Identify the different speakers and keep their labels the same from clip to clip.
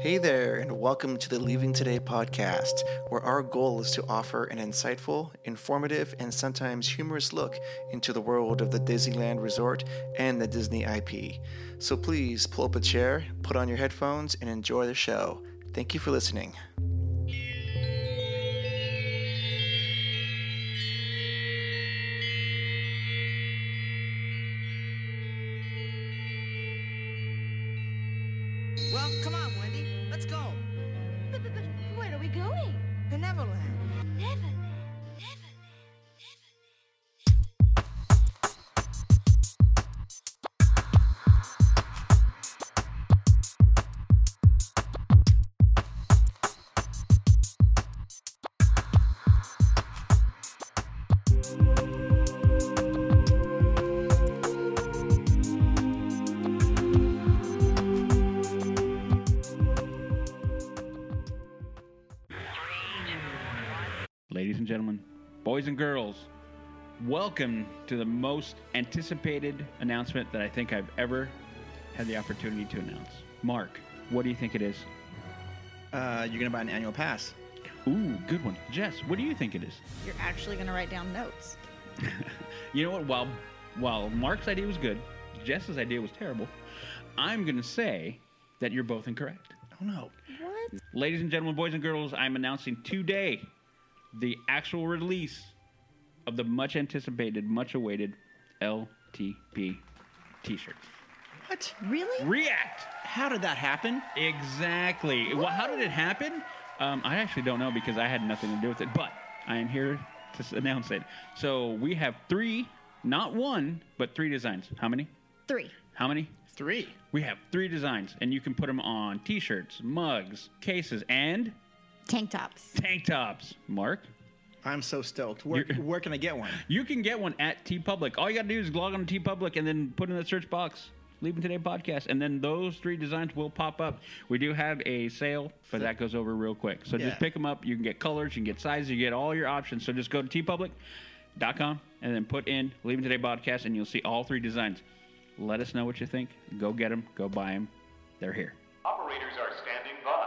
Speaker 1: Hey there, and welcome to the Leaving Today podcast, where our goal is to offer an insightful, informative, and sometimes humorous look into the world of the Disneyland Resort and the Disney IP. So please pull up a chair, put on your headphones, and enjoy the show. Thank you for listening.
Speaker 2: Well, come on, Wendy. Let's go.
Speaker 3: But, but, but where are we going?
Speaker 2: The Neverland.
Speaker 3: Neverland. Neverland.
Speaker 4: Ladies and gentlemen, boys and girls, welcome to the most anticipated announcement that I think I've ever had the opportunity to announce. Mark, what do you think it is?
Speaker 5: Uh, you're gonna buy an annual pass.
Speaker 4: Ooh, good one. Jess, what do you think it is?
Speaker 6: You're actually going to write down notes.
Speaker 4: You know what? While while Mark's idea was good, Jess's idea was terrible. I'm gonna say that you're both incorrect.
Speaker 5: Oh no.
Speaker 6: What?
Speaker 4: Ladies and gentlemen, boys and girls, I'm announcing today the actual release of the much anticipated, much awaited LTP t shirt.
Speaker 5: What?
Speaker 6: Really?
Speaker 4: React!
Speaker 5: How did that happen?
Speaker 4: Exactly. Well, how did it happen? Um, I actually don't know because I had nothing to do with it, but I am here to s- announce it. So we have three, not one, but three designs. How many?
Speaker 6: Three.
Speaker 4: How many?
Speaker 5: Three.
Speaker 4: We have three designs, and you can put them on t shirts, mugs, cases, and
Speaker 6: Tank tops.
Speaker 4: tank tops. Mark,
Speaker 5: I'm so stoked. Where,
Speaker 4: You're-
Speaker 5: where can I get one?
Speaker 4: you can get one at T Public. All you got to do is log on to T Public and then put in the search box. Leaving today podcast, and then those three designs will pop up. We do have a sale, but that goes over real quick. So
Speaker 5: Yeah.
Speaker 4: just pick them up. You can get colors, you can get sizes, you get all your options. So just go to tpublic.com and then put in Leaving Today podcast, and you'll see all three designs. Let us know what you think. Go get them, go buy them. They're here.
Speaker 7: Operators are standing by.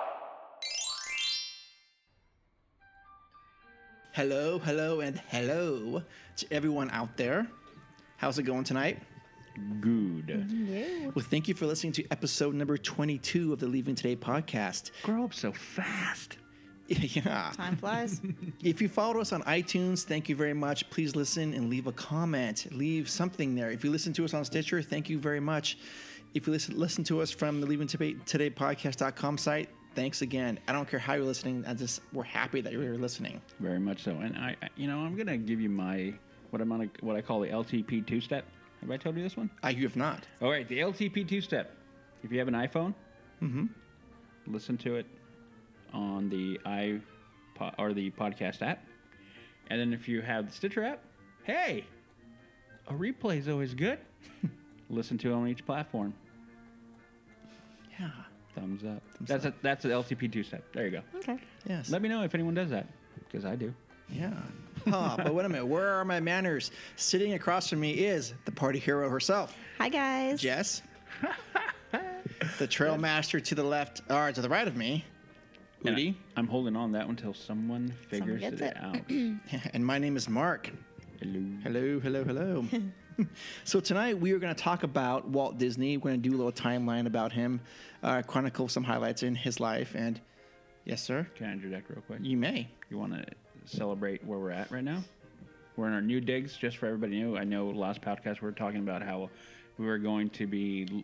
Speaker 5: Hello, hello, and hello to everyone out there. How's it going tonight?
Speaker 4: Good.
Speaker 5: Well, thank you for listening to episode number 22 of the Leaving Today podcast.
Speaker 4: Grow up so fast.
Speaker 5: yeah.
Speaker 6: Time flies.
Speaker 5: If you followed us on iTunes, thank you very much. Please listen and leave a comment. Leave something there. If you listen to us on Stitcher, thank you very much. If you listen listen to us from the Leaving Today, Today podcast.com site, thanks again. I don't care how you're listening. I just we're happy that you're listening.
Speaker 4: Very much so. And I, I- you know, I'm gonna give you my what I'm on, what I call the LTP two step. Have I told you this one?
Speaker 5: I you have not.
Speaker 4: All right, the LTP two step. If you have an iPhone, Mm-hmm. listen to it on the i or the podcast app, and then if you have the Stitcher app, hey, a replay is always good. listen to it on each platform.
Speaker 5: Yeah.
Speaker 4: Thumbs up. that's a that's the LTP two step. There you go.
Speaker 6: okay.
Speaker 5: Yes.
Speaker 4: Let me know if anyone does that because I do.
Speaker 5: yeah. Huh, but wait a minute. Where are my manners? Sitting across from me is the party hero herself,
Speaker 6: Hi, guys.
Speaker 5: Jess. the trail master to the left, or to the right of me,
Speaker 4: And
Speaker 5: Udi.
Speaker 4: I, am holding on that one until someone figures
Speaker 6: gets
Speaker 4: it,
Speaker 6: it.
Speaker 4: out.
Speaker 5: And my name is Mark.
Speaker 4: Hello.
Speaker 5: Hello, hello, hello. so tonight we are going to talk about Walt Disney. We're going to do a little timeline about him, uh, chronicle some highlights in his life, and yes, sir,
Speaker 4: Can I interject real quick? You,
Speaker 5: you may.
Speaker 4: want to celebrate where we're at right now? We're in our new digs, just for everybody new. I know last podcast we were talking about how we were going to be l-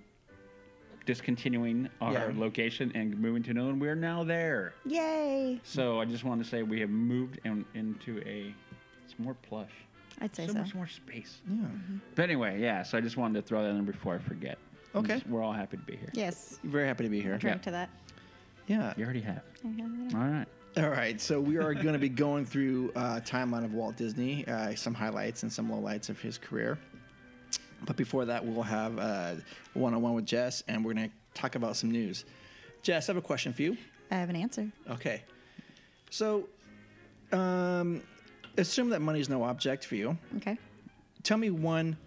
Speaker 4: discontinuing our
Speaker 5: Yeah.
Speaker 4: location and moving to another one. We're now there.
Speaker 6: Yay.
Speaker 4: So I just wanted to say we have moved in, into a. It's more plush.
Speaker 6: I'd say
Speaker 4: So
Speaker 6: so.
Speaker 4: much more space. Yeah. But anyway, yeah. So I just wanted to throw that in before I forget. I'm
Speaker 5: Okay.
Speaker 4: just- we're all happy to be here.
Speaker 6: Yes.
Speaker 5: Very happy to be here.
Speaker 6: Drink to that.
Speaker 5: Yeah.
Speaker 4: You already have.
Speaker 6: Okay.
Speaker 4: All right.
Speaker 5: All right. So we are going to be going through uh, timeline of Walt Disney, uh, some highlights and some lowlights of his career. But before that, we'll have uh, one-on-one with Jess, and we're going to talk about some news. Jess, I have a question for you.
Speaker 6: I have an answer.
Speaker 5: Okay. So, um, assume that money's no object for you.
Speaker 6: Okay.
Speaker 5: Tell me one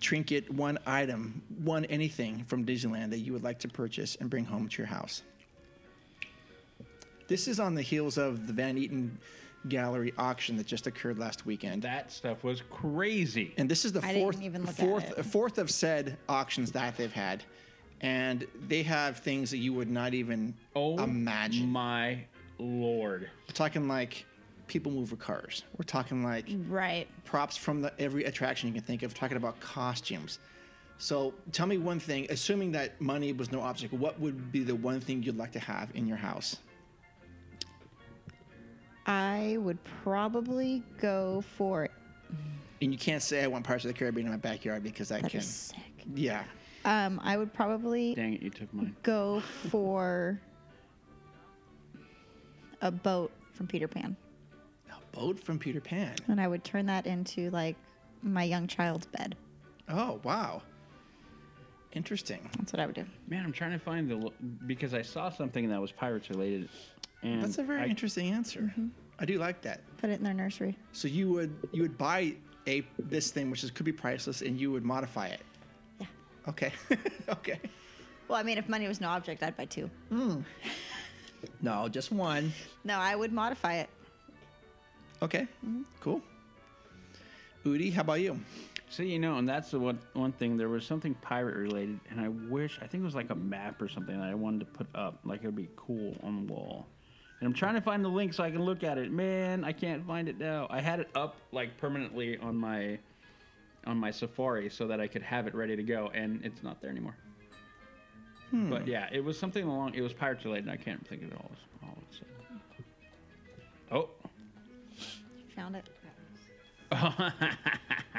Speaker 5: trinket, one item, one anything from Disneyland that you would like to purchase and bring home to your house. This is on the heels of the Van Eaton Gallery auction that just occurred last weekend.
Speaker 4: That stuff was crazy.
Speaker 5: And this is the
Speaker 6: I didn't
Speaker 5: fourth,
Speaker 6: even look at
Speaker 5: fourth,
Speaker 6: it.
Speaker 5: fourth of said auctions that they've had, and they have things that you would not even
Speaker 4: Oh,
Speaker 5: imagine.
Speaker 4: my lord.
Speaker 5: We're talking like people mover cars. We're talking like
Speaker 6: Right.
Speaker 5: props from the, every attraction you can think of. We're talking about costumes. So tell me one thing. Assuming that money was no obstacle, what would be the one thing you'd like to have in your house?
Speaker 6: I would probably go for
Speaker 5: And you can't say I want Pirates of the Caribbean in my backyard because that
Speaker 6: That
Speaker 5: can.
Speaker 6: is sick.
Speaker 5: Yeah.
Speaker 6: Um, I would probably
Speaker 4: Dang it, you took mine.
Speaker 6: go for a boat from Peter Pan.
Speaker 5: A boat from Peter Pan.
Speaker 6: And I would turn that into like my young child's bed.
Speaker 5: Oh wow. Interesting.
Speaker 6: That's what I would do.
Speaker 4: Man, I'm trying to find the lo- because I saw something that was pirates related. And
Speaker 5: That's a very
Speaker 4: I-
Speaker 5: interesting answer. I do like that.
Speaker 6: Put it in their nursery.
Speaker 5: So you would you would buy a this thing which is could be priceless and you would modify it.
Speaker 6: Yeah.
Speaker 5: Okay. okay.
Speaker 6: Well, I mean, if money was no object, I'd buy two.
Speaker 5: No, just one.
Speaker 6: No, I would modify it.
Speaker 5: Okay. Cool. Udi, how about you?
Speaker 4: So you know, and that's the one one thing. There was something pirate related, and I wish I think it was like a map or something that I wanted to put up, like it would be cool on the wall. And I'm trying to find the link so I can look at it. Man, I can't find it now. I had it up like permanently on my on my Safari so that I could have it ready to go, and it's not there anymore. But yeah, it was something along. It was pirates related. And I can't think of it all. all it said. Oh,
Speaker 6: Found it.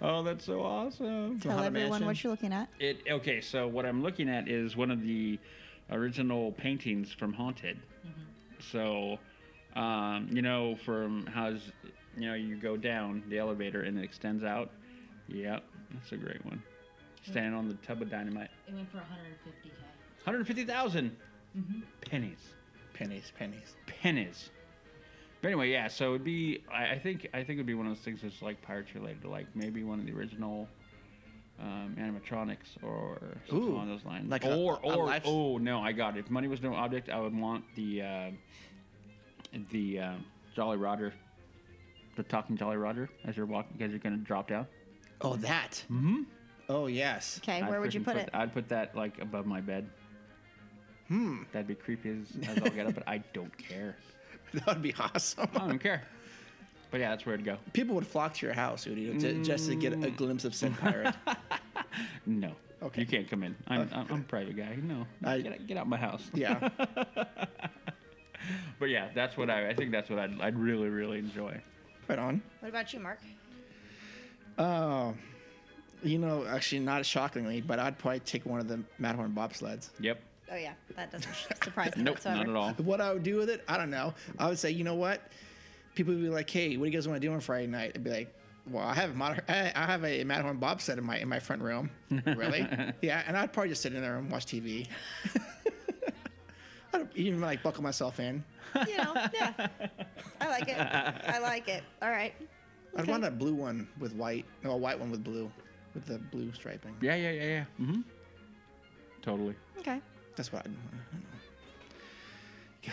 Speaker 4: oh, that's so awesome.
Speaker 6: Tell
Speaker 5: Mahana
Speaker 6: everyone what
Speaker 5: Mansion.
Speaker 6: you're looking at.
Speaker 4: It okay. So what I'm looking at is one of the original paintings from Haunted.
Speaker 8: Mm-hmm.
Speaker 4: So, um, you know, from how's you know you go down the elevator and it extends out. Yep, that's a great one. Standing on the tub of dynamite.
Speaker 8: Mm-hmm. It went for 150k.
Speaker 4: 150,000
Speaker 8: Mm-hmm.
Speaker 4: pennies.
Speaker 5: Pennies, pennies.
Speaker 4: Pennies. But anyway, yeah. So it'd be. I, I think. I think it'd be one of those things that's like pirates related, like maybe one of the original um, animatronics or something
Speaker 5: Ooh,
Speaker 4: along those lines.
Speaker 5: like a-
Speaker 4: or
Speaker 5: a
Speaker 4: or
Speaker 5: life-
Speaker 4: oh no, I got it. If money was no object, I would want the uh, the uh, Jolly Roger, the talking Jolly Roger, as you're walking, as you're gonna drop down.
Speaker 5: Oh that. Mm-hmm. Oh yes.
Speaker 6: Okay,
Speaker 4: I'd
Speaker 6: where would you
Speaker 4: freaking
Speaker 6: put it?
Speaker 4: I'd put that like above my bed. Hmm. That'd be creepy as, as I'll get up, but I don't care.
Speaker 5: That would be awesome.
Speaker 4: I don't care. But yeah, that's where it'd go.
Speaker 5: People would flock to your house, Udi, to, just to get a glimpse of Sin Pirate.
Speaker 4: No.
Speaker 5: Okay.
Speaker 4: You can't come in. I'm, I'm, I'm a private guy. No.
Speaker 5: I-
Speaker 4: get, out- get out my house.
Speaker 5: yeah.
Speaker 4: But yeah, that's what I, I think that's what I'd, I'd really, really enjoy.
Speaker 5: Right on.
Speaker 6: What about you, Mark?
Speaker 5: Oh, you know, actually, not shockingly, but I'd probably take one of the Matterhorn bobsleds.
Speaker 4: Yep.
Speaker 6: Oh yeah, that doesn't surprise me
Speaker 4: Nope,
Speaker 6: whatsoever.
Speaker 4: not at all.
Speaker 5: What I would do with it, I don't know. I would say, you know what? People would be like, "Hey, what do you guys want to do on Friday night?" I'd be like, "Well, I have a moder- I I have a Matterhorn bobsled in my in my front room." really? yeah, and I'd probably just sit in there and watch TV. I'd even like buckle myself in.
Speaker 6: You know, yeah. I like it. I like it. All right.
Speaker 5: I'd
Speaker 6: Okay.
Speaker 5: want a blue one with white, no, a white one with blue, with the blue striping.
Speaker 4: Yeah, yeah, yeah, yeah. Mm-hmm. Totally.
Speaker 6: Okay.
Speaker 5: That's what I'd want. I don't know.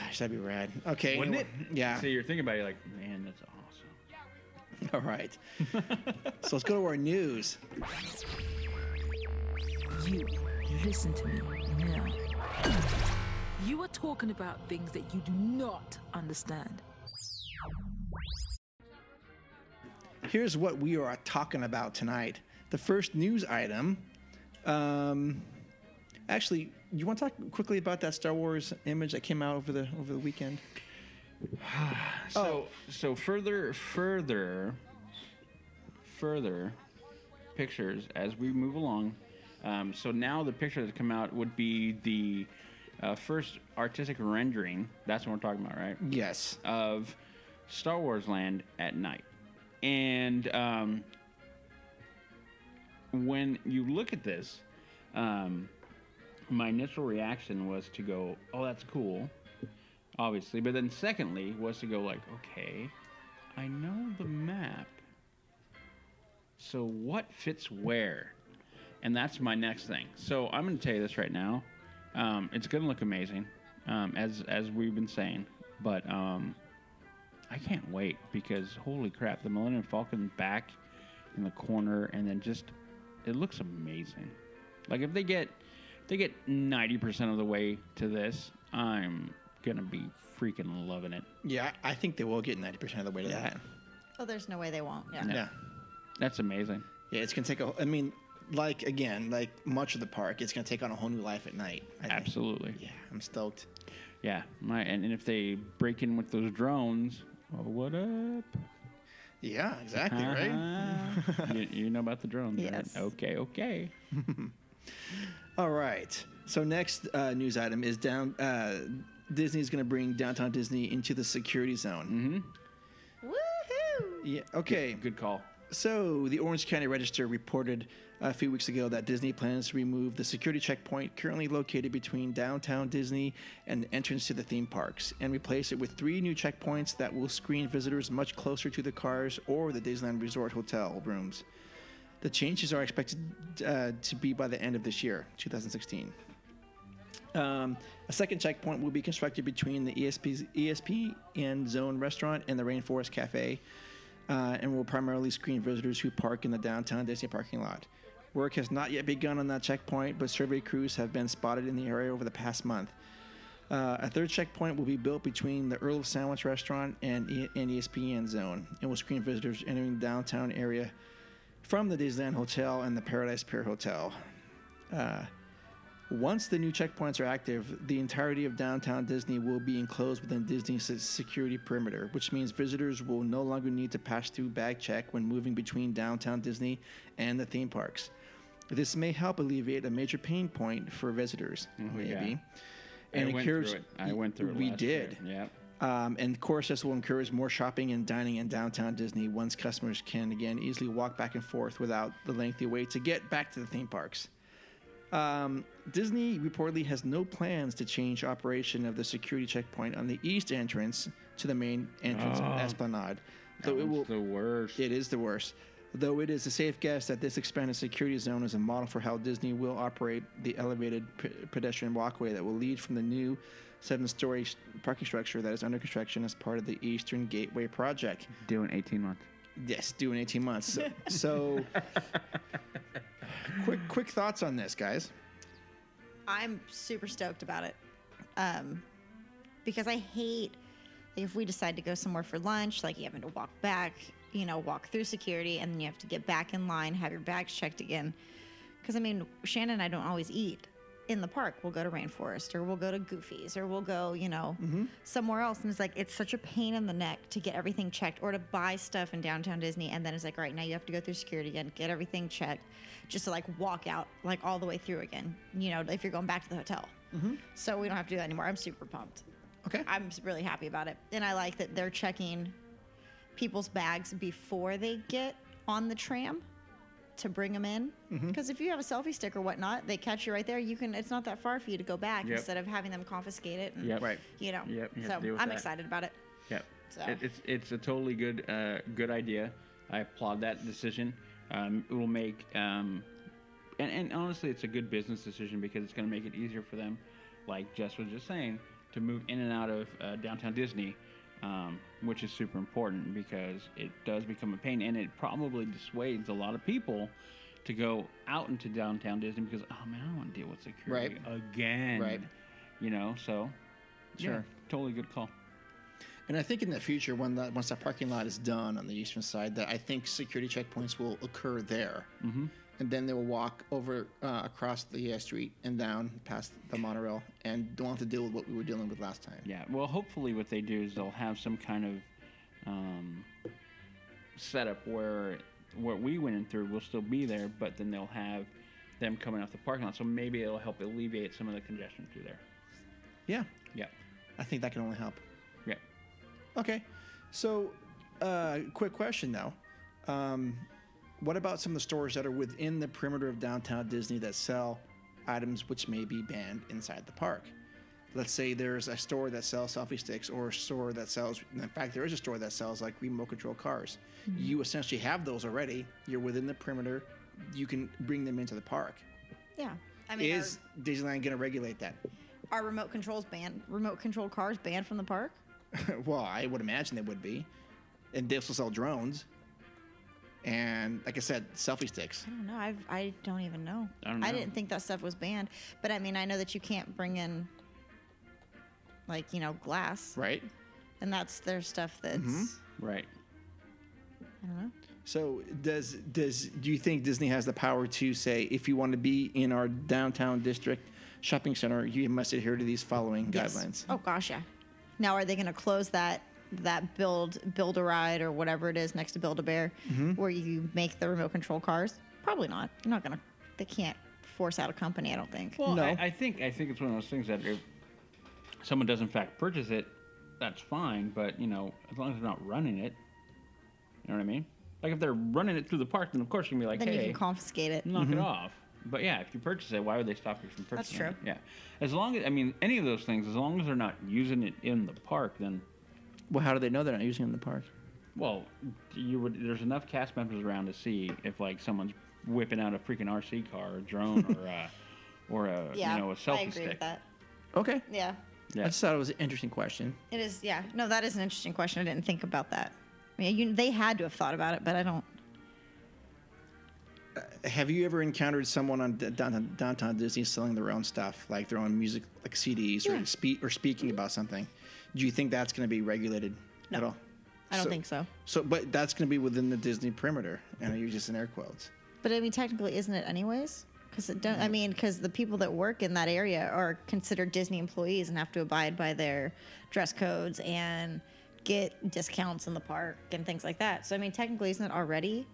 Speaker 5: Gosh, that'd be rad. Okay.
Speaker 4: Wouldn't it?
Speaker 5: anyway. Yeah.
Speaker 4: So you're thinking about it, you're like, man, that's awesome.
Speaker 5: All right. so let's go to our news.
Speaker 9: You listen to me now. You are talking about things that you do not understand.
Speaker 5: Here's what we are talking about tonight. The first news item. Um, actually, you want to talk quickly about that Star Wars image that came out over the over the weekend?
Speaker 4: So, so further, further, further pictures as we move along. Um, so now the picture that's come out would be the uh, first artistic rendering. That's what we're talking about, right?
Speaker 5: Yes.
Speaker 4: Of Star Wars Land at night, and um, when you look at this, um, my initial reaction was to go, "Oh, that's cool," obviously. But then, secondly, was to go like, "Okay, I know the map, so what fits where?" And that's my next thing. So I'm going to tell you this right now. Um, it's going to look amazing. um, as as we've been saying. But um, I can't wait because holy crap, the Millennium Falcon back in the corner, and then just it looks amazing. Like if they get if they get ninety percent of the way to this, I'm gonna be freaking loving it.
Speaker 5: Yeah, I I think they will get 90% of the way to that.
Speaker 6: Oh, there's no way they won't. Yeah.
Speaker 5: Yeah.
Speaker 4: That's amazing.
Speaker 5: Yeah, it's going to take a, I mean, like, again, like much of the park, it's going to take on a whole new life at night. I think.
Speaker 4: Absolutely.
Speaker 5: Yeah, I'm stoked.
Speaker 4: Yeah. My and, and if they break in with those drones, oh, what up?
Speaker 5: Yeah, exactly, right?
Speaker 4: Uh-huh. you, you know about the drones, right?
Speaker 6: Yes.
Speaker 4: Okay, okay.
Speaker 5: All right. So next uh, news item is down. Uh, Disney is going to bring Downtown Disney into the security zone.
Speaker 6: Woohoo!
Speaker 5: Yeah. Okay.
Speaker 4: Good call.
Speaker 5: So the Orange County Register reported a few weeks ago that Disney plans to remove the security checkpoint currently located between downtown Disney and the entrance to the theme parks and replace it with three new checkpoints that will screen visitors much closer to the cars or the Disneyland Resort hotel rooms. The changes are expected uh, to be by the end of this year, 2016. Um, a second checkpoint will be constructed between the E ESP, ESP and Zone Restaurant and the Rainforest Cafe, uh, and will primarily screen visitors who park in the downtown Disney parking lot. Work has not yet begun on that checkpoint, but survey crews have been spotted in the area over the past month. Uh, a third checkpoint will be built between the Earl of Sandwich Restaurant and, e- and ESPN Zone, and will screen visitors entering the downtown area from the Disneyland Hotel and the Paradise Pier Hotel. Uh, Once the new checkpoints are active, the entirety of downtown Disney will be enclosed within Disney's se- security perimeter, which means visitors will no longer need to pass through bag check when moving between downtown Disney and the theme parks. This may help alleviate a major pain point for visitors, maybe.
Speaker 4: yeah. I went through it. I went through it.
Speaker 5: We
Speaker 4: last
Speaker 5: did.
Speaker 4: Year.
Speaker 5: Um, and of course, this will encourage more shopping and dining in downtown Disney once customers can again easily walk back and forth without the lengthy wait to get back to the theme parks. Um, Disney reportedly has no plans to change operation of the security checkpoint on the east entrance to the main entrance
Speaker 4: Oh.
Speaker 5: of Esplanade,
Speaker 4: Yep.
Speaker 5: though it will
Speaker 4: the worst.
Speaker 5: it is the worst. Though it is a safe guess that this expanded security zone is a model for how Disney will operate the elevated p- pedestrian walkway that will lead from the new seven story parking structure that is under construction as part of the Eastern Gateway Project.
Speaker 4: Doing 18 months.
Speaker 5: Yes, due in 18 months. So, so quick, quick thoughts on this, guys.
Speaker 6: I'm super stoked about it. Um, because I hate like, if we decide to go somewhere for lunch, like you having to walk back, you know, walk through security, and then you have to get back in line, have your bags checked again. Because I mean, Shannon and I don't always eat in the park. We'll go to Rainforest, or we'll go to Goofy's, or we'll go, you know, somewhere else. And it's like it's such a pain in the neck to get everything checked, or to buy stuff in downtown Disney, and then it's like, all right, now you have to go through security again, get everything checked, just to like walk out like all the way through again. You know, if you're going back to the hotel. So we don't have to do that anymore. I'm super pumped.
Speaker 5: Okay.
Speaker 6: I'm s- really happy about it. And I like that they're checking people's bags before they get on the tram to bring them in.
Speaker 4: Mm-hmm.
Speaker 6: Because if you have a selfie stick or whatnot, they catch you right there. You can. It's not that far for you to go back
Speaker 4: Yep.
Speaker 6: instead of having them confiscate it. And,
Speaker 4: Yep.
Speaker 5: Right.
Speaker 6: You know.
Speaker 4: Yep, you have
Speaker 6: So
Speaker 4: to deal
Speaker 6: I'm
Speaker 4: with that.
Speaker 6: excited about it.
Speaker 4: Yep.
Speaker 6: So-
Speaker 4: It, it's it's a totally good uh, good idea. I applaud that decision. Um, it will make um, and, and honestly, it's a good business decision because it's going to make it easier for them, like Jess was just saying, to move in and out of uh, downtown Disney, um, which is super important because it does become a pain and it probably dissuades a lot of people to go out into downtown Disney because oh man, I don't want to deal with security again.
Speaker 5: Right.
Speaker 4: You know, so yeah,
Speaker 5: Sure.
Speaker 4: totally good call.
Speaker 5: And I think in the future, when that once that parking lot is done on the eastern side, that I think security checkpoints will occur there, mm-hmm. and then they will walk over uh, across the uh, street and down past the monorail, and don't have to deal with what we were dealing with last time.
Speaker 4: Yeah. Well, hopefully, what they do is they'll have some kind of um, setup where what we went in through will still be there, but then they'll have them coming off the parking lot. So maybe it'll help alleviate some of the congestion through there.
Speaker 5: Yeah,
Speaker 4: Yeah.
Speaker 5: I think that can only help.
Speaker 4: Yeah.
Speaker 5: Okay, so uh, quick question now. Um, what about some of the stores that are within the perimeter of downtown Disney that sell items which may be banned inside the park? Let's say there's a store that sells selfie sticks or a store that sells, in fact, there is a store that sells like remote control cars. You essentially have those already. You're within the perimeter. You can bring them into the park.
Speaker 6: Yeah. I mean,
Speaker 5: is Disneyland going to regulate that?
Speaker 6: Are remote controls banned? Remote control cars banned from the park?
Speaker 5: well, I would imagine they would be. And they also sell drones. And like I said, selfie sticks.
Speaker 6: I don't know. I've, I don't even know.
Speaker 4: I don't know.
Speaker 6: didn't think that stuff was banned, but I mean, I know that you can't bring in, like you know, glass,
Speaker 5: Right?
Speaker 6: and that's their stuff. That's
Speaker 4: Mm-hmm. Right.
Speaker 6: I don't know.
Speaker 5: So does does do you think Disney has the power to say if you want to be in our downtown district shopping center, you must adhere to these following
Speaker 6: Yes.
Speaker 5: guidelines?
Speaker 6: Oh gosh, yeah. Now are they going to close that that build build a ride or whatever it is next to Build a Bear,
Speaker 4: Mm-hmm.
Speaker 6: where you make the remote control cars? Probably not. You're not going to. They can't force out a company. I don't think.
Speaker 4: Well,
Speaker 5: No.
Speaker 4: I, I think I think it's one of those things that if someone does in fact purchase it, that's fine. But you know, as long as they're not running it, you know what I mean. Like if they're running it through the park, then of course you can be like,
Speaker 6: then
Speaker 4: hey,
Speaker 6: you can confiscate it.
Speaker 4: knock it off. But yeah, if you purchase it, why would they stop you from purchasing
Speaker 6: true.
Speaker 4: it? Yeah, as long as I mean any of those things, as long as they're not using it in the park, then
Speaker 5: Well, how do they know they're not using it in the park?
Speaker 4: well, you would. There's enough cast members around to see if like someone's whipping out a freaking RC car, or a drone, or a, or a
Speaker 6: Yeah,
Speaker 4: you know a selfie
Speaker 6: I agree
Speaker 4: stick.
Speaker 6: with that.
Speaker 5: Okay.
Speaker 6: Yeah,
Speaker 5: I just thought it was an interesting question.
Speaker 6: it is. Yeah, no, that is an interesting question. I didn't think about that. I mean, you, they had to have thought about it, but I don't.
Speaker 5: Have you ever encountered someone on d- downtown, downtown Disney selling their own stuff, like their own music, like CDs, or speak or speaking about something? Do you think that's going to be regulated at all?
Speaker 6: I don't think so.
Speaker 5: So, but that's going to be within the Disney perimeter, and I use just in air quotes.
Speaker 6: But I mean, technically, isn't it anyways? Because it don't. I mean, because the people that work in that area are considered Disney employees and have to abide by their dress codes and get discounts in the park and things like that. So I mean, technically, isn't it already?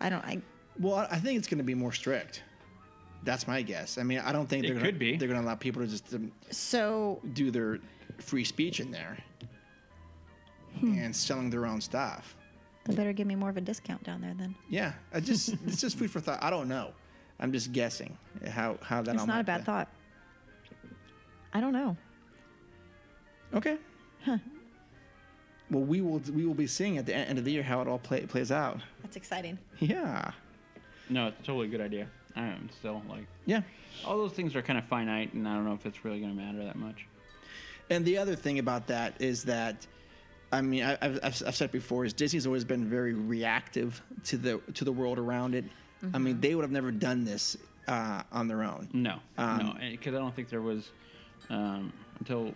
Speaker 6: I don't. I
Speaker 5: Well, I- I think it's going to be more strict. That's my guess. I mean, I don't think
Speaker 4: It
Speaker 5: they're gonna,
Speaker 4: could be.
Speaker 5: They're going to allow people to just um,
Speaker 6: so
Speaker 5: do their free speech in there
Speaker 6: Hmm.
Speaker 5: and selling their own stuff.
Speaker 6: they better give me more of a discount down there then.
Speaker 5: Yeah, I just it's just food for thought. I don't know. I'm just guessing how how that.
Speaker 6: It's
Speaker 5: all
Speaker 6: not
Speaker 5: might
Speaker 6: a bad
Speaker 5: play.
Speaker 6: thought. I don't know.
Speaker 5: Okay. Well, we will we will be seeing at the en- end of the year how it all play, plays out.
Speaker 6: That's exciting.
Speaker 5: Yeah.
Speaker 4: No, it's a totally good idea. I am still like
Speaker 5: Yeah.
Speaker 4: all those things are kind of finite, and I don't know if it's really going to matter that much.
Speaker 5: And the other thing about that is that, I mean, I, I've, I've, I've said before is Disney's always been very reactive to the to the world around it. I
Speaker 6: Mm-hmm.
Speaker 5: mean, they would have never done this uh, on their own.
Speaker 4: No, no, because I don't think there was um, until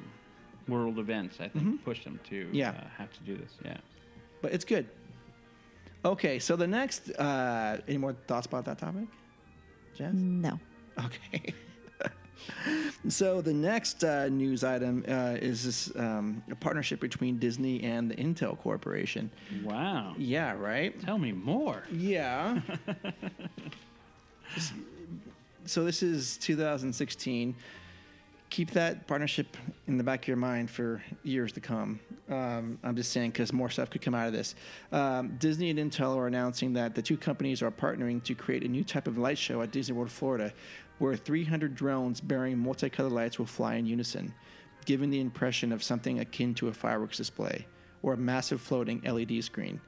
Speaker 4: world events. I think pushed them to
Speaker 5: Yeah.
Speaker 4: uh, have to do this. Yeah.
Speaker 5: But it's good. Okay, so the next, uh, any more thoughts about that topic, Jess?
Speaker 6: No.
Speaker 5: Okay. so the next uh, news item uh, is this um, a partnership between Disney and the Intel Corporation.
Speaker 4: Wow.
Speaker 5: Yeah, right.
Speaker 4: Tell me more.
Speaker 5: Yeah. so this is 2016. Keep that partnership in the back of your mind for years to come. Um, I'm just saying because more stuff could come out of this. Um, Disney and Intel are announcing that the two companies are partnering to create a new type of light show at Disney World, Florida, where 300 drones bearing multicolored lights will fly in unison, giving the impression of something akin to a fireworks display or a massive floating LED screen.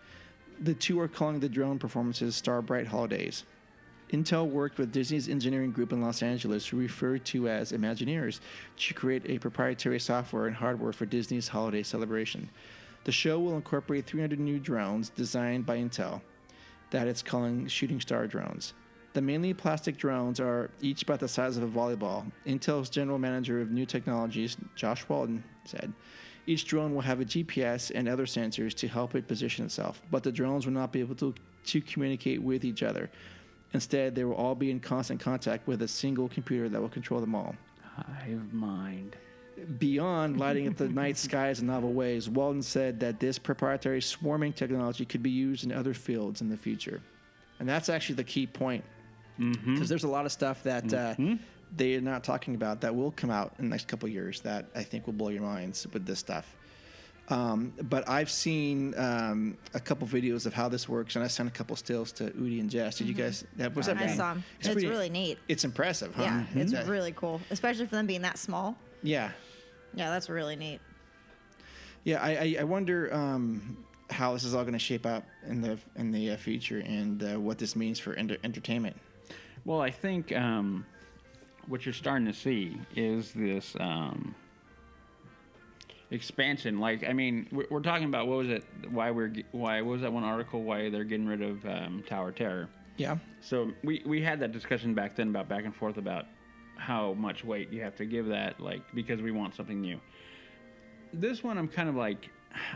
Speaker 5: The two are calling the drone performances Star Bright Holidays. Intel worked with Disney's engineering group in Los Angeles, referred to as Imagineers, to create a proprietary software and hardware for Disney's holiday celebration. The show will incorporate 300 new drones designed by Intel that it's calling shooting star drones. The mainly plastic drones are each about the size of a volleyball. Intel's general manager of new technologies, Josh Walden, said each drone will have a GPS and other sensors to help it position itself, but the drones will not be able to, to communicate with each other. Instead, they will all be in constant contact with a single computer that will control them all.
Speaker 4: Hive mind.
Speaker 5: Beyond lighting up the night skies in novel ways, Walden said that this proprietary swarming technology could be used in other fields in the future. And that's actually the key point. Because there's a lot of stuff that uh, they are not talking about that will come out in the next couple of years that I think will blow your minds with this stuff. Um, but I've seen um, a couple videos of how this works, and I sent a couple stills to Udi and Jess. Did you guys? That, was that
Speaker 6: Mm-hmm. I
Speaker 5: right?
Speaker 6: saw 'em. It's really neat.
Speaker 5: It's impressive, huh?
Speaker 6: Yeah, it's
Speaker 5: That-
Speaker 6: really cool, especially for them being that small.
Speaker 5: Yeah.
Speaker 6: Yeah, that's really neat.
Speaker 5: Yeah, I, I, I wonder um, how this is all going to shape up in the in the uh, future and uh, what this means for enter- entertainment.
Speaker 4: Well, I think um, what you're starting to see is this um, expansion. Like, I mean, we're, we're talking about what was it? Why we're ge- why what was that one article? Why they're getting rid of um, Tower Terror?
Speaker 5: Yeah.
Speaker 4: So we we had that discussion back then about back and forth about how much weight you have to give that, like because we want something new. This one, I'm kind of like,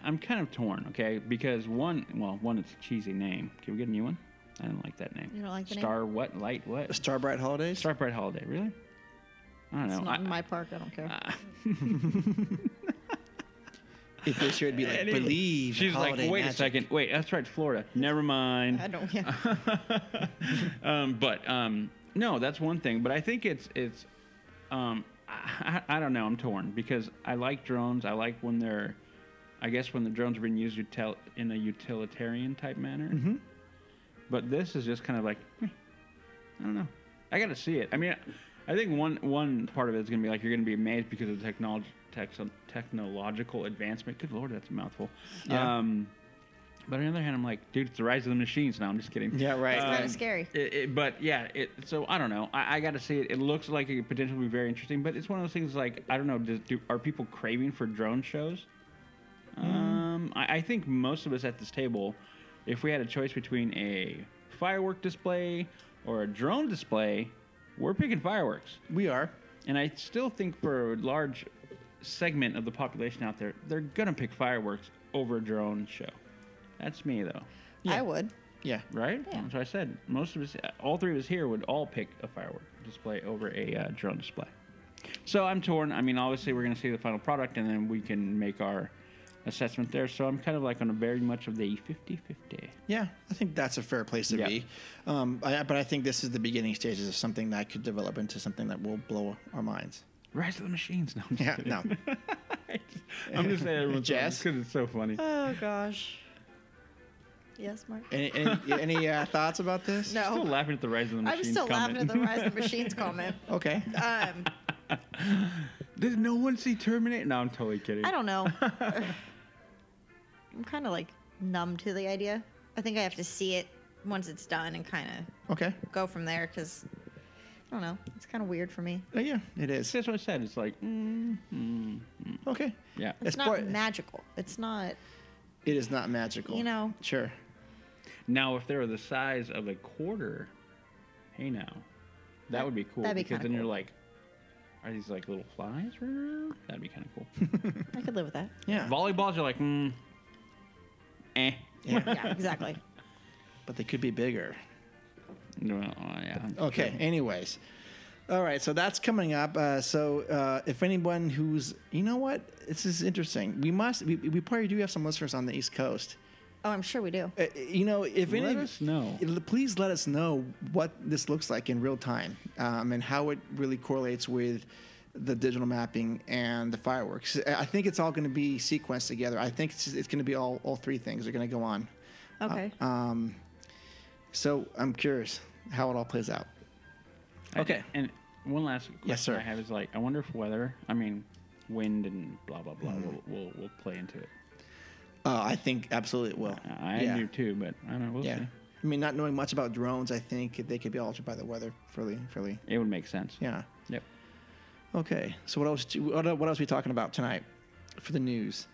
Speaker 4: I'm kind of torn, okay? Because one, well, one, it's a cheesy name. Can we get a new one? I didn't like that name.
Speaker 6: You don't like the name?
Speaker 4: Star what light what?
Speaker 5: Starbright Holidays.
Speaker 4: Star Bright Holiday, really? I don't know.
Speaker 6: It's not
Speaker 4: I-
Speaker 6: in my park. I don't care.
Speaker 5: if this year it'd be like
Speaker 4: Anyway,
Speaker 5: believe. in
Speaker 4: She's like,
Speaker 5: holiday
Speaker 4: wait
Speaker 5: magic."
Speaker 4: a second, wait, that's right, Florida. Never mind.
Speaker 6: I don't care.
Speaker 4: um, but um, no, that's one thing. But I think it's it's um, I, I I don't know. I'm torn because I like drones. I like when they're, I guess when the drones are being used util- in a utilitarian type manner.
Speaker 5: Mm-hmm.
Speaker 4: But this is just kind of like, eh, I don't know. I gotta see it. I mean, I think one one part of it is gonna be like you're gonna be amazed because of the technology. Technological advancement. Good lord, that's a mouthful.
Speaker 5: Yeah.
Speaker 4: Um, but on the other hand, I'm like, dude, it's the rise of the machines. Now I'm just kidding.
Speaker 5: Yeah, right. It's
Speaker 6: kinda
Speaker 4: Um,
Speaker 6: scary.
Speaker 4: it- it- but yeah, it, so I don't know. I, I got to see it. It looks like it could potentially be very interesting. But it's one of those things like I don't know. Does, do, are people craving for drone shows? Um, I, I think most of us at this table, if we had a choice between a firework display or a drone display, we're picking fireworks.
Speaker 5: We are.
Speaker 4: And I still think for a large segment of the population out there, they're gonna pick fireworks over a drone show. That's me though,
Speaker 6: I would.
Speaker 5: Yeah.
Speaker 4: right? That's what I said. Most of us, all three of us here, would all pick a firework display over a uh, drone display. So I'm torn. I mean, obviously, we're gonna see the final product, and then we can make our assessment there. So I'm kind of like on a very much of the 50-50.
Speaker 5: Yeah, I think that's a fair place to
Speaker 4: Yeah.
Speaker 5: be. Um, I, but I think this is the beginning stages of something that could develop into something that will blow our minds.
Speaker 4: Rise of the machines. No, I'm just
Speaker 5: Yeah,
Speaker 4: kidding.
Speaker 5: no.
Speaker 4: I'm just saying everyone's
Speaker 5: Jazz?
Speaker 4: because it's so funny.
Speaker 6: Oh gosh. Yes, Mark.
Speaker 5: Any any, any uh, thoughts about this?
Speaker 6: No.
Speaker 4: Still laughing at the rise of the machines.
Speaker 6: I'm still
Speaker 4: comment.
Speaker 6: laughing at the rise of the machines comment.
Speaker 5: Okay.
Speaker 6: Um,
Speaker 4: Did no one see Terminator? No, I'm totally kidding.
Speaker 6: I don't know. I'm kind of like numb to the idea. I think I have to see it once it's done and kind of
Speaker 5: Okay.
Speaker 6: go from there because I don't know. It's kind of weird for me.
Speaker 5: Uh, yeah, it is.
Speaker 4: That's what I said. It's like, mm, mm, mm.
Speaker 5: Okay.
Speaker 4: yeah.
Speaker 6: It's,
Speaker 5: It's
Speaker 6: not
Speaker 5: part-
Speaker 6: magical. It's not.
Speaker 5: It is not magical.
Speaker 6: You know.
Speaker 5: Sure.
Speaker 4: Now, if they were the size of a quarter, hey now, that would be cool.
Speaker 6: That'd be
Speaker 4: because
Speaker 6: kinda
Speaker 4: then you're
Speaker 6: cool.
Speaker 4: like, are these like little flies running around? That'd be kind of cool.
Speaker 6: I could live with that.
Speaker 5: Yeah.
Speaker 4: Volleyballs are like, mm, eh.
Speaker 5: yeah.
Speaker 6: Yeah, exactly.
Speaker 5: But they could be bigger.
Speaker 4: Well, uh, yeah.
Speaker 5: Okay. Anyways, all right. So that's coming up. Uh, so uh, if anyone who's, you know what, this is interesting. We must. We, we probably do have some listeners on the East Coast.
Speaker 6: Oh, I'm sure we do.
Speaker 5: Uh, you know, if
Speaker 4: Let
Speaker 5: any,
Speaker 4: us know.
Speaker 5: l- Please let us know what this looks like in real time um, and how it really correlates with the digital mapping and the fireworks. I I think it's all going to be sequenced together. I think it's, it's going to be all all three things are going to go on.
Speaker 6: Okay.
Speaker 5: Um, so I'm curious how it all plays out.
Speaker 4: I-
Speaker 5: Okay.
Speaker 4: and one last question
Speaker 5: Yes, sir.
Speaker 4: I have is like, I wonder if weather, I mean, wind and blah, blah, blah, will,
Speaker 5: Mm-hmm.
Speaker 4: will, will play into it.
Speaker 5: Uh, I think absolutely it will.
Speaker 4: I
Speaker 5: yeah.
Speaker 4: do too, but I don't know. We'll
Speaker 5: Yeah.
Speaker 4: see.
Speaker 5: I mean, not knowing much about drones, I think they could be altered by the weather fairly, fairly.
Speaker 4: It would make sense.
Speaker 5: Yeah.
Speaker 4: Yep.
Speaker 5: Okay. So what else? do- What el- what else are we talking about tonight for the news?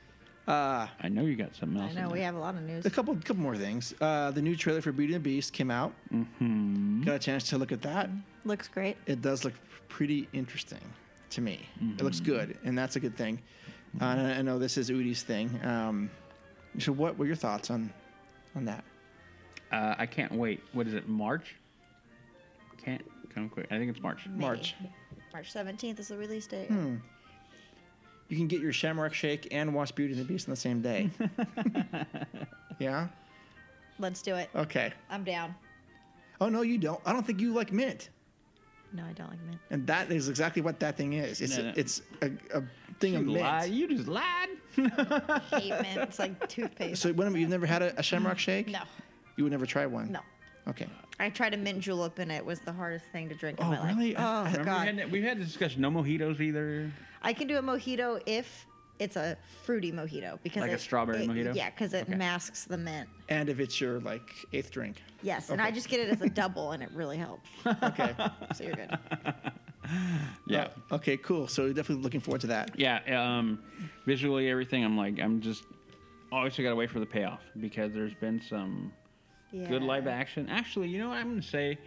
Speaker 5: Uh,
Speaker 4: I know you got something else.
Speaker 6: I know
Speaker 4: in
Speaker 6: we
Speaker 4: there.
Speaker 6: have a lot of news.
Speaker 5: a couple, couple more things. Uh, the new trailer for Beauty and the Beast came out.
Speaker 4: Mm-hmm.
Speaker 5: Got a chance to look at that.
Speaker 6: Looks great.
Speaker 5: It does look pretty interesting to me. It looks
Speaker 4: Mm-hmm.
Speaker 5: good, and that's a good thing. Uh, and I I know this is Udi's thing. Um, so what were your thoughts on on that?
Speaker 4: Uh, I can't wait. What is it? March? Can't come quick. I think it's March.
Speaker 5: March.
Speaker 6: March 17th is the release date.
Speaker 5: You can get your Shamrock Shake and watch Beauty and the Beast on the same day. yeah.
Speaker 6: Let's do it.
Speaker 5: Okay.
Speaker 6: I'm down.
Speaker 5: Oh no, you don't. I don't think you like mint.
Speaker 6: No, I don't like mint.
Speaker 5: And that is exactly what that thing is. It's
Speaker 4: No, no.
Speaker 5: it's a, a thing of
Speaker 4: You
Speaker 5: mint.
Speaker 4: lied. You just lied.
Speaker 6: Hate mint. It's like toothpaste.
Speaker 5: So when, you've never had a, a Shamrock Shake?
Speaker 6: Mm, no,
Speaker 5: You would never try one.
Speaker 6: no.
Speaker 5: Okay.
Speaker 6: I tried a mint julep and it was the hardest thing to drink in
Speaker 5: Oh,
Speaker 6: my life.
Speaker 5: really? I- I
Speaker 6: Oh,
Speaker 4: Remember
Speaker 6: God.
Speaker 4: We had, that- we had this discussion. No mojitos either.
Speaker 6: I can do a mojito if it's a fruity mojito because
Speaker 4: Like a
Speaker 6: it-
Speaker 4: strawberry
Speaker 6: it-
Speaker 4: mojito?
Speaker 6: Yeah, because it
Speaker 4: Okay.
Speaker 6: masks the mint.
Speaker 5: And if it's your like eighth drink.
Speaker 6: Yes, and I
Speaker 5: Okay.
Speaker 6: just get it as a double, and it really helps.
Speaker 5: Okay.
Speaker 6: So you're good.
Speaker 4: yeah.
Speaker 5: Okay, cool. So definitely looking forward to that.
Speaker 4: Uh, Yeah, um, visually everything. I'm like, I'm just always got to wait for the payoff because there's been some good
Speaker 6: Yeah.
Speaker 4: live action. Actually, you know what I'm going to say?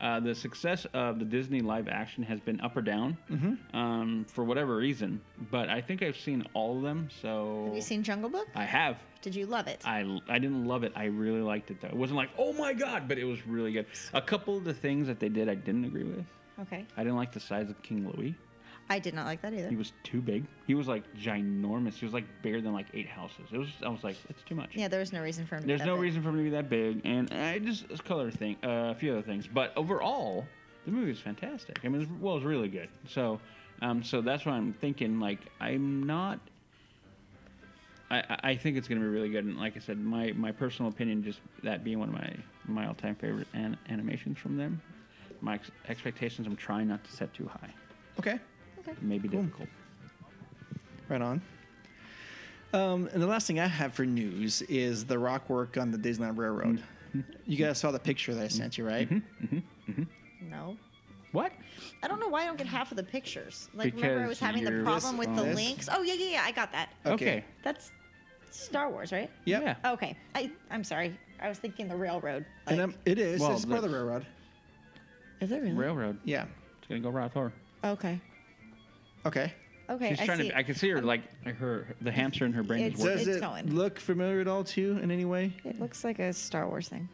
Speaker 4: Uh, the success of the Disney live action has been up or down
Speaker 6: Mm-hmm.
Speaker 4: um, for whatever reason, but I think I've seen all of them. So
Speaker 6: Have you seen Jungle Book?
Speaker 4: I have.
Speaker 6: Did you love it?
Speaker 4: I, I didn't love it. I really liked it though. It wasn't like oh my god, but it was really good. A couple of the things that they did, I didn't agree with.
Speaker 6: okay.
Speaker 4: I didn't like the size of King Louis.
Speaker 6: I did not like that either.
Speaker 4: He was too big. He was like ginormous. He was like bigger than like eight houses. It was. I was like, it's too much.
Speaker 6: Yeah, there was no reason for him to be
Speaker 4: There's
Speaker 6: that
Speaker 4: no
Speaker 6: big.
Speaker 4: reason for him to be that big, and I just it's color thing, uh, a few other things. But overall, the movie was fantastic. I mean, it was, well, it was really good. So, um, so that's why I'm thinking like I'm not. I, I- I think it's going to be really good, and like I said, my, my personal opinion, just that being one of my, my all time favorite an- animations from them, my ex- expectations I'm trying not to set too high.
Speaker 5: Okay,
Speaker 4: It may be difficult.
Speaker 5: right on. Um, and the last thing I have for news is the rock work on the Disneyland Railroad. You guys saw the picture that I sent you, right?
Speaker 6: No.
Speaker 4: What?
Speaker 6: I don't know why I don't get half of the pictures. Like, remember I
Speaker 4: Because
Speaker 6: was having the
Speaker 4: you're- Uh,
Speaker 6: problem with the
Speaker 4: This-
Speaker 6: links? Oh, yeah, yeah, yeah. I got that.
Speaker 5: Okay.
Speaker 4: Okay.
Speaker 6: That's Star Wars, right?
Speaker 5: Yep.
Speaker 4: Yeah.
Speaker 6: Okay. I, I'm sorry. I was thinking the railroad. Like,
Speaker 5: And um, it is.
Speaker 4: Well,
Speaker 5: it's part of the
Speaker 4: the-
Speaker 5: railroad.
Speaker 6: is it really?
Speaker 4: Railroad.
Speaker 5: Yeah.
Speaker 4: It's gonna go right her.
Speaker 6: Okay.
Speaker 5: Okay.
Speaker 6: Okay.
Speaker 4: She's
Speaker 6: I
Speaker 4: trying
Speaker 6: see. Um,
Speaker 4: to. I can see her like her the hamster in her brain is
Speaker 6: It's-
Speaker 4: working.
Speaker 5: Does it
Speaker 6: going.
Speaker 5: look familiar at all to you in any way?
Speaker 6: it looks like a Star Wars thing.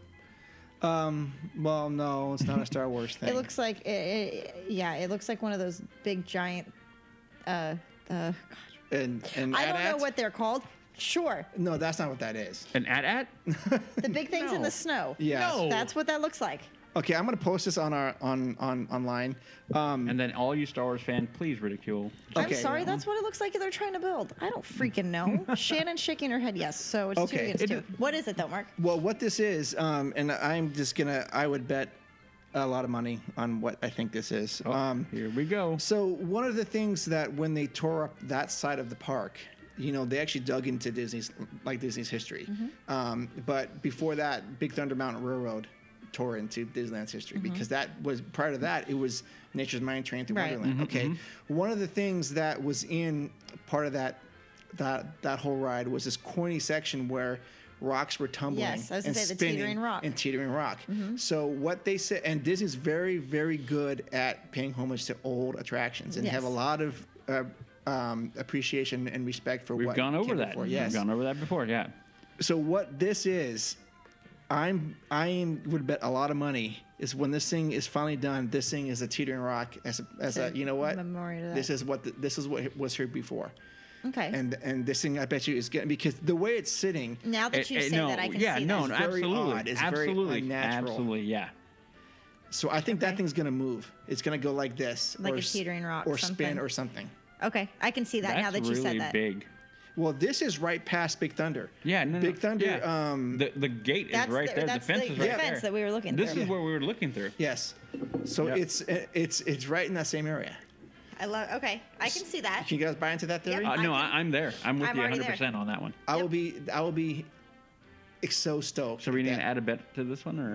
Speaker 5: Um, well, no, it's not a Star Wars thing.
Speaker 6: It looks like, it, it, yeah, it looks like one of those big giant. Uh, uh,
Speaker 5: And, and
Speaker 6: I don't know
Speaker 5: AT-AT?
Speaker 6: what they're called. Sure,
Speaker 5: No, that's not what that is.
Speaker 4: An at at?
Speaker 6: the big things in
Speaker 4: No.
Speaker 6: the snow.
Speaker 5: Yeah.
Speaker 4: No.
Speaker 6: That's what that looks like.
Speaker 5: Okay, I'm gonna post this on our on on online. Um,
Speaker 4: And then all you Star Wars fan, please ridicule.
Speaker 5: Okay.
Speaker 6: I'm sorry, that's what it looks like they're trying to build. I don't freaking know. Shannon's shaking her head yes, so it's
Speaker 5: Okay.
Speaker 6: two against
Speaker 5: It-
Speaker 6: two. What is it though, Mark?
Speaker 5: well, what this is, um, and I'm just gonna, I would bet a lot of money on what I think this is. Um,
Speaker 4: Here we go.
Speaker 5: So one of the things that when they tore up that side of the park, you know, they actually dug into Disney's like Disney's history.
Speaker 6: Mm-hmm.
Speaker 5: Um, but before that, Big Thunder Mountain Railroad tore into Disneyland's history because that was prior to that it was Nature's Mind Train through
Speaker 6: Mm-hmm. Right.
Speaker 5: Wonderland. Okay, one of the things that was in part of that that that whole ride was this corny section where rocks were tumbling
Speaker 6: Yes, I was
Speaker 5: and
Speaker 6: gonna say the
Speaker 5: spinning
Speaker 6: teetering rock.
Speaker 5: and teetering rock.
Speaker 6: Mm-hmm.
Speaker 5: So what they said, and Disney's very, very good at paying homage to old attractions and have a
Speaker 6: Yes.
Speaker 5: lot of uh, um, appreciation and respect for
Speaker 4: We've
Speaker 5: what
Speaker 4: gone over
Speaker 5: came
Speaker 4: that.
Speaker 5: Before. Yes.
Speaker 4: We've gone over that before. Yeah.
Speaker 5: so what this is, I'm I am, would bet a lot of money is when this thing is finally done. This thing is a teetering rock as a, as a
Speaker 6: To
Speaker 5: you know what
Speaker 6: memorial to that.
Speaker 5: this is what the, this is what was here before.
Speaker 6: Okay.
Speaker 5: And and this thing I bet you is getting because the way it's sitting,
Speaker 6: now that
Speaker 4: Eh,
Speaker 6: you
Speaker 4: eh,
Speaker 6: say
Speaker 4: no,
Speaker 6: that, I can
Speaker 4: yeah,
Speaker 6: see
Speaker 4: no,
Speaker 6: that.
Speaker 4: no,
Speaker 5: It's very
Speaker 4: absolutely,
Speaker 5: odd. It's very
Speaker 4: absolutely,
Speaker 5: unnatural.
Speaker 4: absolutely, yeah.
Speaker 5: So I think that thing's gonna move. It's gonna go like this,
Speaker 6: Like a
Speaker 5: s-
Speaker 6: teetering rock,
Speaker 5: or spin,
Speaker 6: something.
Speaker 5: or something.
Speaker 6: Okay, I can see that
Speaker 4: That's
Speaker 6: now that you
Speaker 4: really
Speaker 6: said that.
Speaker 4: big.
Speaker 5: Well, this is right past Big Thunder.
Speaker 4: Yeah, no, no,
Speaker 5: Big Thunder.
Speaker 4: yeah.
Speaker 5: Um,
Speaker 4: the the gate is
Speaker 6: That's
Speaker 4: right
Speaker 6: the-
Speaker 4: there.
Speaker 6: that's
Speaker 4: the fence
Speaker 6: the-
Speaker 4: is
Speaker 6: the
Speaker 4: right
Speaker 6: fence
Speaker 4: there.
Speaker 6: that we were looking
Speaker 4: This
Speaker 6: through.
Speaker 4: is where we were looking through.
Speaker 5: yes. So
Speaker 4: Yeah.
Speaker 5: it's eh, it's it's right in that same area.
Speaker 6: I love. Okay, I can see that.
Speaker 5: Can you guys buy into that theory?
Speaker 6: Yep.
Speaker 4: Uh, no,
Speaker 6: I can-
Speaker 4: I, I'm there. I'm with
Speaker 6: I'm
Speaker 4: you
Speaker 6: already
Speaker 4: 100
Speaker 6: there.
Speaker 4: percent on that one.
Speaker 5: I will be I will be ex- so stoked.
Speaker 4: So we need
Speaker 5: that- Mm.
Speaker 4: to add a bet to this one, or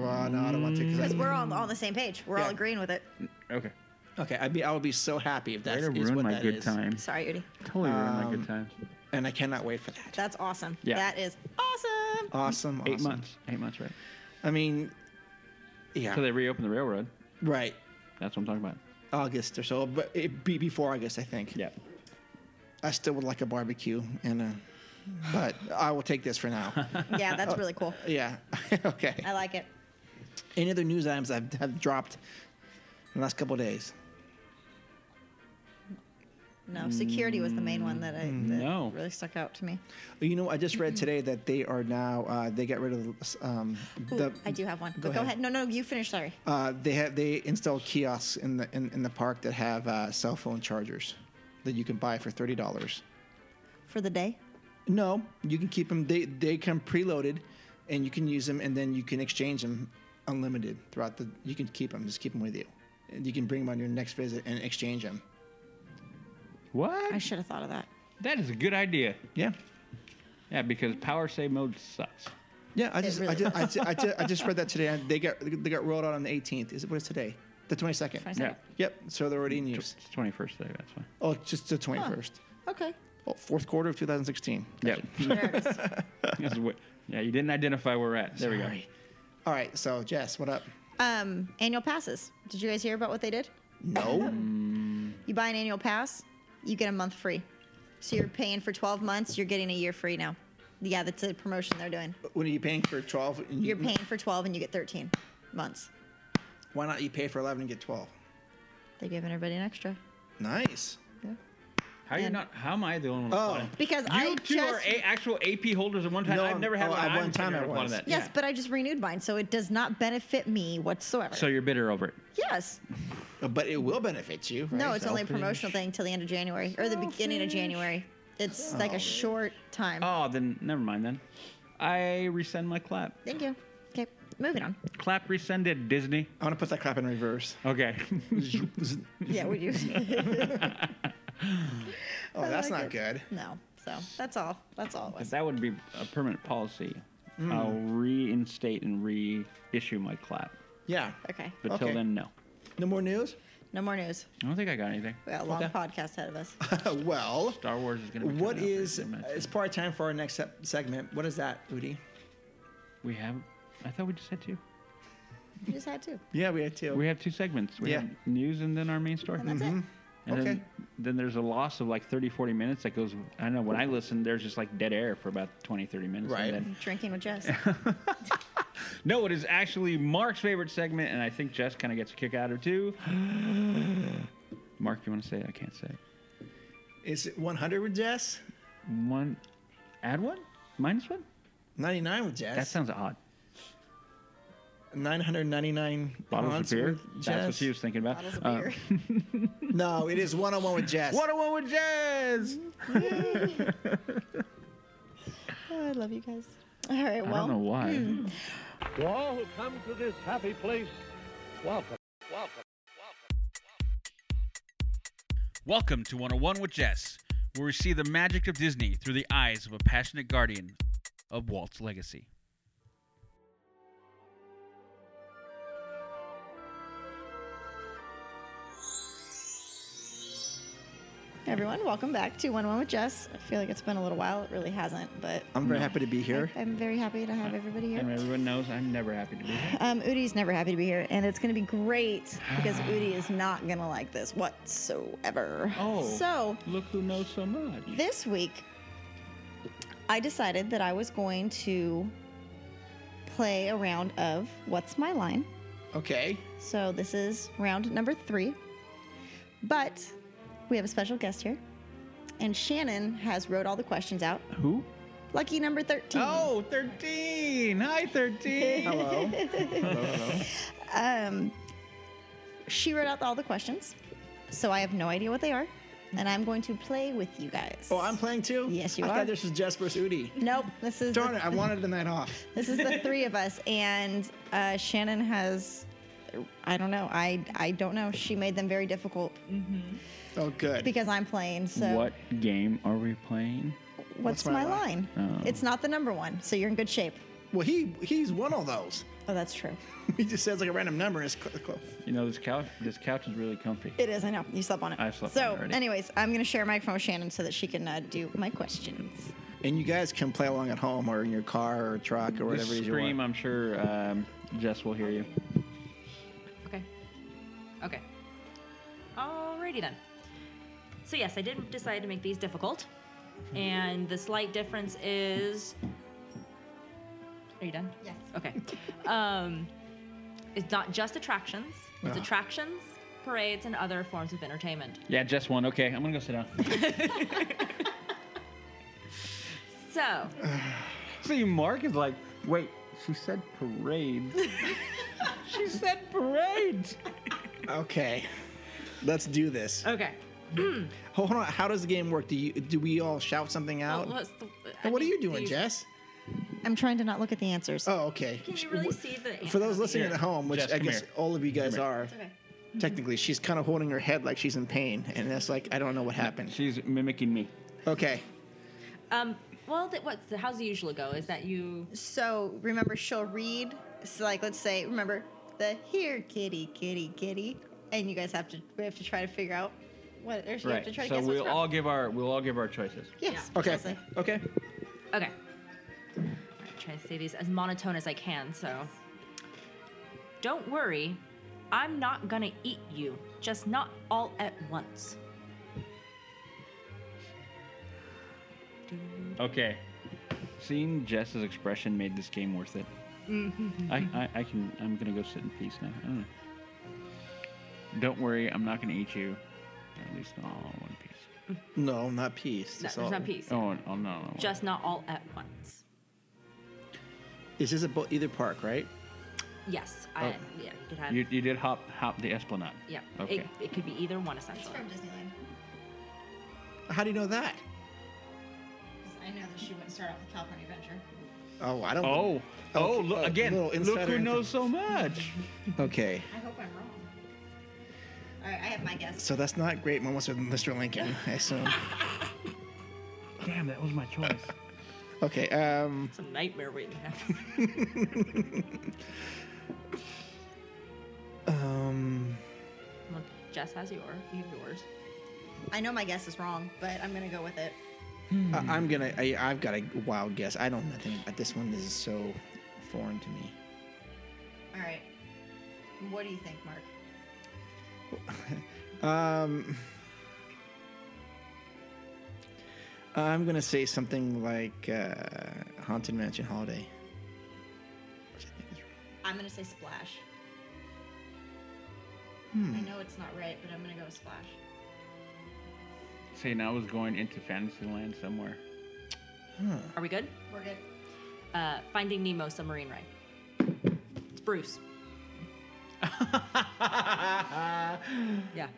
Speaker 5: Well, no, I don't want to.
Speaker 6: Because
Speaker 5: Cause
Speaker 6: we're all on the same page. We're all
Speaker 5: Yeah.
Speaker 6: agreeing with it.
Speaker 4: okay.
Speaker 5: I, okay, I'd be I would be so happy if that
Speaker 4: Way
Speaker 5: is
Speaker 4: to ruin
Speaker 5: what
Speaker 4: my
Speaker 5: that
Speaker 4: good
Speaker 5: is. Um,
Speaker 4: time.
Speaker 6: Sorry, Udi.
Speaker 4: Totally ruin my good time.
Speaker 5: and I cannot wait for that.
Speaker 6: That's awesome.
Speaker 4: Yeah.
Speaker 6: That is awesome.
Speaker 5: Awesome,
Speaker 4: Eight
Speaker 5: awesome.
Speaker 4: months. Eight months, right?
Speaker 5: I mean, yeah,
Speaker 4: So they reopen the railroad.
Speaker 5: right.
Speaker 4: That's what I'm talking about.
Speaker 5: August or so, but it be before August, I think.
Speaker 4: Yeah.
Speaker 5: I still would like a barbecue and a, but I will take this for now.
Speaker 6: yeah, that's really cool.
Speaker 5: yeah. okay.
Speaker 6: I like it.
Speaker 5: Any other news items I've have dropped in the last couple of days?
Speaker 6: No, security was the main one that I that
Speaker 4: No.
Speaker 6: really stuck out to me.
Speaker 5: You know, I just read today that they are now uh, they got rid of um,
Speaker 6: Ooh,
Speaker 5: the.
Speaker 6: I do have one.
Speaker 5: go
Speaker 6: but go
Speaker 5: ahead.
Speaker 6: ahead. No, no, you finish. Sorry.
Speaker 5: Uh, they have they installed kiosks in the in, in the park that have uh, cell phone chargers that you can buy for thirty dollars.
Speaker 6: For the day.
Speaker 5: No, you can keep them. They they come preloaded, and you can use them, and then you can exchange them unlimited throughout the. You can keep them. Just keep them with you. And you can bring them on your next visit and exchange them.
Speaker 4: What?
Speaker 6: I should have thought of that.
Speaker 4: That is a good idea.
Speaker 5: Yeah.
Speaker 4: Yeah, because power save mode sucks.
Speaker 5: Yeah, I just,
Speaker 6: really
Speaker 5: I, just I, ju- I, ju- I just read that today. I- They got they got rolled out on the 18th. Is it what is today? The 22nd.
Speaker 4: Yeah.
Speaker 5: Yep. So they're already in
Speaker 4: Tw-
Speaker 5: use.
Speaker 4: It's 21st day. That's fine.
Speaker 5: Oh, just the 21st.
Speaker 6: Okay.
Speaker 5: Oh, fourth quarter of 2016.
Speaker 4: Yep.
Speaker 6: Nerds.
Speaker 4: This is what- yeah, you didn't identify where we're at. There we go.
Speaker 5: All right. So, Jess, what up?
Speaker 6: um, annual passes. Did you guys hear about what they did?
Speaker 5: No.
Speaker 6: You buy an annual pass, you get a month free. So you're paying for 12 months, you're getting a year free now. Yeah, that's a promotion they're doing.
Speaker 5: when are you paying for 12? and you-
Speaker 6: You're paying for 12 and you get 13 months.
Speaker 5: Why not you pay for 11 and get 12?
Speaker 6: They're giving everybody an extra.
Speaker 5: Nice.
Speaker 4: How you
Speaker 6: And-
Speaker 4: not? How am I the only one?
Speaker 5: Oh.
Speaker 4: applying?
Speaker 6: Because
Speaker 4: you
Speaker 6: I
Speaker 4: two
Speaker 6: just
Speaker 4: are a- actual AP holders at one time.
Speaker 5: No,
Speaker 4: I've never had
Speaker 5: oh,
Speaker 4: one.
Speaker 5: at
Speaker 4: I'm
Speaker 5: one time
Speaker 4: considered
Speaker 5: I
Speaker 4: one of
Speaker 5: was.
Speaker 4: that.
Speaker 6: Yes,
Speaker 5: Yeah.
Speaker 6: but I just renewed mine, so it does not benefit me whatsoever.
Speaker 4: So you're bitter over it.
Speaker 6: yes.
Speaker 5: Uh, But it will benefit you. Right?
Speaker 6: No, it's only a
Speaker 5: So-
Speaker 6: promotional thing till the end of January or the beginning of January. It's like a short time.
Speaker 4: Oh, then never mind then. I resend my clap.
Speaker 6: Thank you. Okay, moving on.
Speaker 4: Clap rescinded, Disney.
Speaker 5: I want to put that crap in reverse.
Speaker 4: Okay.
Speaker 6: Yeah, we do.
Speaker 5: Oh, that's not good.
Speaker 6: no, so that's all. That's all it
Speaker 4: If
Speaker 6: was.
Speaker 4: that would be a permanent policy,
Speaker 5: Hmm.
Speaker 4: I'll reinstate and reissue my clap.
Speaker 5: Yeah.
Speaker 6: Okay,
Speaker 4: But
Speaker 5: Okay.
Speaker 4: till then, no.
Speaker 5: No more news?
Speaker 6: no more news.
Speaker 4: I don't think I got anything.
Speaker 6: We got a long
Speaker 5: Okay.
Speaker 6: podcast ahead of us.
Speaker 5: well,
Speaker 4: Star Wars is going to be.
Speaker 5: what
Speaker 4: coming out pretty
Speaker 5: is.
Speaker 4: soon, I
Speaker 5: It's
Speaker 4: think.
Speaker 5: part time for our next se- segment. What is that, Udi?
Speaker 4: we have? I thought we just had two.
Speaker 6: You just had to.
Speaker 5: Yeah, we had two.
Speaker 4: We have two segments. We
Speaker 5: Yeah.
Speaker 4: have news and then our main story.
Speaker 6: And that's it.
Speaker 4: And
Speaker 5: Okay.
Speaker 4: then, then there's a loss of like 30, 40 minutes that goes. I don't know. When I listen, there's just like dead air for about 20, 30 minutes.
Speaker 5: Right.
Speaker 4: And then,
Speaker 6: Drinking with Jess.
Speaker 4: no, it is actually Mark's favorite segment, and I think Jess kind of gets a kick out of it too. Mark, you want to say it? I can't say it.
Speaker 5: Is it 100 with Jess?
Speaker 4: One, add one? Minus one?
Speaker 5: 99 with Jess?
Speaker 4: That sounds odd.
Speaker 5: 999
Speaker 4: Bottles of
Speaker 5: months
Speaker 4: beer?
Speaker 5: with
Speaker 4: That's what
Speaker 5: Jess?
Speaker 4: she was thinking about.
Speaker 6: Bottles of
Speaker 4: Uh,
Speaker 6: beer.
Speaker 5: No, it is one on one with Jess.
Speaker 4: What a one with Jess!
Speaker 6: Oh, I love you guys. All right,
Speaker 4: I don't know
Speaker 6: well,
Speaker 4: why.
Speaker 8: To all who come to this happy place, welcome. Welcome.
Speaker 4: Welcome to 101 with Jess, where we see the magic of Disney through the eyes of a passionate guardian of Walt's legacy.
Speaker 6: everyone, welcome back to One One with Jess. I feel like it's been a little while. It really hasn't, but
Speaker 5: I'm very happy to be here.
Speaker 6: I'm very happy to have everybody
Speaker 4: And
Speaker 6: here.
Speaker 4: everyone knows I'm never happy to be here.
Speaker 6: Um, Udi's never happy to be here, and it's going to be great because Udi is not going to like this whatsoever.
Speaker 4: Oh.
Speaker 6: So
Speaker 4: Look who knows so much.
Speaker 6: this week, I decided that I was going to play a round of What's My Line.
Speaker 5: Okay.
Speaker 6: So this is round number three. But we have a special guest here, and Shannon has wrote all the questions out.
Speaker 4: Who?
Speaker 6: Lucky number 13.
Speaker 4: Oh, 13. Hi, 13.
Speaker 5: Hello. hello, hello.
Speaker 6: Um, she wrote out all the questions, so I have no idea what they are, and I'm going to play with you guys.
Speaker 5: Oh, I'm playing too?
Speaker 6: Yes, you
Speaker 5: I
Speaker 6: are.
Speaker 5: thought this was Jess versus Udi.
Speaker 6: Nope, this is
Speaker 5: Darn
Speaker 6: the,
Speaker 5: it, I wanted the night off.
Speaker 6: this is the three of us, and uh, Shannon has. I don't know. I I don't know. She made them very difficult
Speaker 5: Oh, good.
Speaker 6: because I'm playing. So
Speaker 4: What game are we playing? Oh.
Speaker 6: what's, my, line? It's not the number one, so you're in good shape.
Speaker 5: well, he he's one of those.
Speaker 6: Oh, that's true.
Speaker 5: He just says like a random number. And it's cl- cl-
Speaker 4: You know, this couch This couch is really comfy.
Speaker 6: It is. I know. You slept on it.
Speaker 4: I slept
Speaker 6: so,
Speaker 4: on it already.
Speaker 6: anyways, I'm gonna share a microphone with Shannon so that she can uh, do my questions.
Speaker 5: And you guys can play along at home or in your car or truck or whatever it
Speaker 4: this
Speaker 5: is you want.
Speaker 4: scream, I'm sure um, Jess will hear you.
Speaker 10: Okay. Okay. Alrighty then. So yes, I did decide to make these difficult, and the slight difference is. Are you done?
Speaker 6: Yes.
Speaker 10: Okay. um, it's not just attractions. It's attractions, parades, and other forms of entertainment.
Speaker 4: Yeah, Jess won. Okay, I'm going to go sit down.
Speaker 10: So
Speaker 4: See, Mark is like, wait, she said parades. she said parades.
Speaker 5: Okay. Let's do this.
Speaker 4: Uh,
Speaker 10: okay.
Speaker 5: Hold on. How does the game work? Do you do we all shout something
Speaker 10: Well,
Speaker 5: out?
Speaker 10: what's the- I
Speaker 5: And what are
Speaker 10: mean,
Speaker 5: you doing,
Speaker 10: these-
Speaker 5: Jess?
Speaker 6: I'm trying to not look at the answers.
Speaker 5: Oh, okay.
Speaker 10: Can you really see the?
Speaker 5: For those listening
Speaker 4: Here.
Speaker 5: at home, which
Speaker 4: Jess,
Speaker 5: I
Speaker 4: come
Speaker 5: guess
Speaker 4: here.
Speaker 5: all of you guys
Speaker 4: here.
Speaker 5: are,
Speaker 10: Okay.
Speaker 5: technically, she's kind of holding her head like she's in pain, and that's like I don't know what happened.
Speaker 4: She's mimicking me.
Speaker 5: Okay.
Speaker 10: Um. Well, th- what's the, how's it usually go? Is that you?
Speaker 6: So remember, she'll read. So like, let's say, remember, the here kitty kitty kitty, and you guys have to we have to try to figure out what or you have to
Speaker 4: Right.
Speaker 6: try to
Speaker 4: So
Speaker 6: guess what's
Speaker 4: we'll
Speaker 6: wrong.
Speaker 4: all give our we'll all give our choices.
Speaker 6: yes.
Speaker 5: Okay.
Speaker 6: precisely.
Speaker 5: Okay.
Speaker 10: Okay. I'm trying to say these as monotone as I can, so. Don't worry, I'm not gonna eat you, just not all at once.
Speaker 4: Okay. Seeing Jess's expression made this game worth it.
Speaker 6: Mm-hmm.
Speaker 4: I, I, I can I'm gonna go sit in peace now. I don't, know. Don't worry, I'm not gonna eat you. At least not all in one piece.
Speaker 5: No, not peace. Just
Speaker 10: No, there's
Speaker 5: all-
Speaker 10: not peace.
Speaker 4: Oh, and- oh no, no.
Speaker 10: Just not all at once.
Speaker 5: Is this about either park, right?
Speaker 10: Yes, I, yeah, you could have.
Speaker 4: you, you did hop hop the esplanade.
Speaker 10: yeah,
Speaker 4: Okay.
Speaker 10: it, it could be either one
Speaker 6: It's
Speaker 10: essentially.
Speaker 6: from Disneyland.
Speaker 5: How do you know that?
Speaker 6: 'Cause I know that she wouldn't start off with California Adventure.
Speaker 5: Oh, I don't.
Speaker 4: oh. Oh,
Speaker 5: Okay,
Speaker 4: look,
Speaker 5: oh,
Speaker 4: again,
Speaker 5: little
Speaker 4: look who
Speaker 5: insider info.
Speaker 4: knows so much.
Speaker 5: Okay.
Speaker 6: I hope I'm wrong. All right, I have my guess.
Speaker 5: So that's not great moments with Mr. Lincoln. I assume.
Speaker 4: Damn, that was my choice.
Speaker 5: okay. Um.
Speaker 10: It's a nightmare waiting to happen.
Speaker 5: Um.
Speaker 10: Well, Jess has yours. You have yours.
Speaker 6: I know my guess is wrong, but I'm gonna go with it.
Speaker 5: I, I'm gonna. I, I've got a wild guess. I don't know nothing about this one. This is so foreign to me.
Speaker 6: All right. What do you think, Mark?
Speaker 5: Um, I'm gonna say something like uh, Haunted Mansion Holiday. Which I think is right.
Speaker 6: I'm gonna say Splash.
Speaker 5: Hmm.
Speaker 6: I know it's not right, but I'm gonna go with Splash.
Speaker 4: See, now I was going into Fantasyland somewhere.
Speaker 10: Are we good?
Speaker 6: We're good.
Speaker 10: Uh, Finding Nemo submarine ride. It's Bruce. Yeah.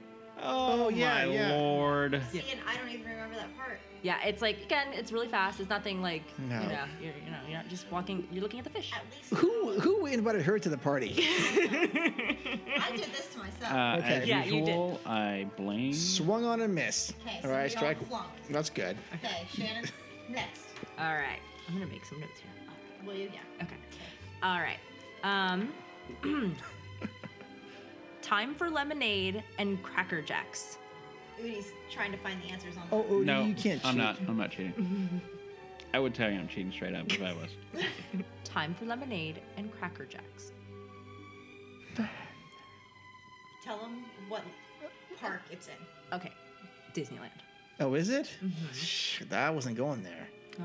Speaker 5: Oh, yeah,
Speaker 4: my
Speaker 5: yeah.
Speaker 4: lord.
Speaker 6: See, and I don't even remember that part.
Speaker 10: Yeah, it's like again, it's really fast. It's nothing like
Speaker 5: No.
Speaker 10: you know, you're, you know, you're not just walking. You're looking at the fish.
Speaker 6: At least
Speaker 5: Who who invited her to the party?
Speaker 6: I did this to myself.
Speaker 4: Uh,
Speaker 5: Okay.
Speaker 4: As
Speaker 10: Yeah, you did.
Speaker 4: usual, I blame.
Speaker 5: Swung on a miss.
Speaker 6: Okay, so
Speaker 5: all right,
Speaker 6: we all
Speaker 5: strike.
Speaker 6: flunked.
Speaker 5: That's good.
Speaker 6: okay, Shannon, next.
Speaker 10: All right, I'm gonna make some notes here.
Speaker 6: Will you? Yeah.
Speaker 10: Okay. All right. Um, time for lemonade and cracker jacks.
Speaker 6: Udi's trying to find the answers on.
Speaker 5: Oh, oh
Speaker 4: no,
Speaker 5: you can't
Speaker 4: I'm
Speaker 5: cheat.
Speaker 4: not. I'm not cheating. I would tell you I'm cheating straight up if I was.
Speaker 10: Time for lemonade and cracker jacks.
Speaker 6: Tell him what park it's in.
Speaker 10: Okay, Disneyland.
Speaker 5: Oh, is it?
Speaker 6: Mm-hmm.
Speaker 5: Shh, I wasn't going there.
Speaker 10: Oh.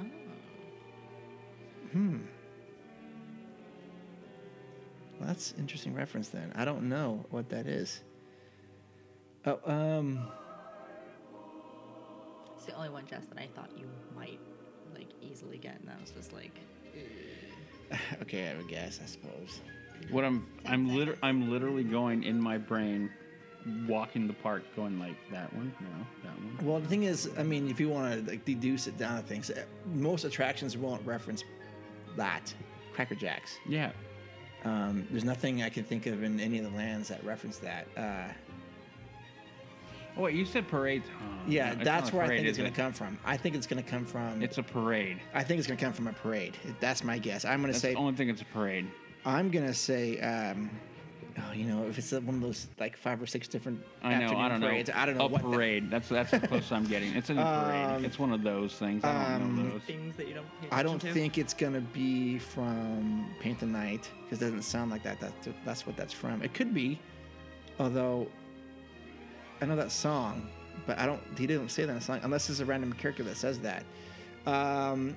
Speaker 5: Well, that's interesting reference. Then I don't know what that is. Oh, um,
Speaker 10: It's the only one, Jess, that I thought you might like easily get, and that was just like
Speaker 5: okay, I would guess. I suppose.
Speaker 4: What I'm I'm liter- I'm literally going in my brain, walking the park, going like that one, no, that one.
Speaker 5: Well, the thing is, I mean, if you want to like deduce it down to things, eh, most attractions won't reference that. Cracker Jacks.
Speaker 4: Yeah.
Speaker 5: Um, there's nothing I can think of in any of the lands that reference that. Uh,
Speaker 4: Oh wait, you said parade. Oh, no,
Speaker 5: yeah,
Speaker 4: it's not
Speaker 5: that's
Speaker 4: a
Speaker 5: where I
Speaker 4: parade,
Speaker 5: think it's
Speaker 4: is
Speaker 5: going
Speaker 4: it?
Speaker 5: to come from. I think it's going to come from.
Speaker 4: It's a parade.
Speaker 5: I think it's going to come from a parade. That's my guess. I'm going to
Speaker 4: That's
Speaker 5: say.
Speaker 4: the only thing. It's a parade.
Speaker 5: I'm going to say. Um, oh, you know, if it's one of those like five or six different.
Speaker 4: I know. I
Speaker 5: afternoon
Speaker 4: don't
Speaker 5: parades,
Speaker 4: know.
Speaker 5: I don't know
Speaker 4: A
Speaker 5: what. the- Um,
Speaker 4: parade. That's that's the closest I'm getting. It's in a parade. It's one of those things. I don't know those.
Speaker 10: things that you don't. Pay
Speaker 5: I don't
Speaker 10: attention to.
Speaker 5: think it's gonna be from Paint the Night because it doesn't sound like that. That's that's what that's from. It could be, although I know that song, but I don't. He didn't say that in the song unless it's a random character that says that. Um,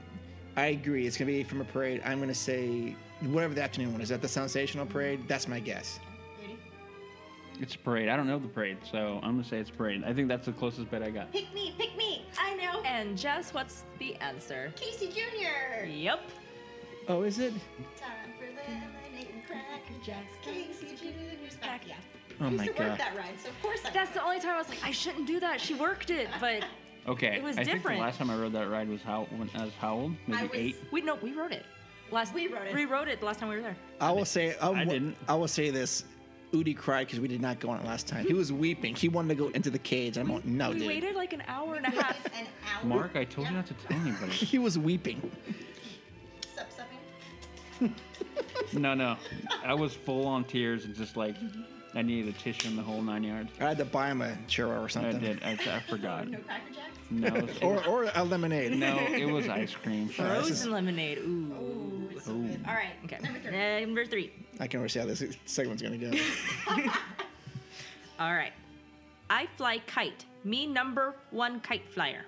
Speaker 5: I agree. It's gonna be from a parade. I'm gonna say whatever the afternoon one is. Is That the sensational parade. That's my guess.
Speaker 6: Udi,
Speaker 4: It's a parade. I don't know the parade, so I'm gonna say it's a parade. I think that's the closest bet I got.
Speaker 6: pick me, pick me. I know.
Speaker 10: And Jess, what's the answer?
Speaker 6: Casey Jr.
Speaker 10: Yep.
Speaker 5: Oh, is it?
Speaker 6: Time for lemonade and cracker jacks. Casey Jr.'s back. Yeah.
Speaker 5: Oh
Speaker 6: I
Speaker 5: my
Speaker 6: used to work
Speaker 5: god.
Speaker 6: that ride, so of course I.
Speaker 10: That's the only time I was like, I shouldn't do that. She worked it, but
Speaker 4: Okay.
Speaker 10: It was
Speaker 4: I think
Speaker 10: different.
Speaker 4: the last time I rode that ride was how when I was how old? Maybe
Speaker 6: I was-
Speaker 4: eight.
Speaker 10: we no, we wrote it. Last
Speaker 6: We wrote it.
Speaker 10: Rewrote it the last time we were there.
Speaker 5: I will say. I,
Speaker 4: I
Speaker 5: wa-
Speaker 4: didn't.
Speaker 5: I will say this. Udi cried because we did not go on it last time. He was weeping. He wanted to go into the cage. I'm like, Oh, no,
Speaker 10: we
Speaker 5: dude.
Speaker 10: waited like an hour and a half.
Speaker 6: an hour.
Speaker 4: Mark, I told you not to tell anybody.
Speaker 5: He was weeping.
Speaker 6: Sup, supping.
Speaker 4: No, no. I was full on tears and just like, I needed a tissue in the whole nine yards.
Speaker 5: I had to buy him a churro or
Speaker 4: I
Speaker 5: something.
Speaker 4: did. I, I forgot.
Speaker 10: No Cracker Jacks?
Speaker 4: No, it was,
Speaker 5: Or, or a lemonade.
Speaker 4: no, it was ice cream.
Speaker 5: Alright.
Speaker 4: Sure.
Speaker 5: this is-
Speaker 10: Frozen lemonade. Ooh.
Speaker 6: All right.
Speaker 10: Okay. Number three. Number three.
Speaker 5: I can already see how this segment's going to go.
Speaker 10: All right. I fly kite. Me number one kite flyer.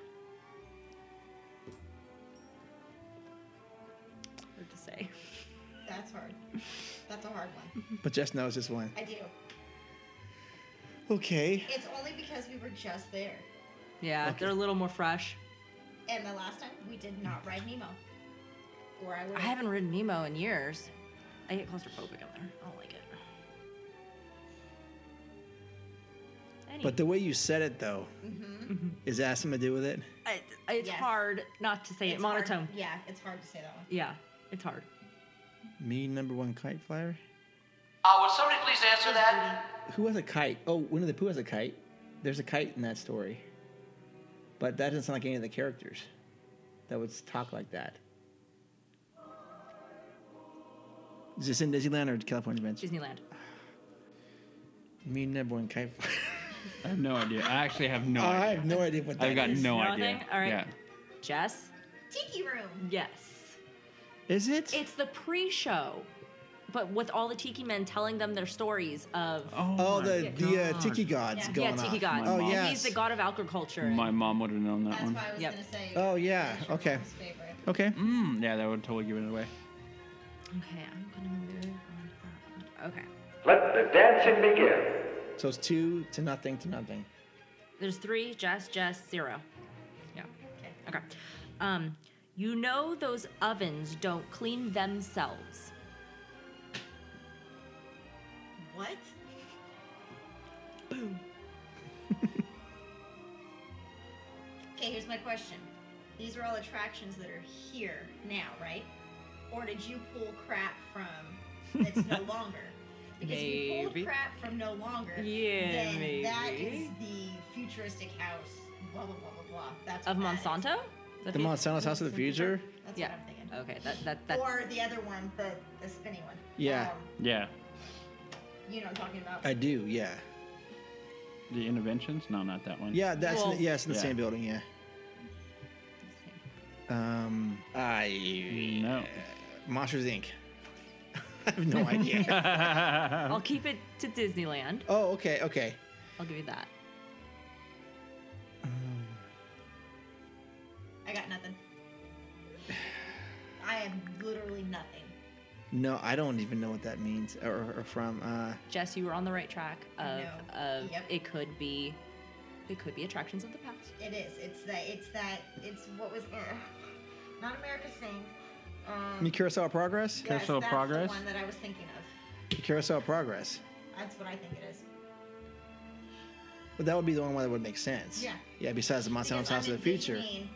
Speaker 10: Hard to say.
Speaker 6: That's hard. That's a hard one.
Speaker 5: But Jess knows this one.
Speaker 6: I do.
Speaker 5: Okay.
Speaker 6: It's only because we were just there.
Speaker 10: Yeah, they're a little more fresh.
Speaker 6: And the last time we did not ride Nemo. Or I would
Speaker 10: I haven't ridden Nemo in years. I get claustrophobic in there. I don't like it. Any-
Speaker 5: But the way you said it, though,
Speaker 10: Mm-hmm.
Speaker 5: is that something to do with it?
Speaker 10: I- it's
Speaker 6: Yes.
Speaker 10: hard not to say it monotone.
Speaker 6: Yeah, it's hard to say that one.
Speaker 10: Yeah, it's hard.
Speaker 5: Me, number one kite flyer?
Speaker 11: Uh, will somebody please answer that?
Speaker 5: Who has a kite? Oh, Winnie the Pooh has a kite. There's a kite in that story. But that doesn't sound like any of the characters that would talk like that. Is this in Disneyland or California Adventure?
Speaker 10: Disneyland.
Speaker 5: Me, number one kite flyer.
Speaker 4: I have no idea. I actually have no
Speaker 5: Oh, I
Speaker 4: idea.
Speaker 5: have no idea what that
Speaker 4: I've got
Speaker 5: is.
Speaker 4: no
Speaker 10: Nothing?
Speaker 4: idea.
Speaker 10: All right.
Speaker 4: Yeah.
Speaker 10: Jess?
Speaker 6: Tiki Room.
Speaker 10: Yes.
Speaker 5: Is it?
Speaker 10: It's the pre-show, but with all the tiki men telling them their stories of
Speaker 4: Oh,
Speaker 5: Oh,
Speaker 4: my
Speaker 5: the, the uh,
Speaker 4: God.
Speaker 5: tiki gods
Speaker 6: Yeah.
Speaker 5: going
Speaker 10: yeah, tiki
Speaker 5: off.
Speaker 10: gods.
Speaker 5: Oh,
Speaker 4: My mom.
Speaker 5: yes.
Speaker 10: He's the god of agriculture. and-
Speaker 4: My mom would have known that
Speaker 6: That's
Speaker 4: one.
Speaker 6: why I was
Speaker 10: Yep.
Speaker 6: gonna say.
Speaker 5: Oh, yeah,
Speaker 6: Treasure
Speaker 5: okay.
Speaker 6: Room's favorite.
Speaker 5: Okay.
Speaker 4: Mm, yeah, that would totally give it away.
Speaker 10: Okay, I'm gonna move on. Okay,
Speaker 8: Let the dancing begin.
Speaker 5: So it's two to nothing to nothing.
Speaker 10: there's three. Jess, Jess, zero. Yeah. Okay. Okay. Um, you know those ovens don't clean themselves.
Speaker 6: What? Boom. okay, here's my question. These are all attractions that are here now, right? Or did you pull crap from that's no longer? Because if you pulled
Speaker 10: Maybe.
Speaker 6: crap from no longer,
Speaker 10: Yeah,
Speaker 6: then that is
Speaker 10: maybe.
Speaker 6: the futuristic house, blah blah blah blah blah. That's
Speaker 10: Of
Speaker 6: what that is.
Speaker 10: Monsanto.
Speaker 5: The Monsanto's House of the Future?
Speaker 6: That's
Speaker 10: Yeah.
Speaker 6: what I'm thinking.
Speaker 10: Okay. That that that.
Speaker 6: Or the other one, the the spinny one.
Speaker 5: Yeah.
Speaker 6: Um,
Speaker 4: Yeah.
Speaker 6: you know what I'm talking about.
Speaker 5: I do, yeah.
Speaker 4: The interventions? No, not that one.
Speaker 5: Yeah, that's in
Speaker 10: Well-
Speaker 5: the, yeah, it's in the
Speaker 4: Yeah.
Speaker 5: same building, yeah. Um, I
Speaker 4: No.
Speaker 5: Monsters Inc. I have no idea.
Speaker 10: I'll keep it to Disneyland.
Speaker 5: oh, okay, okay.
Speaker 10: I'll give you that.
Speaker 6: I got nothing. I have literally nothing.
Speaker 5: No, I don't even know what that means or, or from. Uh,
Speaker 10: Jess, you were on the right track of,
Speaker 6: know.
Speaker 10: of
Speaker 6: Yep.
Speaker 10: it could be it could be attractions of the past.
Speaker 6: It is. It's that. It's that. It's what was uh, not America's thing. Um,
Speaker 5: me Curacao Progress?
Speaker 6: yes,
Speaker 4: Carousel of
Speaker 6: that's
Speaker 4: Progress?
Speaker 6: The one that I was thinking of.
Speaker 5: Curacao Progress.
Speaker 6: That's what I think it is.
Speaker 5: But that would be the only one that would make sense.
Speaker 6: Yeah.
Speaker 5: Yeah, besides the Monsanto's
Speaker 6: Because
Speaker 5: House
Speaker 6: I'm
Speaker 5: of the Future.
Speaker 6: envisioning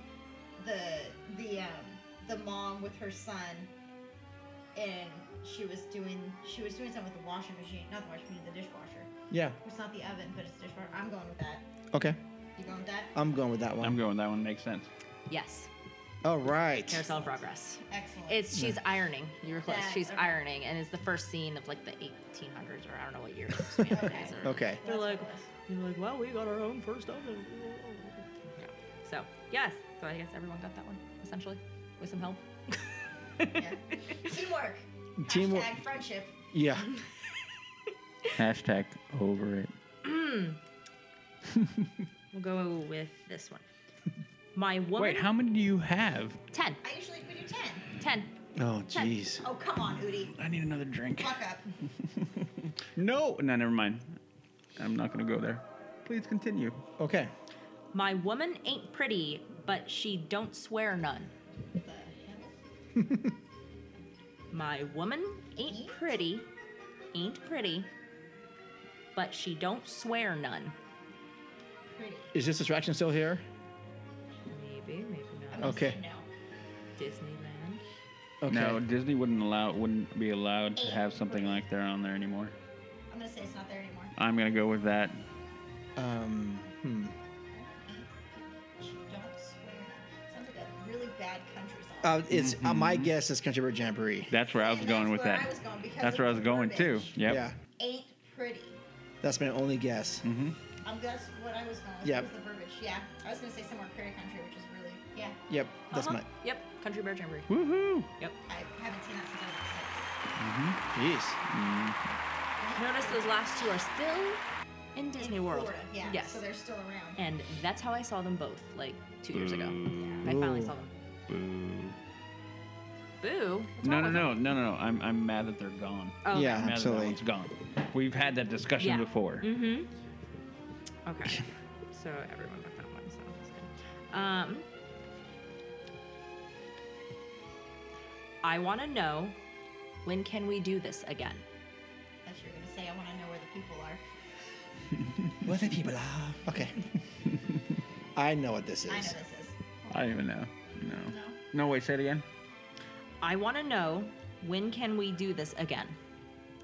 Speaker 6: The the um the mom with her son, and she was doing she was doing something with the washing machine, not the washing machine, the dishwasher.
Speaker 5: Yeah.
Speaker 6: It's not the oven, but it's dishwasher. I'm going with that.
Speaker 5: Okay.
Speaker 6: You going with that?
Speaker 5: I'm going with that one.
Speaker 4: I'm going. That one makes sense.
Speaker 10: Yes.
Speaker 5: All right.
Speaker 10: Carousel of Progress.
Speaker 6: Excellent.
Speaker 10: It's she's ironing. You were close.
Speaker 6: That-
Speaker 10: she's
Speaker 6: okay.
Speaker 10: ironing and it's the first scene of like the 1800s or I don't know what year. span it
Speaker 6: Okay.
Speaker 10: is or-
Speaker 5: Okay.
Speaker 10: They're
Speaker 6: That's
Speaker 10: like
Speaker 6: what it is.
Speaker 10: you're like, "Well, we got our own first oven." Yeah. So, yes. So I guess everyone got that one essentially with some help.
Speaker 6: Yeah. Teamwork.
Speaker 5: Teamwork.
Speaker 6: Hashtag friendship.
Speaker 5: Yeah.
Speaker 4: Hashtag over it.
Speaker 10: We'll go with this one. My woman
Speaker 4: Wait, how many do you have?
Speaker 10: 10.
Speaker 6: I usually we do 10.
Speaker 10: 10.
Speaker 5: Oh, jeez.
Speaker 6: Oh, come on, Udi.
Speaker 4: I need another drink.
Speaker 6: Fuck up.
Speaker 4: No, no, never mind. I'm not gonna go there. Please continue.
Speaker 5: Okay.
Speaker 10: My woman ain't pretty, but she don't swear none. My woman ain't pretty, ain't pretty, but she don't swear none.
Speaker 6: Pretty.
Speaker 5: Is this attraction still here?
Speaker 10: Maybe, maybe not.
Speaker 5: Okay.
Speaker 6: No.
Speaker 5: Oh.
Speaker 10: Disneyland.
Speaker 5: Okay.
Speaker 4: No, Disney wouldn't allow, wouldn't be allowed to have something like that on there anymore.
Speaker 6: I'm going to say it's not there anymore.
Speaker 4: I'm gonna go with that.
Speaker 5: Um. Hmm.
Speaker 6: She don't swear. Sounds like a really bad country song.
Speaker 5: Uh, it's uh, my guess is Country Road Jamboree.
Speaker 4: That's where I was going with
Speaker 12: where I
Speaker 4: that.
Speaker 12: was going because
Speaker 4: That's
Speaker 12: of
Speaker 4: where I
Speaker 12: the
Speaker 4: was going too.
Speaker 12: verbiage.
Speaker 4: Yep.
Speaker 5: Yeah,
Speaker 12: Ain't pretty.
Speaker 5: that's my only guess.
Speaker 4: Mm-hmm.
Speaker 12: Um, that's what I was going with.
Speaker 5: Yep.
Speaker 12: Was the verbiage. Yeah. I was going to say somewhere prairie country, which is really, yeah.
Speaker 5: Yep, that's
Speaker 10: Uh-huh.
Speaker 5: my.
Speaker 10: Yep, Country Bear Jamboree.
Speaker 4: Woohoo!
Speaker 10: Yep.
Speaker 12: I haven't seen that since I was six.
Speaker 5: Jeez.
Speaker 10: Notice those last two are still in Disney World.
Speaker 12: Florida, yeah.
Speaker 10: Yes.
Speaker 12: So they're still around.
Speaker 10: and that's how I saw them both, like two years ago.
Speaker 4: Mm.
Speaker 10: I finally saw them. Boo. Boo. What's
Speaker 4: No,
Speaker 10: wrong
Speaker 4: no,
Speaker 10: with
Speaker 4: no, no, no, no. I'm, I'm mad that they're gone.
Speaker 10: that? Oh,
Speaker 5: Yeah,
Speaker 4: I'm mad
Speaker 5: absolutely.
Speaker 4: that that one's gone. We've had that discussion
Speaker 10: Yeah.
Speaker 4: before.
Speaker 10: Okay. so everyone got that one. So that's good. Um, I want to know when can we do this again?
Speaker 12: That's you're going to say. I want to know where the people are.
Speaker 5: What the people are. Okay. I know what this is.
Speaker 12: I know this is.
Speaker 4: I don't even know. No. No, wait, say it again.
Speaker 10: I want to know when can we do this again?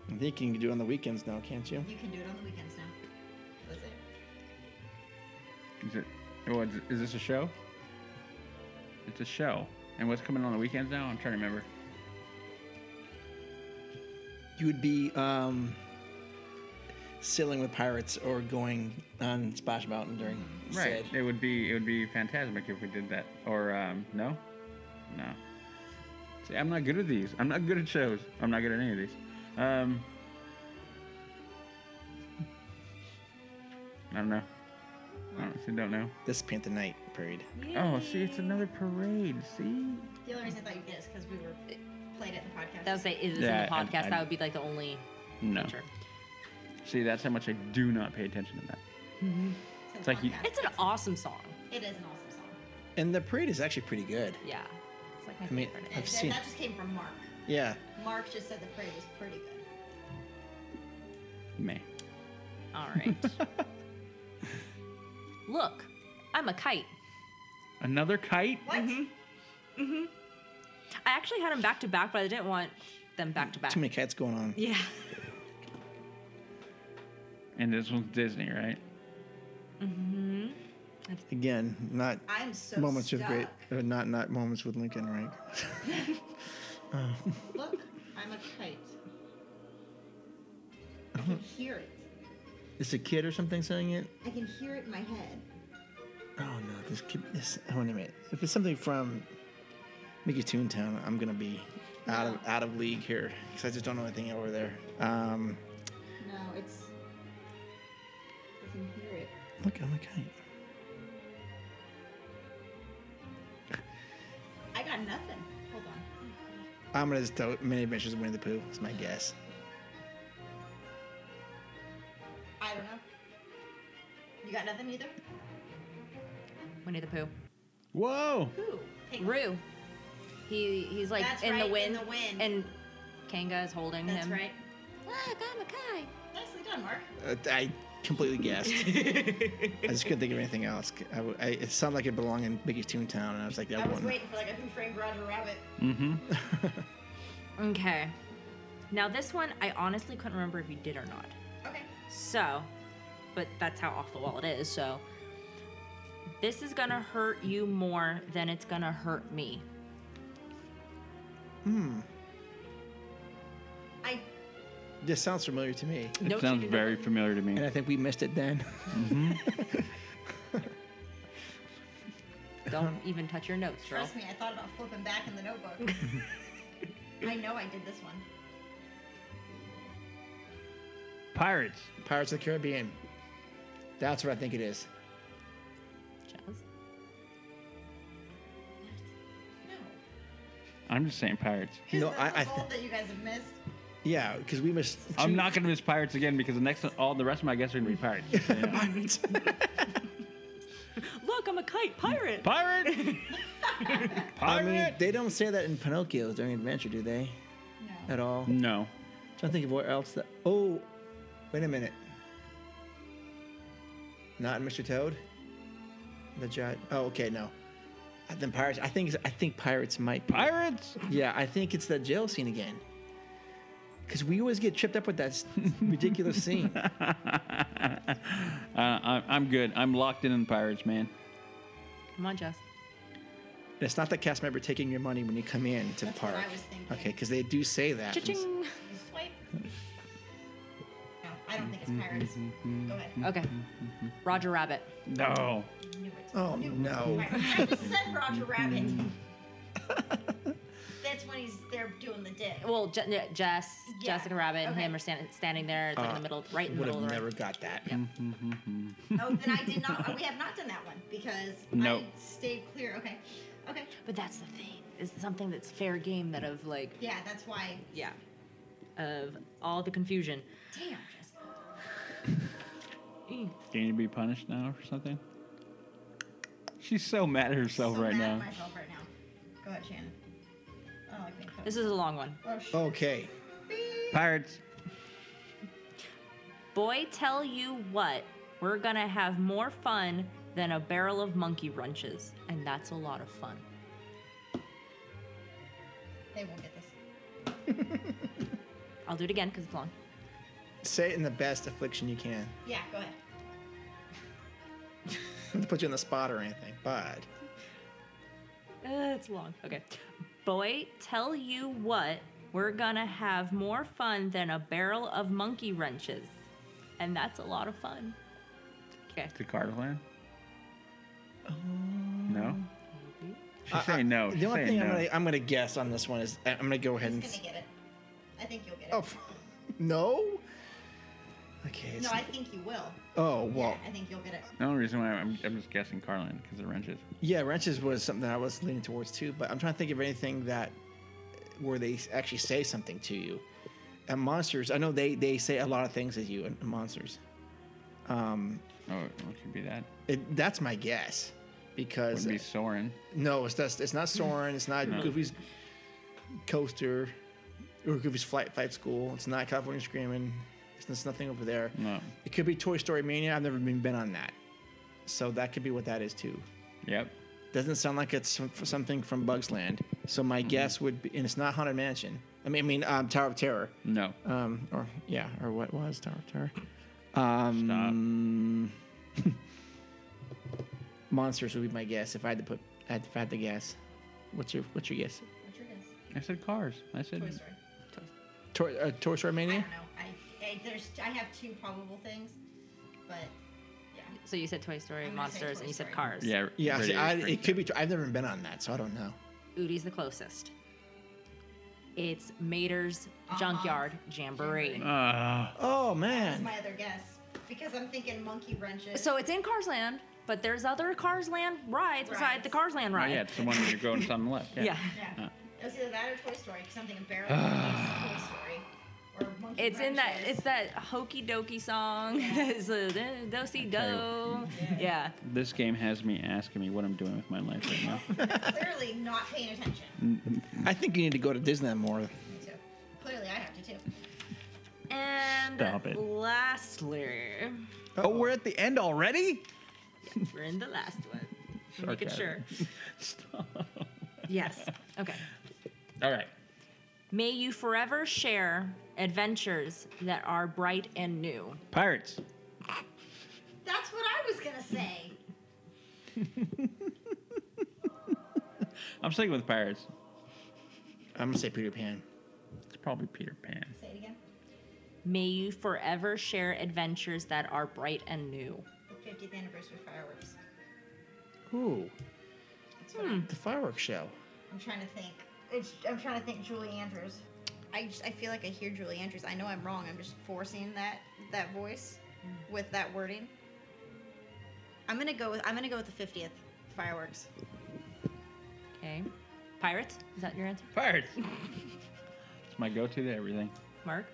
Speaker 5: I think you can do it on the weekends now, can't you?
Speaker 12: You can do it on the weekends now. That's it.
Speaker 4: Is it? What, is this a show? It's a show. And what's coming on the weekends now? I'm trying to remember.
Speaker 5: You would be um, sailing with pirates or going on Splash Mountain during said-
Speaker 4: Right. It would be it would be phantasmic if we did that. Or um, no, no. See, I'm not good at these. I'm not good at shows. I'm not good at any of these. Um, I don't know. I honestly don't know.
Speaker 5: This Paint the Night parade.
Speaker 4: Oh, see, it's another parade. See?
Speaker 12: The only reason I thought you did is because we were played it in the podcast.
Speaker 10: That was say it is
Speaker 4: Yeah,
Speaker 10: in the podcast.
Speaker 4: I- I-
Speaker 10: that would be like the only
Speaker 4: No.
Speaker 10: feature.
Speaker 4: See, that's how much I do not pay attention to that.
Speaker 12: it's
Speaker 4: like you-
Speaker 10: It's an awesome song.
Speaker 12: It is an awesome song.
Speaker 5: And the parade is actually pretty good.
Speaker 10: Yeah. It's like my
Speaker 5: I mean,
Speaker 10: favorite.
Speaker 5: I've
Speaker 12: And that,
Speaker 5: seen.
Speaker 12: that just came from Mark.
Speaker 5: Yeah.
Speaker 12: Mark just said the parade was pretty good.
Speaker 4: May.
Speaker 10: All right. Look, I'm a kite.
Speaker 4: Another kite?
Speaker 12: What?
Speaker 10: Mm-hmm. I actually had them back to back, but I didn't want them back to back.
Speaker 5: Too many cats going on.
Speaker 10: Yeah.
Speaker 4: And this one's Disney, right?
Speaker 5: Again, not
Speaker 12: I'm so
Speaker 5: moments
Speaker 12: stuck.
Speaker 5: with great, or not not moments with Lincoln, right?
Speaker 12: Look, I'm a kite. I can hear it.
Speaker 5: Is a kid or something saying it?
Speaker 12: I can hear it in my head.
Speaker 5: Oh no, this kid. This. oh, Wait a minute. If it's something from Mickey Toontown, I'm gonna be out of out of league here because I just don't know anything over there. Um,
Speaker 12: No, it's. I can hear it.
Speaker 5: look, I'm a kite.
Speaker 12: I got nothing. Hold on.
Speaker 5: I'm gonna just throw Many Adventures of Winnie the Pooh. It's my guess.
Speaker 12: I don't know. You got nothing either?
Speaker 10: Winnie the Pooh.
Speaker 4: Whoa!
Speaker 12: Who? Pink.
Speaker 10: Roo. He he's like
Speaker 12: That's
Speaker 10: in
Speaker 12: right,
Speaker 10: the
Speaker 12: in
Speaker 10: wind.
Speaker 12: the wind.
Speaker 10: And Kanga is holding
Speaker 12: That's
Speaker 10: him.
Speaker 12: right.
Speaker 10: Look, I'm a kite.
Speaker 12: Nicely done, Mark.
Speaker 5: Uh, I completely guessed. I just couldn't think of anything else. I, w- I- it sounded like it belonged in Mickey Toontown, and I was like,
Speaker 12: I
Speaker 5: that
Speaker 12: was
Speaker 5: one.
Speaker 12: waiting for like a Who Framed Roger Rabbit.
Speaker 10: Okay. Now this one I honestly couldn't remember if you did or not.
Speaker 12: Okay.
Speaker 10: So, but that's how off the wall it is. So, this is gonna hurt you more than it's gonna hurt me.
Speaker 12: I
Speaker 5: This sounds familiar to me,
Speaker 4: It
Speaker 10: Nope, she
Speaker 4: sounds
Speaker 10: did
Speaker 4: very familiar to
Speaker 5: and
Speaker 4: me.
Speaker 5: I think we missed it then.
Speaker 10: Don't even touch your notes, girl.
Speaker 12: trust me, I thought about flipping back in the notebook. I know I did this one.
Speaker 4: Pirates.
Speaker 5: Pirates of the Caribbean. That's what I think it is.
Speaker 10: Jazz.
Speaker 12: No.
Speaker 4: I'm just saying pirates.
Speaker 12: Here's
Speaker 5: No,
Speaker 12: the
Speaker 5: I- I
Speaker 12: result that you guys have missed.
Speaker 5: Yeah, because we missed.
Speaker 4: I'm not gonna miss pirates again because the next all the rest of my guests are gonna be pirates. You know?
Speaker 5: Pirates.
Speaker 10: Look, I'm a kite pirate.
Speaker 4: Pirate!
Speaker 5: I mean,
Speaker 4: Pirate!
Speaker 5: they don't say that in Pinocchio during Adventure, do they?
Speaker 12: No.
Speaker 5: At all?
Speaker 4: No.
Speaker 5: Trying to think of what else that. Oh, wait a minute. Not in Mr. Toad. The giant. Oh, okay, no. I think pirates. I think I think pirates might be.
Speaker 4: Pirates!
Speaker 5: Yeah, I think it's that jail scene again. Because we always get tripped up with that s- ridiculous scene.
Speaker 4: Uh, I, I'm good. I'm locked in on pirates, man.
Speaker 10: Come on, Jess.
Speaker 5: And it's not the cast member taking your money when you come in to the
Speaker 12: what
Speaker 5: park.
Speaker 12: I was thinking.
Speaker 5: Okay, because they do say that.
Speaker 12: Cha-ching. Swipe. No, I don't think it's pirates. Go ahead.
Speaker 10: Okay. Roger Rabbit.
Speaker 4: No.
Speaker 5: Oh no.
Speaker 12: I just said Roger Rabbit. That's when he's there doing the dick.
Speaker 10: Well, Je- yeah, Jess,
Speaker 12: Yeah,
Speaker 10: Jessica Rabbit, and
Speaker 12: okay.
Speaker 10: him are stand- standing there. It's like in the middle, right in the
Speaker 5: Would
Speaker 10: middle.
Speaker 5: have
Speaker 10: of the
Speaker 5: never got that.
Speaker 12: Oh, then I did not. We have not done that one because
Speaker 5: No.
Speaker 12: I stayed clear. Okay. Okay.
Speaker 10: But that's the thing. Is something that's fair game that of like
Speaker 12: Yeah, that's why.
Speaker 10: yeah, of all the confusion.
Speaker 12: Damn, Jessica.
Speaker 4: Can you be punished now for something? She's so mad at herself
Speaker 12: so
Speaker 4: right
Speaker 12: mad at
Speaker 4: now.
Speaker 12: myself right now. Go ahead, Shannon. Oh, I don't like being covered.
Speaker 10: This is a long one.
Speaker 12: Oh, sh-
Speaker 5: Okay.
Speaker 4: Pirates.
Speaker 10: Boy, tell you what, we're gonna have more fun than a barrel of monkey wrenches, and that's a lot of fun.
Speaker 12: they won't get this.
Speaker 10: I'll do it again because it's long.
Speaker 5: Say it in the best affliction you can.
Speaker 12: Yeah, go ahead.
Speaker 5: Not to put you on the spot or anything, but
Speaker 10: Uh, it's long. Okay. Boy, tell you what, we're gonna have more fun than a barrel of monkey wrenches, and that's a lot of fun. Okay.
Speaker 4: To Cardland? No? She's saying no. She's
Speaker 5: Um, the only
Speaker 4: saying
Speaker 5: thing
Speaker 4: no.
Speaker 5: I'm, gonna, I'm gonna guess on this one is uh, I'm gonna go ahead and
Speaker 12: He's gonna get it. I think you'll get it.
Speaker 5: oh no. Okay. It's,
Speaker 12: no, I think you will.
Speaker 5: oh well.
Speaker 12: I think you'll get it.
Speaker 4: The only reason why I'm, I'm just guessing Carlin because of wrenches.
Speaker 5: Yeah, wrenches was something that I was leaning towards too, but I'm trying to think of anything that where they actually say something to you. And monsters, I know they they say a lot of things to you in in monsters. Um,
Speaker 4: Oh, what could be that?
Speaker 5: it, that's my guess because uh,
Speaker 4: Wouldn't be Soren.
Speaker 5: no, it's just it's not Soren, it's not
Speaker 4: No.
Speaker 5: Goofy's coaster or Goofy's flight flight school. It's not California Screaming. It's, it's nothing over there.
Speaker 4: No.
Speaker 5: It could be Toy Story Mania. I've never been been on that, so that could be what that is too.
Speaker 4: Yep.
Speaker 5: Doesn't sound like it's some- for something from Bugs Land. So my guess would be, and it's not Haunted Mansion. I mean, I mean um, Tower of Terror.
Speaker 4: No.
Speaker 5: Um, or yeah, or what was Tower of Terror? Um, Monsters would be my guess if I had to put. If I had to guess, what's your what's your guess?
Speaker 12: What's your guess?
Speaker 4: I said cars. I said.
Speaker 12: Toy Story.
Speaker 5: Tor- uh, Toy Story
Speaker 12: I
Speaker 5: Mania.
Speaker 12: don't know. I, I there's I have two probable things, but yeah.
Speaker 10: So you said Toy Story,
Speaker 12: I'm gonna say
Speaker 10: Monsters,
Speaker 12: Toy
Speaker 10: and you said
Speaker 12: Story.
Speaker 10: Cars.
Speaker 4: Yeah.
Speaker 5: Yeah, see,
Speaker 4: Radio's
Speaker 5: I,
Speaker 4: pretty
Speaker 5: it could be. I've never been on that, so I don't know.
Speaker 10: Udi's the closest. It's Mater's Junkyard Jamboree.
Speaker 4: Ah.
Speaker 5: Oh
Speaker 12: That's
Speaker 5: man,
Speaker 12: my other guess because I'm thinking monkey wrenches.
Speaker 10: So it's in Cars Land, but there's other Cars Land rides beside the Cars Land
Speaker 4: Oh,
Speaker 10: ride.
Speaker 4: yeah, it's the one where you're going to on the left. Yeah.
Speaker 10: Yeah.
Speaker 12: yeah,
Speaker 4: Uh.
Speaker 12: it was either that or Toy Story because I'm thinking barrel monkeys, Toy Story or monkey
Speaker 10: It's in that
Speaker 12: wrenches.
Speaker 10: it's that hokey dokey song. It's a do si do. Yeah.
Speaker 4: This game has me asking me what I'm doing with my life right now.
Speaker 12: clearly not paying attention.
Speaker 10: Mm.
Speaker 5: I think you need to go to Disneyland more.
Speaker 12: Me too. Clearly, I have to too.
Speaker 10: And
Speaker 4: Stop it.
Speaker 10: lastly,
Speaker 5: Oh, we're at the end already.
Speaker 10: we're in the last one. We're Making sure.
Speaker 4: Sarcasm. Stop.
Speaker 10: Yes. Okay.
Speaker 4: All right.
Speaker 10: May you forever share adventures that are bright and new.
Speaker 4: Pirates.
Speaker 12: That's what I was gonna say.
Speaker 4: I'm sticking with pirates.
Speaker 5: I'm gonna say Peter Pan.
Speaker 4: It's probably Peter Pan.
Speaker 12: Say it again.
Speaker 10: May you forever share adventures that are bright and new.
Speaker 12: The 50th anniversary fireworks.
Speaker 5: Ooh,
Speaker 12: That's what I'm,
Speaker 5: the fireworks show.
Speaker 12: I'm trying to think. It's, I'm trying to think Julie Andrews. I just, I feel like I hear Julie Andrews. I know I'm wrong. I'm just forcing that that voice with that wording. I'm gonna go with I'm gonna go with the 50th fireworks.
Speaker 10: Okay. Pirates? Is that your answer?
Speaker 4: Pirates. it's my go-to to everything.
Speaker 10: Mark?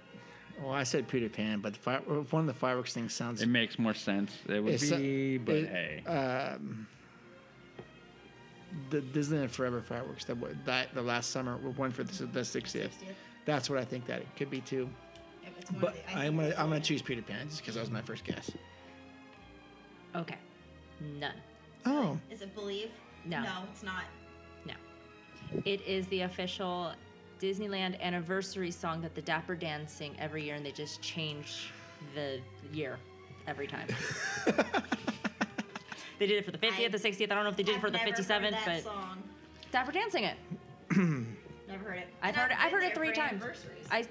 Speaker 5: Well, I said Peter Pan, but the fire, one of the fireworks things sounds.
Speaker 4: It makes more sense. It would
Speaker 5: It's, uh,
Speaker 4: be, but
Speaker 5: it-
Speaker 4: hey,
Speaker 5: um, the Disneyland Forever fireworks that wa- that the last summer were one for the, the 60th.
Speaker 12: 60th.
Speaker 5: That's what I think that it could be too.
Speaker 12: If it's one
Speaker 5: But
Speaker 12: of the, I
Speaker 5: I'm
Speaker 12: think
Speaker 5: gonna
Speaker 12: it's
Speaker 5: I'm gonna
Speaker 12: one.
Speaker 5: choose Peter Pan just because that was my first guess.
Speaker 10: Okay. None.
Speaker 5: Oh,
Speaker 12: Is it believe?
Speaker 10: No.
Speaker 12: No, it's not.
Speaker 10: No. It is the official Disneyland anniversary song that the Dapper Dan sing every year, and they just change the year every time. they did it for the 50th, the 60th. I don't know if they did it
Speaker 12: I've
Speaker 10: for the
Speaker 12: never heard
Speaker 10: 57th,
Speaker 12: that
Speaker 10: but
Speaker 12: song.
Speaker 10: Stafford dancing it.
Speaker 6: Never heard it. And I
Speaker 10: I've heard it. I've
Speaker 6: did
Speaker 10: heard it
Speaker 6: that
Speaker 10: three
Speaker 6: for
Speaker 10: times.
Speaker 6: anniversaries.
Speaker 10: I.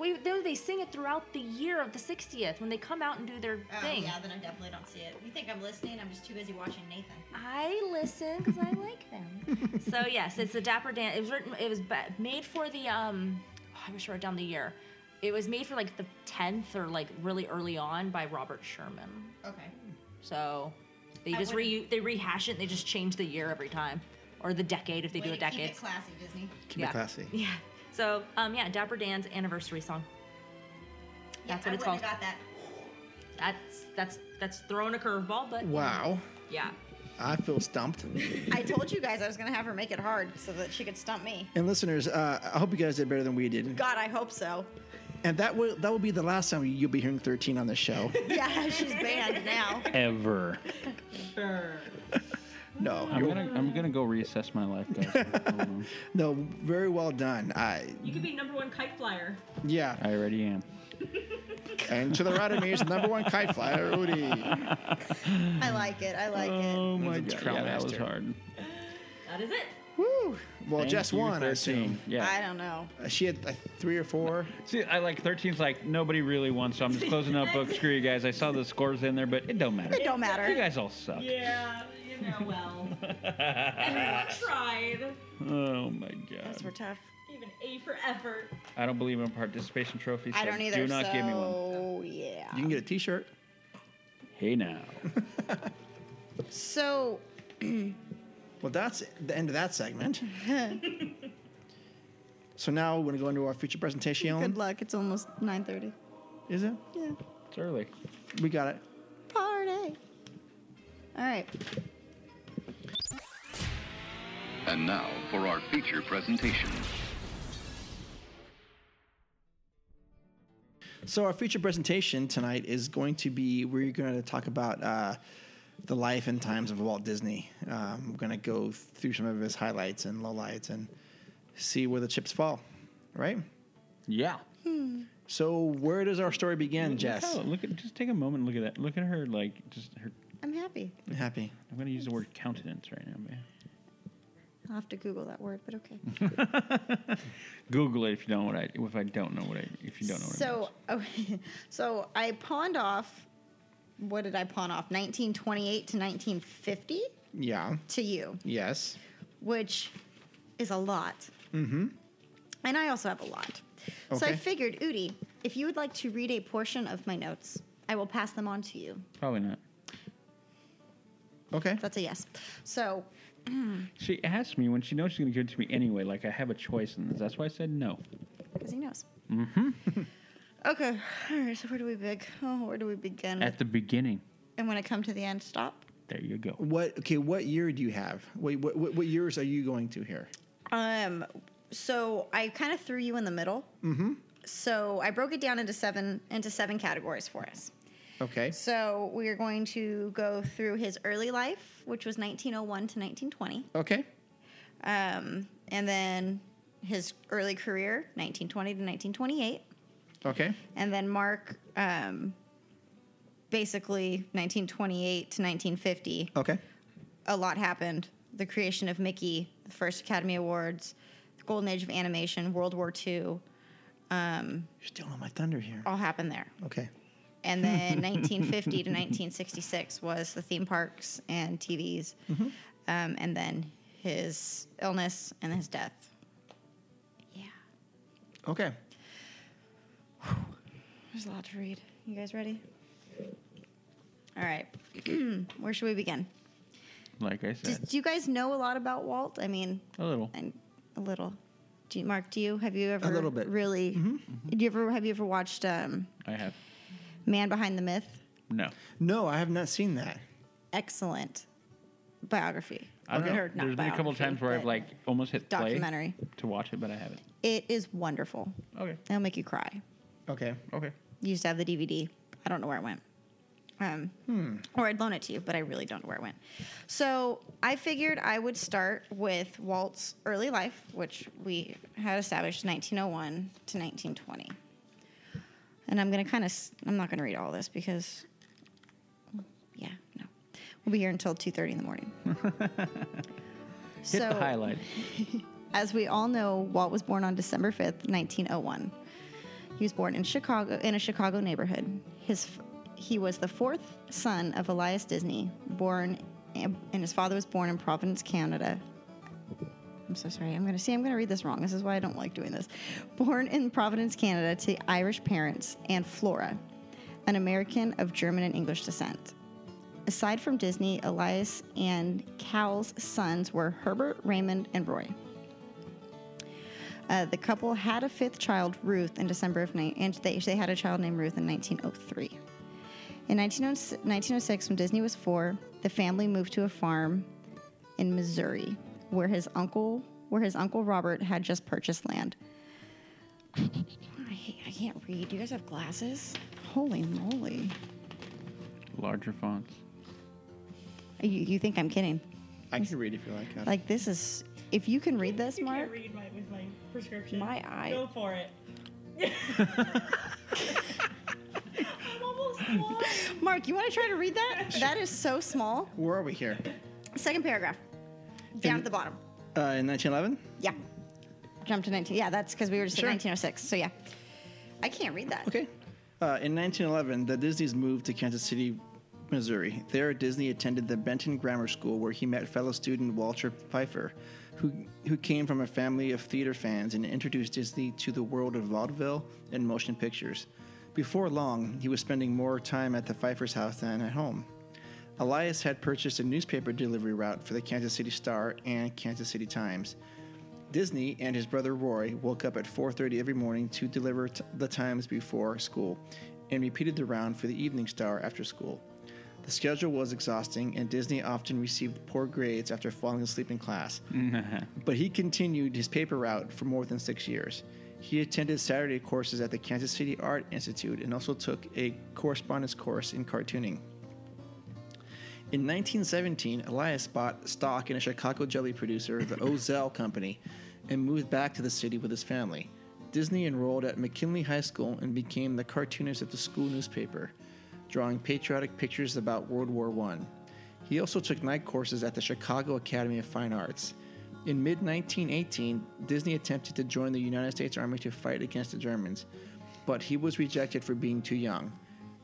Speaker 10: We, they, they sing it throughout the year of the 60th when they come out and do their
Speaker 6: Oh,
Speaker 10: thing.
Speaker 6: yeah, then I definitely don't see it. You think I'm listening? I'm just too busy watching Nathan.
Speaker 10: I listen because I like them. so yes, it's the Dapper Dance. It was written. It was ba- made for the. Um, oh, I wish I wrote down the year. It was made for like the tenth or like really early on by Robert Sherman.
Speaker 6: Okay.
Speaker 10: So they
Speaker 6: I
Speaker 10: just
Speaker 6: wouldn't-
Speaker 10: re they rehash it. and They just change the year every time or the decade if they
Speaker 6: Way
Speaker 10: do a
Speaker 6: to keep
Speaker 10: decade.
Speaker 6: it classy, Disney.
Speaker 5: Keep it classy.
Speaker 10: Yeah. So um yeah, Dapper Dan's anniversary song.
Speaker 6: Yeah,
Speaker 10: That's
Speaker 6: I
Speaker 10: what it's
Speaker 6: wouldn't
Speaker 10: called.
Speaker 6: have got that.
Speaker 10: That's that's that's throwing a curveball, but
Speaker 5: Wow.
Speaker 10: Yeah.
Speaker 5: I feel stumped.
Speaker 6: I told you guys I was gonna have her make it hard so that she could stump me.
Speaker 5: And listeners, uh, I hope you guys did better than we did.
Speaker 6: God, I hope so.
Speaker 5: And that will that will be the last time you'll be hearing 13 on this show.
Speaker 6: Yeah, she's banned now.
Speaker 4: Ever.
Speaker 5: No.
Speaker 4: I'm
Speaker 5: you're-
Speaker 4: gonna I'm gonna go reassess my life, guys.
Speaker 5: no, very well done. I
Speaker 10: You could be number one kite flyer.
Speaker 5: yeah.
Speaker 4: I already am.
Speaker 5: And to the right of me is the number one kite flyer, Rudy.
Speaker 6: I like it. I like it.
Speaker 4: Oh
Speaker 5: my
Speaker 4: my god,
Speaker 5: God.
Speaker 4: yeah, that was
Speaker 5: Master.
Speaker 4: hard.
Speaker 10: That is it.
Speaker 5: Woo. Well,
Speaker 4: Thank
Speaker 5: just
Speaker 4: you,
Speaker 5: one, I
Speaker 4: 13.
Speaker 5: assume.
Speaker 4: Yeah.
Speaker 6: I don't know.
Speaker 5: Uh, She had uh, three or four.
Speaker 4: See, I like 13's like nobody really won, so I'm just closing up book. Screw you guys. I saw the scores in there, but it don't matter.
Speaker 6: It don't matter.
Speaker 4: You guys all suck.
Speaker 10: Yeah, you know, well. Everyone tried.
Speaker 4: Oh my
Speaker 6: Those
Speaker 4: god.
Speaker 6: were tough.
Speaker 10: Even A for effort.
Speaker 4: I don't believe in participation trophies. So
Speaker 6: I don't either.
Speaker 4: Do not
Speaker 6: so
Speaker 4: give me one.
Speaker 6: yeah.
Speaker 5: You can get a T-shirt.
Speaker 4: Hey now.
Speaker 6: So
Speaker 5: Well, that's the end of that segment. so now we're gonna go into our future presentation.
Speaker 6: good luck. It's almost 9:30.
Speaker 5: Is it?
Speaker 6: Yeah.
Speaker 4: It's early.
Speaker 5: We got it.
Speaker 6: Party. All right.
Speaker 13: And now for our feature presentation.
Speaker 5: So our future presentation tonight is going to be we're going to talk about uh, the life and times of Walt Disney. Um, we're going to go through some of his highlights and lowlights and see where the chips fall, right?
Speaker 4: Yeah.
Speaker 5: So where does our story begin, Jess?
Speaker 4: Oh, look at just take a moment and look at that. Look at her like just her
Speaker 6: I'm happy.
Speaker 5: I'm happy.
Speaker 4: I'm gonna use the word countenance right now, man.
Speaker 6: I'll have to Google that word, but okay.
Speaker 4: Google it if you don't know what I if I don't know what I if you don't know what I
Speaker 6: So, oh, so I pawned off. What did I pawn off? 1928 to 1950
Speaker 5: Yeah.
Speaker 6: to you,
Speaker 5: Yes.
Speaker 6: which is a lot.
Speaker 5: Mm-hmm.
Speaker 6: And I also have a lot. So I
Speaker 5: Okay.
Speaker 6: figured, Udi, if you would like to read a portion of my notes, I will pass them on to you.
Speaker 4: Probably not.
Speaker 5: Okay.
Speaker 6: That's a yes. So
Speaker 4: She asked me when she knows she's gonna give it to me anyway, like I have a choice in this. That's why I said no.
Speaker 6: Because he knows. Mm-hmm. okay. All right. So where do we begin? Oh, where do we begin?
Speaker 4: At the beginning.
Speaker 6: and when I come to the end, stop.
Speaker 4: There you go.
Speaker 5: What? Okay. What year do you have? Wait. What? What, what years are you going to here?
Speaker 6: Um. So I kind of threw you in the middle. Mm-hmm. So I broke it down into seven into seven categories for us.
Speaker 5: Okay.
Speaker 6: So we are going to go through his early life, which was 1901 to 1920,
Speaker 5: Okay.
Speaker 6: um, and then his early career, 1920 to 1928.
Speaker 5: Okay.
Speaker 6: and then Mark, um, basically 1928 to 1950.
Speaker 5: Okay.
Speaker 6: A lot happened. The creation of Mickey, the first Academy Awards, the Golden Age of Animation, World War II,
Speaker 5: You're stealing all my thunder here.
Speaker 6: all happened there.
Speaker 5: Okay.
Speaker 6: And then 1950 to 1966 was the theme parks and TVs, um, and then his illness and his death. Yeah,
Speaker 5: Okay.
Speaker 6: there's a lot to read. You guys ready? All right, where should we begin?
Speaker 4: Like I said.
Speaker 6: Does, do you guys know a lot about Walt? I mean,
Speaker 4: a little.
Speaker 6: and a little. Do you, Mark, do you have you ever
Speaker 5: little bit. Mm-hmm.
Speaker 6: really? Do you ever have you ever watched um,
Speaker 4: I have.
Speaker 6: Man Behind the Myth?
Speaker 4: No.
Speaker 5: No, I have not seen that.
Speaker 6: Excellent biography.
Speaker 4: I don't
Speaker 6: Or
Speaker 4: know.
Speaker 6: not
Speaker 4: There's been a couple
Speaker 6: biography,
Speaker 4: times where I've
Speaker 6: but
Speaker 4: like almost hit play
Speaker 6: documentary.
Speaker 4: to watch it, but I haven't.
Speaker 6: It is wonderful.
Speaker 4: Okay.
Speaker 6: It'll make you cry.
Speaker 5: Okay.
Speaker 4: Okay.
Speaker 6: used to have the DVD. I don't know where it went. Um, Or I'd loan it to you, but I really don't know where it went. So I figured I would start with Walt's early life, which we had established 1901 to 1920. And I'm going to kind of, I'm not going to read all this because, yeah, no. We'll be here until 2.30 in the morning.
Speaker 4: Hit
Speaker 6: so,
Speaker 4: the highlight.
Speaker 6: As we all know, Walt was born on December 5th, 1901. He was born in Chicago in a Chicago neighborhood. His f- he was the fourth son of Elias Disney, born and his father was born in Providence, Canada. I'm so sorry. I'm going to see. I'm going to read this wrong. This is why I don't like doing this. Born in Providence, Canada, to Irish parents and Flora, an American of German and English descent. Aside from Disney, Elias and Cowell's sons were Herbert, Raymond, and Roy. Uh, the couple had a fifth child, Ruth, in December of ni- and they, they had a child named Ruth in 1903. In 1906 1906, when Disney was four, the family moved to a farm in Missouri, where his uncle where his uncle Robert had just purchased land. I, hate- I can't read. Do you guys have glasses? Holy moly!
Speaker 4: Larger fonts.
Speaker 6: You, you think I'm kidding?
Speaker 5: I can read if you like. Adam.
Speaker 6: Like this is if you can read this,
Speaker 14: You
Speaker 6: Mark.
Speaker 14: can't read my, with my prescription.
Speaker 6: My eye.
Speaker 14: Go for it. I'm almost blind.
Speaker 6: Mark, you want to try to read that? That is so small.
Speaker 5: Where are we here?
Speaker 6: Second paragraph, down
Speaker 5: In-
Speaker 6: at the bottom.
Speaker 5: Uh, in 1911?
Speaker 6: Yeah. Jump to 19. Yeah, that's because we were just
Speaker 5: Sure.
Speaker 6: at 1906. So yeah. I can't read that.
Speaker 5: Okay. Uh, in 1911, the Disneys moved to Kansas City, Missouri. There, Disney attended the Benton Grammar School, where he met fellow student Walter Pfeiffer, who, who came from a family of theater fans and introduced Disney to the world of vaudeville and motion pictures. Before long, he was spending more time at the Pfeiffer's house than at home. Elias had purchased a newspaper delivery route for the Kansas City Star and Kansas City Times. Disney and his brother Roy woke up at 4:30 every morning to deliver t- the times before school and repeated the round for the evening star after school. The schedule was exhausting and Disney often received poor grades after falling asleep in class. But he continued his paper route for more than 6 years. He attended Saturday courses at the Kansas City Art Institute and also took a correspondence course in cartooning. In 1917, Elias bought stock in a Chicago jelly producer, the Ozell Company, and moved back to the city with his family. Disney enrolled at McKinley High School and became the cartoonist of the school newspaper, drawing patriotic pictures about World War I. He also took night courses at the Chicago Academy of Fine Arts. In mid 1918, Disney attempted to join the United States Army to fight against the Germans, but he was rejected for being too young.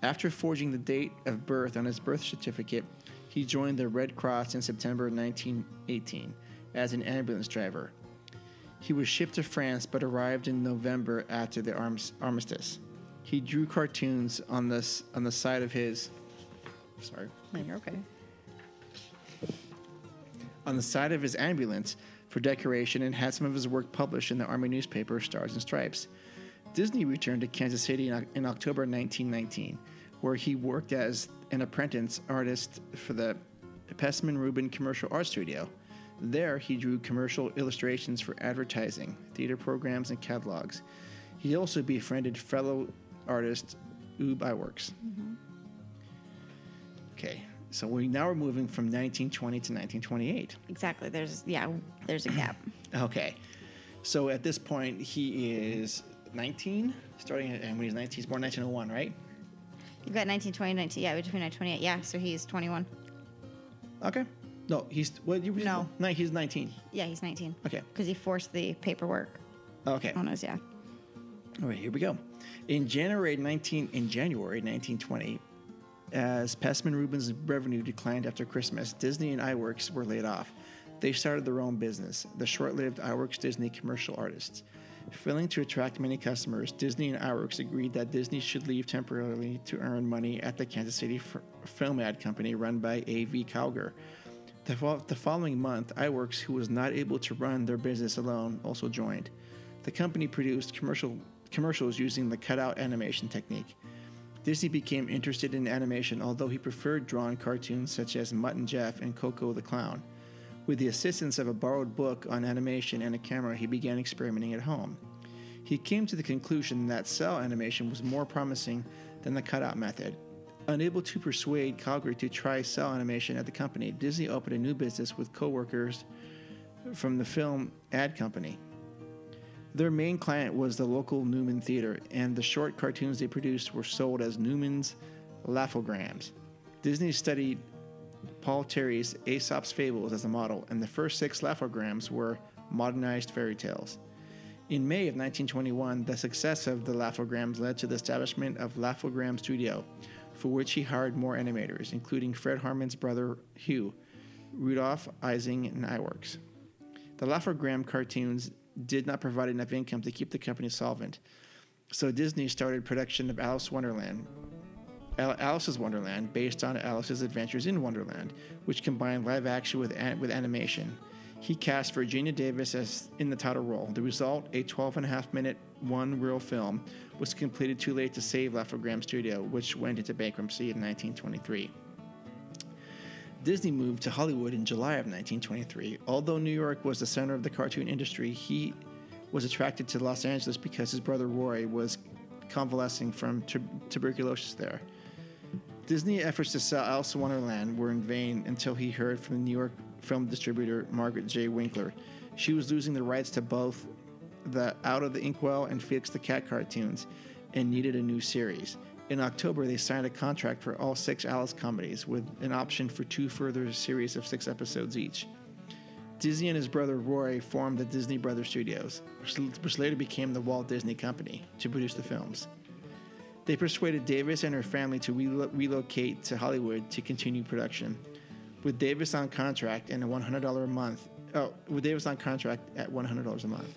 Speaker 5: After forging the date of birth on his birth certificate, he joined the Red Cross in September 1918 as an ambulance driver. He was shipped to France but arrived in November after the arms- armistice. He drew cartoons on this on the side of his sorry
Speaker 6: You're okay.
Speaker 5: on the side of his ambulance for decoration and had some of his work published in the Army newspaper Stars and Stripes. Disney returned to Kansas City in, in October 1919, where he worked as an apprentice artist for the Pessman Rubin Commercial Art Studio. There, he drew commercial illustrations for advertising, theater programs, and catalogs. He also befriended fellow artist Ube Iwerks. Okay, so we now we're moving from 1920 to 1928.
Speaker 6: Exactly. There's yeah, there's a gap.
Speaker 5: Okay. So at this point, he is 19, starting at, and when he's 19, he's born 1901, right?
Speaker 6: You've got 1920, 19, yeah, between 1928. Yeah, so he's 21.
Speaker 5: Okay. No, he's what you no. no, he's 19.
Speaker 6: Yeah, he's 19.
Speaker 5: Okay.
Speaker 6: Because he forced the paperwork
Speaker 5: Okay.
Speaker 6: on us, yeah.
Speaker 5: All right, here we go. In January 19 in January 1920, as Passman Rubin's revenue declined after Christmas, Disney and iWorks were laid off. They started their own business, the short-lived iWorks Disney commercial artists. Failing to attract many customers, Disney and iWorks agreed that Disney should leave temporarily to earn money at the Kansas City F- Film Ad Company run by A.V. Cowger. The, fol- the following month, iWorks, who was not able to run their business alone, also joined. The company produced commercial commercials using the cutout animation technique. Disney became interested in animation, although he preferred drawn cartoons such as Mutt and Jeff and Coco the Clown. With the assistance of a borrowed book on animation and a camera, he began experimenting at home. He came to the conclusion that cell animation was more promising than the cutout method. Unable to persuade Calgary to try cell animation at the company, Disney opened a new business with coworkers from the film ad company. Their main client was the local Newman Theater, and the short cartoons they produced were sold as Newman's Laughograms. Disney studied Paul Terry's Aesop's Fables as a model, and the first six lafograms were modernized fairy tales. In May of 1921, the success of the lafograms led to the establishment of Lafogram Studio, for which he hired more animators, including Fred Harmon's brother Hugh, Rudolph Ising, and Iwerks. The lafogram cartoons did not provide enough income to keep the company solvent, so Disney started production of Alice Wonderland, Al- Alice's Wonderland, based on Alice's Adventures in Wonderland, which combined live action with an- with animation. He cast Virginia Davis as in the title role. The result, a 12 and a half minute one reel film, was completed too late to save Lafogram Studio, which went into bankruptcy in 1923. Disney moved to Hollywood in July of 1923. Although New York was the center of the cartoon industry, he was attracted to Los Angeles because his brother Roy was convalescing from tu- tuberculosis there. Disney efforts to sell Alice in Wonderland were in vain until he heard from the New York film distributor Margaret J. Winkler. She was losing the rights to both the Out of the Inkwell and Felix the Cat cartoons and needed a new series. In October, they signed a contract for all six Alice comedies with an option for two further series of six episodes each. Disney and his brother Roy formed the Disney Brothers Studios, which- which later became the Walt Disney Company, to produce the films. They persuaded Davis and her family to relo- relocate to Hollywood to continue production. With Davis on contract and a $100 a month, oh, with Davis on contract at $100 a month.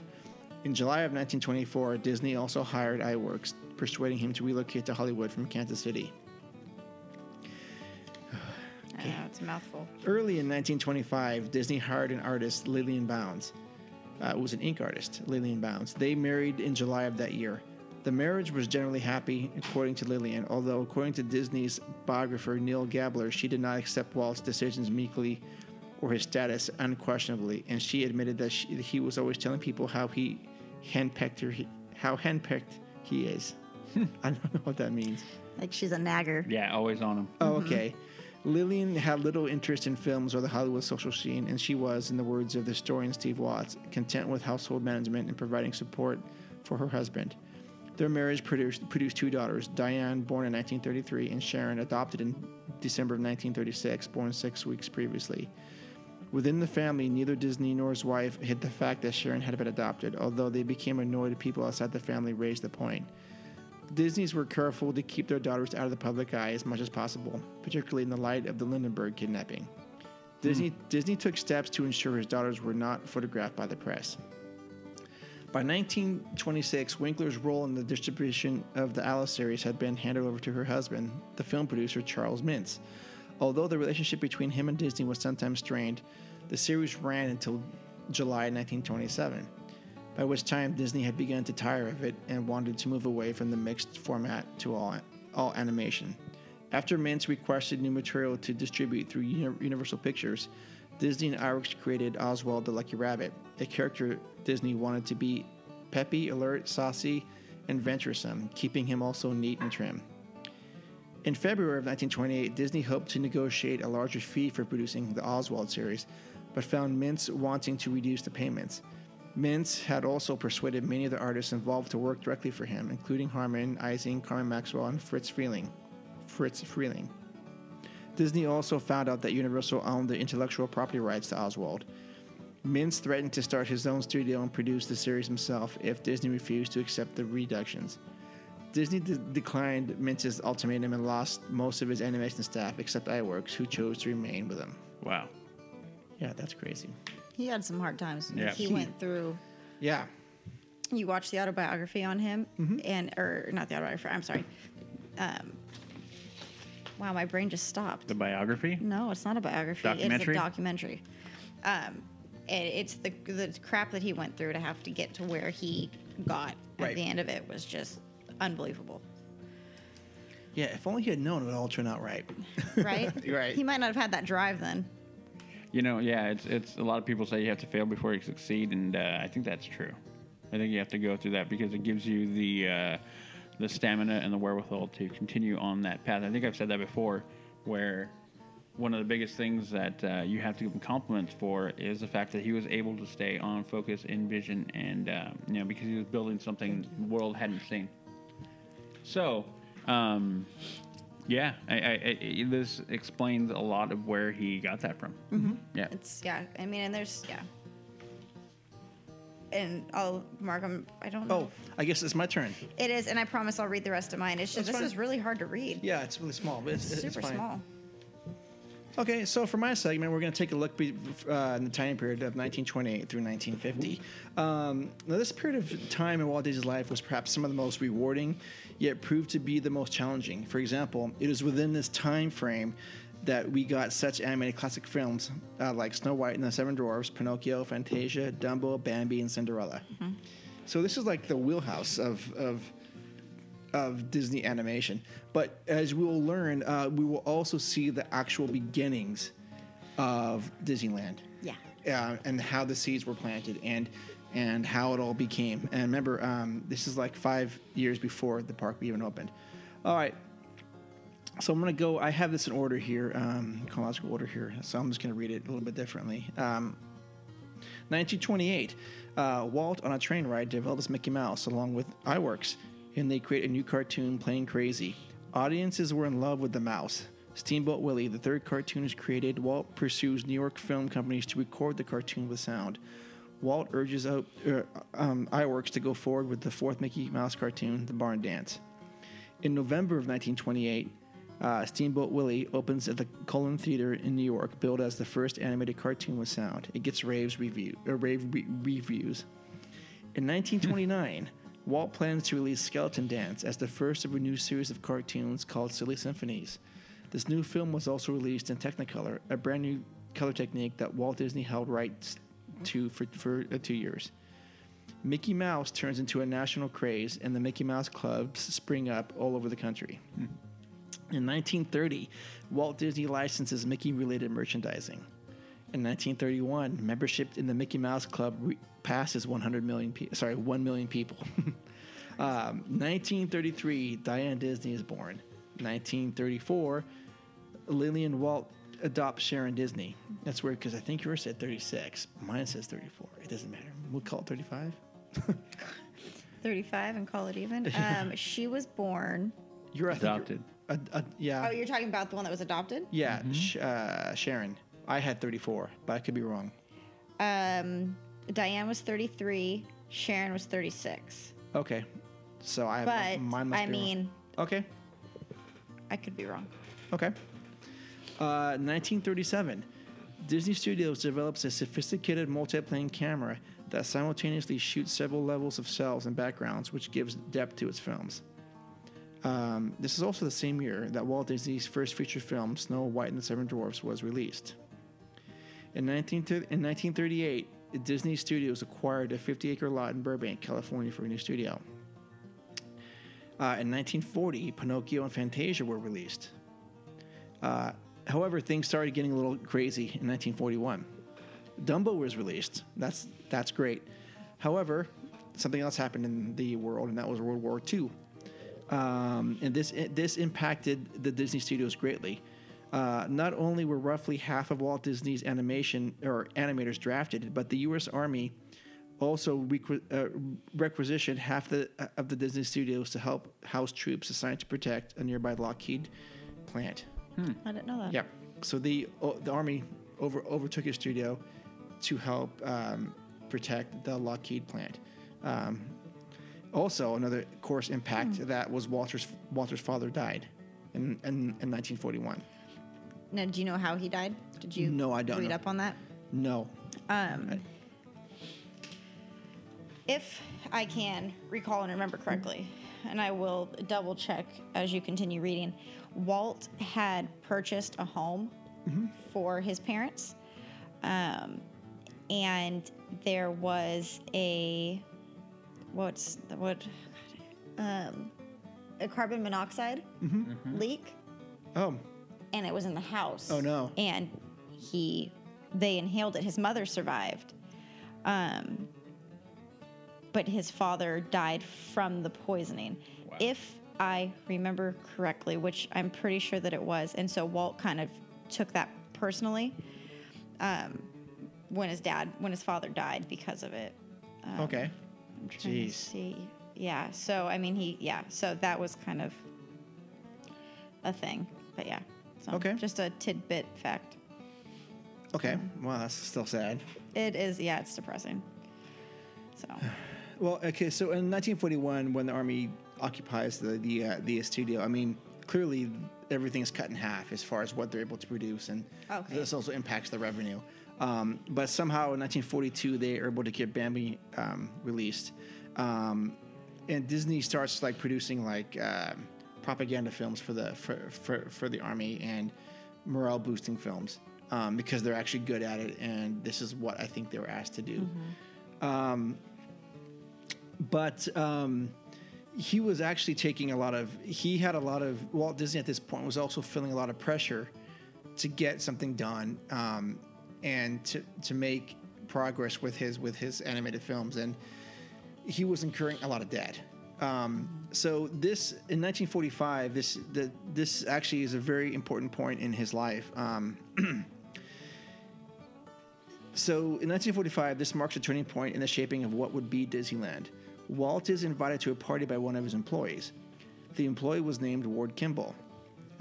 Speaker 5: In July of 1924, Disney also hired iWorks, persuading him to relocate to Hollywood from Kansas City.
Speaker 6: I know, it's a mouthful.
Speaker 5: Early in 1925, Disney hired an artist, Lillian Bounds. Uh, it was an ink artist, Lillian Bounds. They married in July of that year. The marriage was generally happy, according to Lillian, although, according to Disney's biographer Neil Gabler, she did not accept Walt's decisions meekly or his status unquestionably, and she admitted that she, he was always telling people how he handpicked her, how handpicked he is. I don't know what that means.
Speaker 6: Like she's a nagger.
Speaker 4: Yeah, always on him.
Speaker 5: Oh, okay. Lillian had little interest in films or the Hollywood social scene, and she was, in the words of the historian Steve Watts, content with household management and providing support for her husband. Their marriage produced, produced two daughters, Diane, born in 1933, and Sharon, adopted in December of 1936, born six weeks previously. Within the family, neither Disney nor his wife hid the fact that Sharon had been adopted, although they became annoyed if people outside the family raised the point. Disneys were careful to keep their daughters out of the public eye as much as possible, particularly in the light of the Lindenberg kidnapping. Disney, Disney took steps to ensure his daughters were not photographed by the press. By 1926, Winkler's role in the distribution of the Alice series had been handed over to her husband, the film producer Charles Mintz. Although the relationship between him and Disney was sometimes strained, the series ran until July 1927, by which time Disney had begun to tire of it and wanted to move away from the mixed format to all, all animation. After Mintz requested new material to distribute through Uni- Universal Pictures, Disney and Iwerks created Oswald the Lucky Rabbit, a character Disney wanted to be peppy, alert, saucy, and venturesome, keeping him also neat and trim. In February of 1928, Disney hoped to negotiate a larger fee for producing the Oswald series, but found Mintz wanting to reduce the payments. Mintz had also persuaded many of the artists involved to work directly for him, including Harmon, Ising, Carmen Maxwell, and Fritz Freeling. Fritz Freeling. Disney also found out that Universal owned the intellectual property rights to Oswald. Mintz threatened to start his own studio and produce the series himself if Disney refused to accept the reductions. Disney de- declined Mintz's ultimatum and lost most of his animation staff except iWorks, who chose to remain with him.
Speaker 4: Wow.
Speaker 5: Yeah, that's crazy.
Speaker 6: He had some hard times.
Speaker 5: Yeah.
Speaker 6: He went through.
Speaker 5: Yeah.
Speaker 6: You watched the autobiography on him, and or not the autobiography. I'm sorry. Um, wow, my brain just stopped.
Speaker 4: The biography?
Speaker 6: No, it's not a biography. It's a
Speaker 4: Documentary?
Speaker 6: documentary. Um, and it's the the crap that he went through to have to get to where he got
Speaker 5: Right.
Speaker 6: at the end of it was just unbelievable,
Speaker 5: Yeah, if only he had known it would all turn out right.
Speaker 6: right?
Speaker 5: Right.
Speaker 6: He might not have had that drive then.
Speaker 4: You know, yeah, it's it's a lot of people say you have to fail before you succeed, and uh, I think that's true. I think you have to go through that because it gives you the uh, the stamina and the wherewithal to continue on that path. I think I've said that before, where one of the biggest things that uh, you have to give him compliments for is the fact that he was able to stay on focus in vision, and uh, you know because he was building something the world hadn't seen. So, um, Yeah, I, I, I, this explains a lot of where he got that from. Mm-hmm. Yeah.
Speaker 12: It's yeah. I mean, and there's yeah. And I'll mark them. I don't know.
Speaker 5: Oh, I guess it's my turn.
Speaker 12: It is, and I promise I'll read the rest of mine. It's just,
Speaker 5: That's
Speaker 12: this
Speaker 5: fine.
Speaker 12: is really hard to read.
Speaker 5: Yeah, it's really small, but it's,
Speaker 12: It's
Speaker 5: it's
Speaker 12: super
Speaker 5: fine.
Speaker 12: small.
Speaker 5: Okay, so for my segment, we're going to take a look be- uh, in the time period of 1928 through 1950. Um, now, this period of time in Walt Disney's life was perhaps some of the most rewarding, yet proved to be the most challenging. For example, it is within this time frame that we got such animated classic films uh, like Snow White and the Seven Dwarfs, Pinocchio, Fantasia, Dumbo, Bambi, and Cinderella. So this is like the wheelhouse of of of Disney animation. But as we will learn, uh, we will also see the actual beginnings of Disneyland
Speaker 6: Yeah.
Speaker 5: uh, and how the seeds were planted and and how it all became. And remember, um, this is like five years before the park even opened. All right. So I'm gonna go. I have this in order here, um, chronological order here. So I'm just gonna read it a little bit differently. Um, 1928, uh, Walt on a train ride develops Mickey Mouse along with iWorks, and they create a new cartoon, Plain Crazy. Audiences were in love with the mouse. Steamboat Willie, the third cartoon, is created. Walt pursues New York film companies to record the cartoon with sound. Walt urges out, er, um, iWorks to go forward with the fourth Mickey Mouse cartoon, The Barn Dance. In November of 1928, uh, Steamboat Willie opens at the Cullen Theater in New York, billed as the first animated cartoon with sound. It gets raves review, uh, rave re- reviews. In 1929, Walt plans to release Skeleton Dance as the first of a new series of cartoons called Silly Symphonies. This new film was also released in Technicolor, a brand new color technique that Walt Disney held rights to for, for uh, two years. Mickey Mouse turns into a national craze, and the Mickey Mouse clubs spring up all over the country. In 1930, Walt Disney licenses Mickey related merchandising. In 1931, membership in the Mickey Mouse Club re- passes 100 million pe- sorry, 1 million people. um, 1933, Diane Disney is born. 1934, Lily and Walt adopt Sharon Disney. That's weird because I think yours said 36. Mine says 34. It doesn't matter. We'll call it 35.
Speaker 12: 35 and call it even. Um, she was born.
Speaker 5: You're I think you're-
Speaker 4: Adopted.
Speaker 5: Uh, uh, yeah.
Speaker 12: Oh, you're talking about the one that was adopted?
Speaker 5: Yeah, sh- uh, Sharon. I had 34, but I could be wrong.
Speaker 12: Um, Diane was 33. Sharon was 36.
Speaker 5: Okay. So I
Speaker 12: But,
Speaker 5: mine must
Speaker 12: I
Speaker 5: be wrong.
Speaker 12: mean-
Speaker 5: Okay.
Speaker 12: I could be wrong.
Speaker 5: Okay. Uh, 1937. Disney Studios develops a sophisticated multiplane camera that simultaneously shoots several levels of cells and backgrounds, which gives depth to its films. Um, this is also the same year that Walt Disney's first feature film, Snow White and the Seven Dwarfs, was released. In, 19, thir- in 1938, Disney Studios acquired a 50 acre lot in Burbank, California for a new studio. Uh, in 1940, Pinocchio and Fantasia were released. Uh, however, things started getting a little crazy in 1941. Dumbo was released. That's that's great. However, something else happened in the world, and that was World War II. Um, and this this impacted the Disney studios greatly. Uh, not only were roughly half of Walt Disney's animation or animators drafted, but the U.S. Army also requ- uh, requisitioned half the uh, of the Disney studios to help house troops assigned to protect a nearby Lockheed plant.
Speaker 12: I didn't know that.
Speaker 5: Yeah. So the o- the army over overtook his studio to help um, protect the Lockheed plant. Um, also, another course impact
Speaker 12: Hmm.
Speaker 5: of that was Walter's Walter's father died in in, in 1941.
Speaker 12: Now, do you know how he died? Did you
Speaker 5: No, I don't
Speaker 12: read
Speaker 5: know.
Speaker 12: up on that?
Speaker 5: No.
Speaker 12: Um, if I can recall and remember correctly, and I will double check as you continue reading, Walt had purchased a home
Speaker 5: Mm-hmm.
Speaker 12: for his parents. Um, and there was a what's what um, a carbon monoxide
Speaker 5: Mm-hmm.
Speaker 12: leak
Speaker 5: Oh,
Speaker 12: and it was in the house.
Speaker 5: Oh, no.
Speaker 12: And he, they inhaled it. His mother survived, um, but his father died from the poisoning, if I remember correctly, which I'm pretty sure that it was. And so Walt kind of took that personally um, when his dad, when his father died because of it. Um,
Speaker 5: okay.
Speaker 12: trying to
Speaker 5: Jeez.
Speaker 12: see. Yeah. So I mean, he. Yeah. So that was kind of
Speaker 6: a thing. But yeah. So
Speaker 5: Okay.
Speaker 6: Just a tidbit fact.
Speaker 5: Okay. Wow, that's still sad.
Speaker 6: It is, yeah, it's depressing. So,
Speaker 5: Well, okay. So in 1941, when the army occupies the the uh, the studio, I mean, clearly everything's cut in half as far as what they're able to produce, and
Speaker 6: Okay.
Speaker 5: this also impacts the revenue. Um, but somehow in 1942, they are able to get Bambi um, released, um, and Disney starts like producing like um propaganda films for the for, for, for the army and morale boosting films um, because they're actually good at it, and this is what I think they were asked to do. Um, but um, he was actually taking a lot of he had a lot of walt disney at this point was also feeling a lot of pressure to get something done um, and to, to make progress with his with his animated films and he was incurring a lot of debt um, so this in 1945 this the, this actually is a very important point in his life um, So in 1945, this marks a turning point in the shaping of what would be Disneyland. Walt is invited to a party by one of his employees. The employee was named Ward Kimball.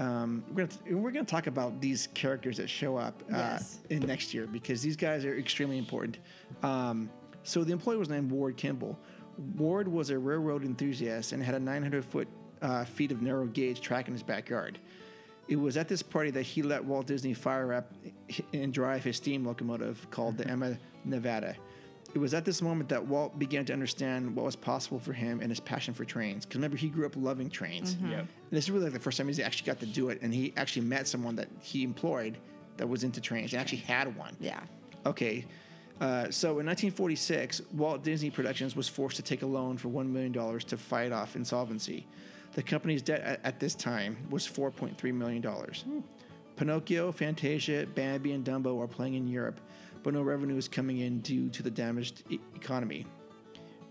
Speaker 5: Um, we're gonna we're gonna talk about these characters that show up uh,
Speaker 15: Yes.
Speaker 5: in next year because these guys are extremely important. Um, so the employee was named Ward Kimball. Ward was a railroad enthusiast and had a 900 foot uh, feet of narrow gauge track in his backyard. It was at this party that he let Walt Disney fire up and drive his steam locomotive called the Emma Nevada. It was at this moment that Walt began to understand what was possible for him and his passion for trains. Because remember, he grew up loving trains.
Speaker 4: Mhm. Yep.
Speaker 5: And this is really like the first time he's actually got to do it, and he actually met someone that he employed that was into trains and actually had one.
Speaker 6: yeah.
Speaker 5: Okay. Uh, so in 1946, Walt Disney Productions was forced to take a loan for $1 million to fight off insolvency. The company's debt at, at this time was $4.3 million. Pinocchio, Fantasia, Bambi, and Dumbo are playing in Europe, but no revenue is coming in due to the damaged e- economy.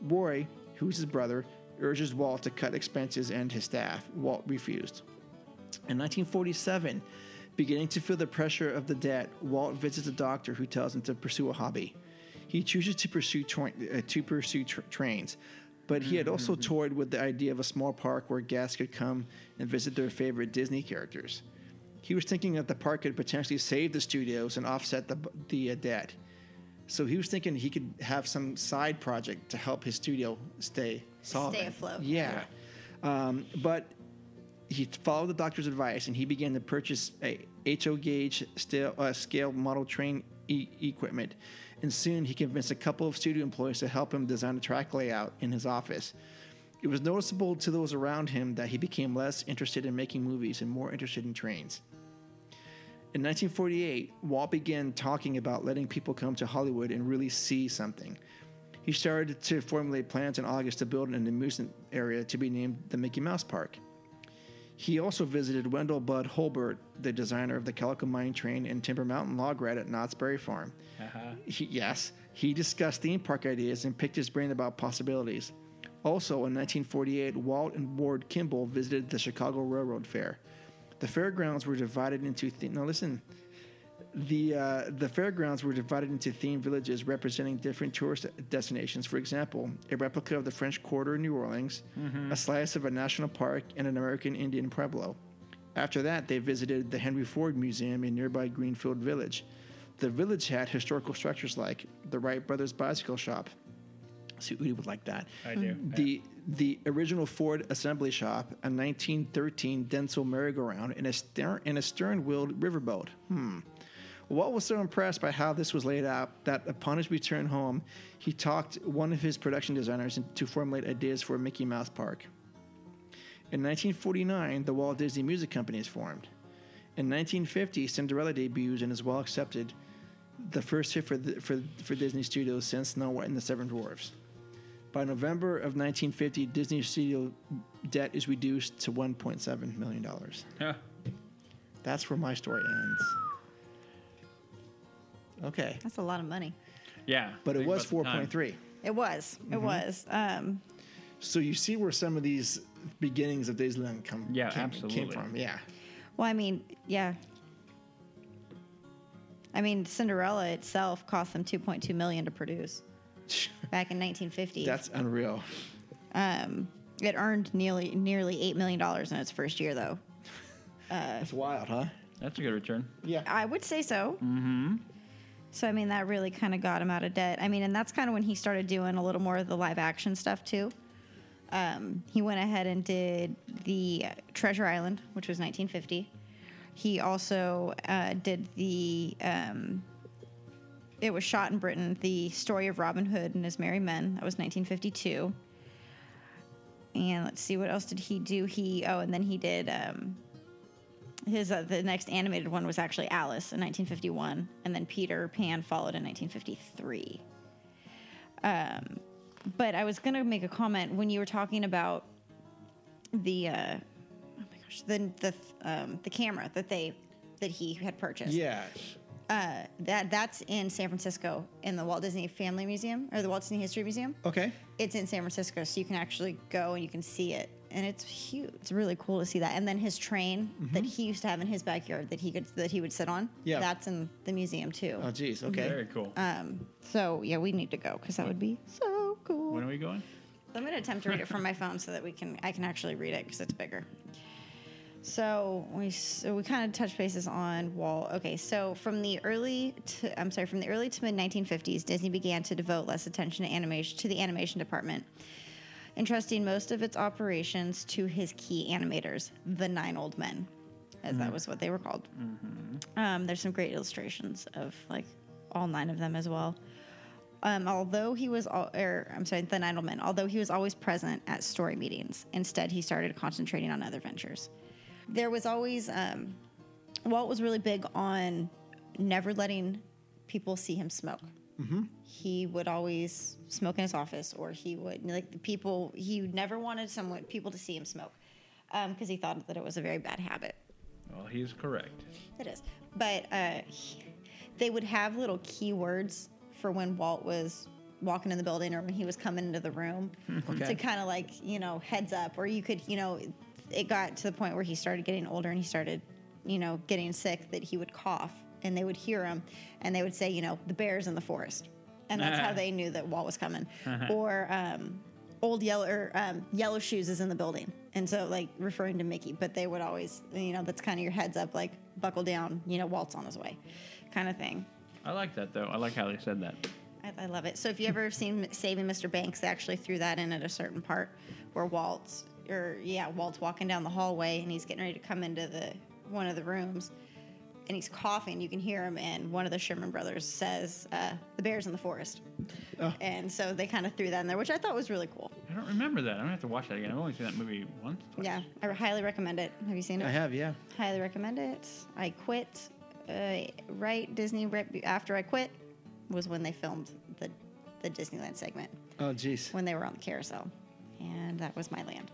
Speaker 5: Roy, who's his brother, urges Walt to cut expenses and his staff. Walt refused. In 1947, beginning to feel the pressure of the debt, Walt visits a doctor who tells him to pursue a hobby. He chooses to pursue tra- uh, to pursue tr- trains, but he had also toyed with the idea of a small park where guests could come and visit their favorite Disney characters. He was thinking that the park could potentially save the studios and offset the, the uh, debt. So he was thinking he could have some side project to help his studio stay solvent.
Speaker 6: afloat.
Speaker 5: Yeah. Um, but he followed the doctor's advice and he began to purchase a HO gauge stale, uh, scale model train e- equipment. And soon he convinced a couple of studio employees to help him design a track layout in his office. It was noticeable to those around him that he became less interested in making movies and more interested in trains. In 1948, Walt began talking about letting people come to Hollywood and really see something. He started to formulate plans in August to build an amusement area to be named the Mickey Mouse Park. He also visited Wendell Bud Holbert, the designer of the Calico Mine Train and Timber Mountain Log Ride at Knott's Berry Farm.
Speaker 4: Uh-huh.
Speaker 5: He, yes, he discussed theme park ideas and picked his brain about possibilities. Also, in 1948, Walt and Ward Kimball visited the Chicago Railroad Fair. The fairgrounds were divided into th- now listen. The uh, the fairgrounds were divided into themed villages representing different tourist destinations. For example, a replica of the French Quarter in New Orleans,
Speaker 4: Mm-hmm.
Speaker 5: a slice of a national park, and an American Indian pueblo. After that, they visited the Henry Ford Museum in nearby Greenfield Village. The village had historical structures like the Wright Brothers Bicycle Shop. See, Udi would like that.
Speaker 4: I do,
Speaker 5: The the original Ford assembly shop, a 1913 Denso merry-go-round, and a stern and a stern-wheeled riverboat. Hmm. Walt was so impressed by how this was laid out that upon his return home, he talked one of his production designers to formulate ideas for a Mickey Mouse Park. In 1949, the Walt Disney Music Company is formed. In 1950, Cinderella debuts and is well accepted, the first hit for, the, for, for Disney Studios since Snow White and the Seven Dwarfs. By November of 1950, Disney studio debt is reduced to 1.7 million dollars.
Speaker 4: Huh.
Speaker 5: That's where my story ends. Okay,
Speaker 6: That's a lot of money.
Speaker 4: Yeah.
Speaker 5: but it
Speaker 4: think
Speaker 5: was
Speaker 4: about the time.
Speaker 5: 4.3.
Speaker 6: It was. It
Speaker 5: Mhm.
Speaker 6: was. Um,
Speaker 5: So you see where some of these beginnings of Disneyland come
Speaker 4: Yeah,
Speaker 5: came, came
Speaker 4: absolutely.
Speaker 5: from. Yeah.
Speaker 6: well, I mean, yeah. I mean, Cinderella itself cost them 2.2 million to produce back in 1950.
Speaker 5: That's unreal.
Speaker 6: Um, it earned nearly nearly eight million dollars in its first year, though. Uh,
Speaker 5: It's wild, huh?
Speaker 4: That's a good return.
Speaker 5: Yeah.
Speaker 6: I would say so.
Speaker 4: Mm-hmm.
Speaker 6: So I mean, that really kind of got him out of debt. I mean, and that's kind of when he started doing a little more of the live action stuff too. Um, he went ahead and did the Treasure Island, which was 1950. He also uh, did the. Um, it was shot in Britain. The story of Robin Hood and his merry men. That was 1952. And let's see, what else did he do? He oh, and then he did um, his uh, the next animated one was actually Alice in 1951, and then Peter Pan followed in 1953. Um, but I was gonna make a comment when you were talking about the uh, oh my gosh the the um, the camera that they that he had purchased.
Speaker 5: Yeah.
Speaker 6: Uh, that that's in San Francisco in the Walt Disney Family Museum or the Walt Disney History Museum.
Speaker 5: Okay.
Speaker 6: It's in San Francisco, so you can actually go and you can see it, and it's huge. It's really cool to see that. And then his train that he used to have in his backyard that he could that he would sit on.
Speaker 5: Mm-hmm. Yeah.
Speaker 6: That's in the museum too.
Speaker 5: Oh, geez. Okay.
Speaker 4: Very cool.
Speaker 6: Um. So yeah, we need to go because that would be so cool.
Speaker 4: When are we going?
Speaker 6: I'm gonna attempt to read it from my phone so that we can I can actually read it because it's bigger. So we so we kind of touch bases on Wall. Okay, so from the early to, I'm sorry, from the early to mid 1950s, Disney began to devote less attention to animation to the animation department, entrusting most of its operations to his key animators, the Nine Old Men, as that was what they were called. Um, there's some great illustrations of like all nine of them as well. Um, although he was, all, or I'm sorry, the Nine Old Men. Although he was always present at story meetings, instead he started concentrating on other ventures there was always um, Walt was really big on never letting people see him smoke. He would always smoke in his office, or he would like the people. He never wanted someone people to see him smoke because he thought that it was a very bad habit.
Speaker 4: Well, he's correct.
Speaker 6: It is. But uh, he- they would have little keywords for when Walt was walking in the building or when he was coming into the room
Speaker 5: Okay.
Speaker 6: to kind of like, you know, heads up. Or you could, you know, it got to the point where he started getting older and he started, you know, getting sick that he would cough and they would hear him and they would say, you know, the bear's in the forest. And that's how they knew that Walt was coming. Or, um, Old yellow or um, yellow shoes is in the building, and so like referring to Mickey, but they would always, you know, that's kind of your heads up, like buckle down, you know, Walt's on his way, kind of thing.
Speaker 4: I like that though. I like how they said that.
Speaker 6: I, I love it. So if you ever have seen Saving Mr. Banks, they actually threw that in at a certain part where Walt's or yeah, Walt's walking down the hallway and he's getting ready to come into the one of the rooms and he's coughing. You can hear him, and one of the Sherman brothers says, uh, "The bear's in the forest,"
Speaker 4: Oh.
Speaker 6: and so they kind of threw that in there, which I thought was really cool.
Speaker 4: I don't remember that. I'm gonna have to watch that again. I've only seen that movie once.
Speaker 6: Yeah, I highly recommend it. Have you seen it?
Speaker 5: I have, yeah.
Speaker 6: Highly recommend it. I quit. Uh, right, Disney. Right be- after I quit, was when they filmed the the Disneyland segment
Speaker 5: Oh, geez.
Speaker 6: when they were on the carousel, and that was my land.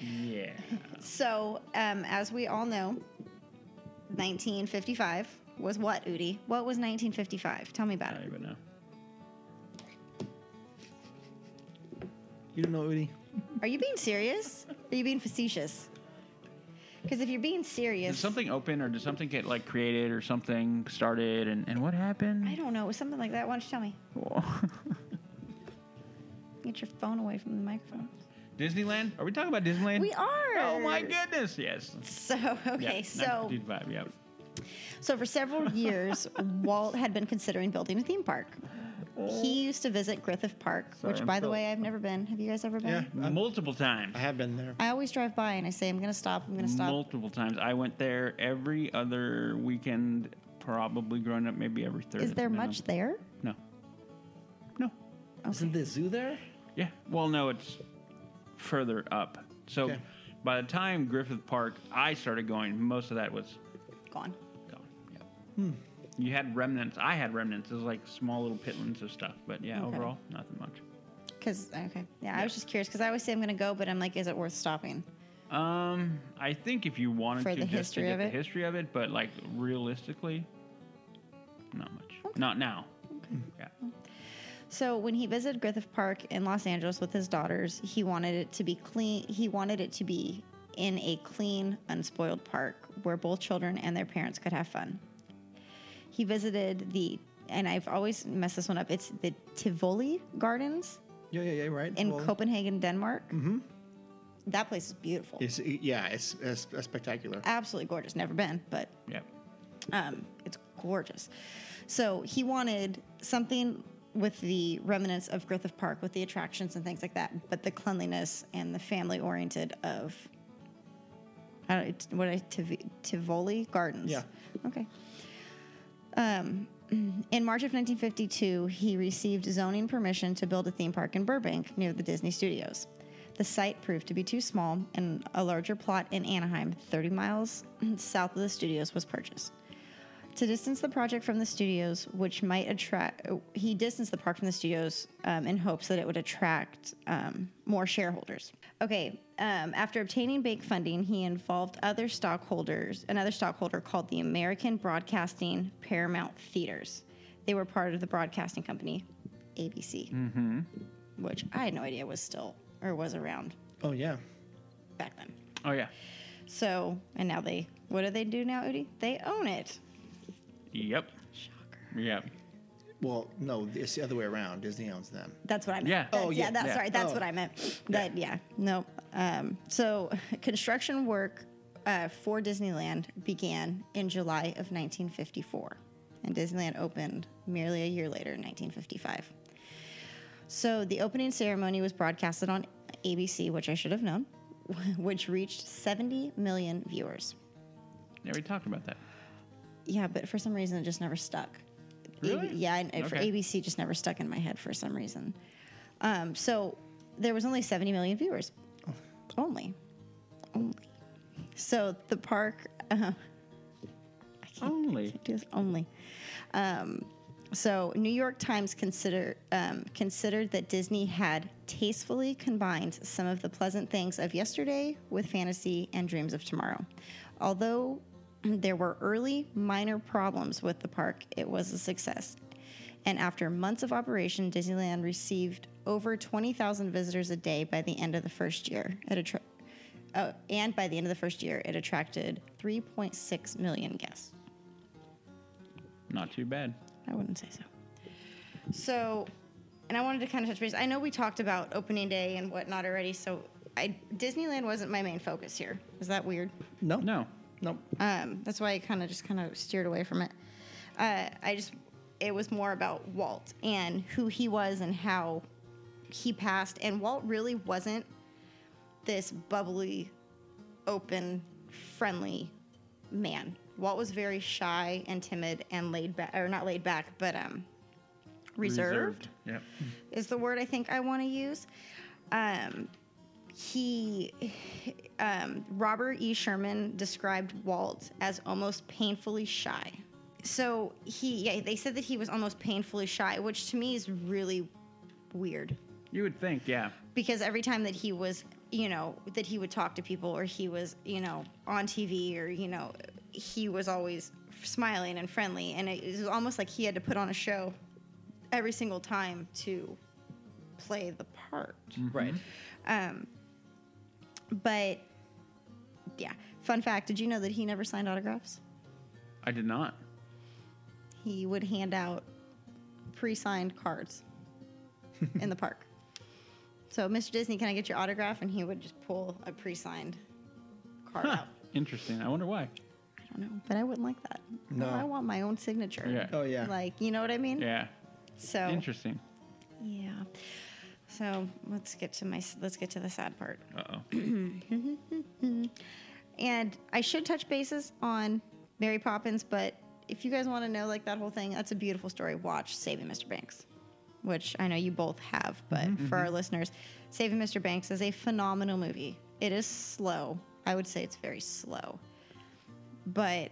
Speaker 4: Yeah.
Speaker 6: So, um, as we all know, 1955 was what, Udi? What was 1955? Tell me about
Speaker 4: I don't
Speaker 6: it.
Speaker 4: even know.
Speaker 5: You don't know Udi.
Speaker 6: Are you being serious? Are you being facetious? Because if you're being serious,
Speaker 4: Did something open or did something get like created or something started and, and what happened?
Speaker 6: I don't know. It was something like that. Why don't you tell me? Get your phone away from the microphone.
Speaker 4: Disneyland? Are we talking about Disneyland?
Speaker 6: We are.
Speaker 4: Oh my goodness! Yes.
Speaker 6: So okay,
Speaker 4: Yeah,
Speaker 6: so
Speaker 4: 1955, yeah.
Speaker 6: so for several years, Walt had been considering building a theme park. He used to visit Griffith Park,
Speaker 4: Sorry,
Speaker 6: which,
Speaker 4: I'm
Speaker 6: by the
Speaker 4: still-
Speaker 6: way, I've never been. Have you guys ever been?
Speaker 4: multiple times.
Speaker 5: I have been there.
Speaker 6: I always drive by and I say, I'm going to stop, I'm going to stop.
Speaker 4: Multiple times. I went there every other weekend, probably growing up, maybe every third.
Speaker 6: Is there
Speaker 4: No.
Speaker 6: much there?
Speaker 4: No.
Speaker 5: Isn't the zoo there?
Speaker 4: Yeah. Well, no, it's further up. So
Speaker 5: Okay.
Speaker 4: by the time Griffith Park, I started going, most of that was
Speaker 6: Gone.
Speaker 4: gone. Yeah. You had remnants. I had remnants. It was like small little pitlands of stuff. But yeah,
Speaker 6: Okay.
Speaker 4: overall, nothing much.
Speaker 6: Because, okay. Yeah, I was just curious because I always say I'm going to go, but I'm like, is it worth stopping?
Speaker 4: Um, I think if you wanted
Speaker 6: For
Speaker 4: to
Speaker 6: the
Speaker 4: just to
Speaker 6: history
Speaker 4: get
Speaker 6: of
Speaker 4: the
Speaker 6: it?
Speaker 4: history of it, but like realistically, not much. Not now. Yeah.
Speaker 6: So when he visited Griffith Park in Los Angeles with his daughters, he wanted it to be clean. He wanted it to be in a clean, unspoiled park where both children and their parents could have fun. He visited the, and I've always messed this one up. It's the Tivoli Gardens
Speaker 5: Yeah, yeah, yeah, right.
Speaker 6: in
Speaker 5: Well,
Speaker 6: Copenhagen, Denmark.
Speaker 5: Mhm.
Speaker 6: That place is beautiful.
Speaker 5: It's, yeah, it's, it's, it's spectacular.
Speaker 6: Absolutely gorgeous. Never been, but
Speaker 4: Yep.
Speaker 6: um, it's gorgeous. So he wanted something with the remnants of Griffith Park, with the attractions and things like that, but the cleanliness and the family oriented of I don't, it's- what I Tiv- Tivoli Gardens.
Speaker 5: Yeah.
Speaker 6: Okay. Um, in March of 1952, he received zoning permission to build a theme park in Burbank near the Disney Studios. The site proved to be too small, and a larger plot in Anaheim, 30 miles south of the studios, was purchased. To distance the project from the studios, which might attract, he distanced the park from the studios um, in hopes that it would attract um, more shareholders. Okay, um, after obtaining bank funding, he involved other stockholders, another stockholder called the American Broadcasting Paramount Theaters. They were part of the broadcasting company, ABC,
Speaker 4: Mm-hmm.
Speaker 6: which I had no idea was still or was around
Speaker 5: Oh, yeah.
Speaker 6: back then.
Speaker 4: Oh yeah.
Speaker 6: So, and now they, what do they do now, Udi? They own it.
Speaker 4: Yep. Shocker. Yep.
Speaker 5: Well, no, it's the other way around. Disney owns them.
Speaker 6: That's what I meant.
Speaker 5: Yeah.
Speaker 6: That's-
Speaker 5: Oh,
Speaker 6: yeah.
Speaker 5: yeah,
Speaker 6: That's
Speaker 5: yeah.
Speaker 6: sorry. That's
Speaker 5: Oh.
Speaker 6: what I meant. That yeah. No. Um, so construction work uh, for Disneyland began in July of 1954, and Disneyland opened merely a year later in 1955. So the opening ceremony was broadcasted on ABC, which I should have known, which reached 70 million viewers.
Speaker 4: Yeah, we talked about that.
Speaker 6: Yeah, but for some reason it just never stuck.
Speaker 4: Really?
Speaker 6: A- yeah, and and for
Speaker 4: Okay.
Speaker 6: ABC just never stuck in my head for some reason. Um, so there was only 70 million viewers.
Speaker 4: Oh.
Speaker 6: Only. Only. So the park uh,
Speaker 4: Only.
Speaker 6: do this only. Um, so New York Times consider um, considered that Disney had tastefully combined some of the pleasant things of yesterday with fantasy and dreams of tomorrow. Although there were early minor problems with the park, it was a success. And after months of operation, Disneyland received over 20,000 visitors a day by the end of the first year. It attra- oh, and by the end of the first year, it attracted 3.6 million guests.
Speaker 4: Not too bad.
Speaker 6: I wouldn't say so. So, and I wanted to kind of touch base. I know we talked about opening day and whatnot already, so I, Disneyland wasn't my main focus here. Is that weird?
Speaker 5: No.
Speaker 4: No.
Speaker 5: Nope.
Speaker 6: Um, that's why I kind of just kind of steered away from it. Uh, I just, it was more about Walt and who he was and how he passed. And Walt really wasn't this bubbly, open, friendly man. Walt was very shy and timid and laid back, or not laid back, but um, reserved
Speaker 4: Yep.
Speaker 6: is the word I think I want to use. Um, he, um, Robert E. Sherman described Walt as almost painfully shy. So he, yeah, they said that he was almost painfully shy, which to me is really weird
Speaker 4: You would think, yeah.
Speaker 6: because every time that he was, you know, that he would talk to people or he was, you know, on TV or, you know, he was always smiling and friendly. And it was almost like he had to put on a show every single time to play the part.
Speaker 5: Right.
Speaker 6: Um, but yeah, fun fact did you know that he never signed autographs?
Speaker 4: I did not.
Speaker 6: He would hand out pre signed cards in the park. So, Mr. Disney, can I get your autograph? And he would just pull a pre signed card
Speaker 4: Huh.
Speaker 6: out.
Speaker 4: Interesting. I wonder why.
Speaker 6: I don't know, but I wouldn't like that.
Speaker 4: No.
Speaker 6: I want my own signature.
Speaker 4: Yeah. Oh, yeah.
Speaker 6: Like, you know what I mean?
Speaker 4: Yeah.
Speaker 6: So,
Speaker 4: Interesting.
Speaker 6: yeah. So, let's get to my s- let's get to the sad part.
Speaker 4: Uh oh.
Speaker 6: and I should touch bases on Mary Poppins, but if you guys want to know like that whole thing, that's a beautiful story. Watch Saving Mr. Banks, which I know you both have, but for our listeners, Saving Mr. Banks is a phenomenal movie. It is slow. I would say it's very slow. But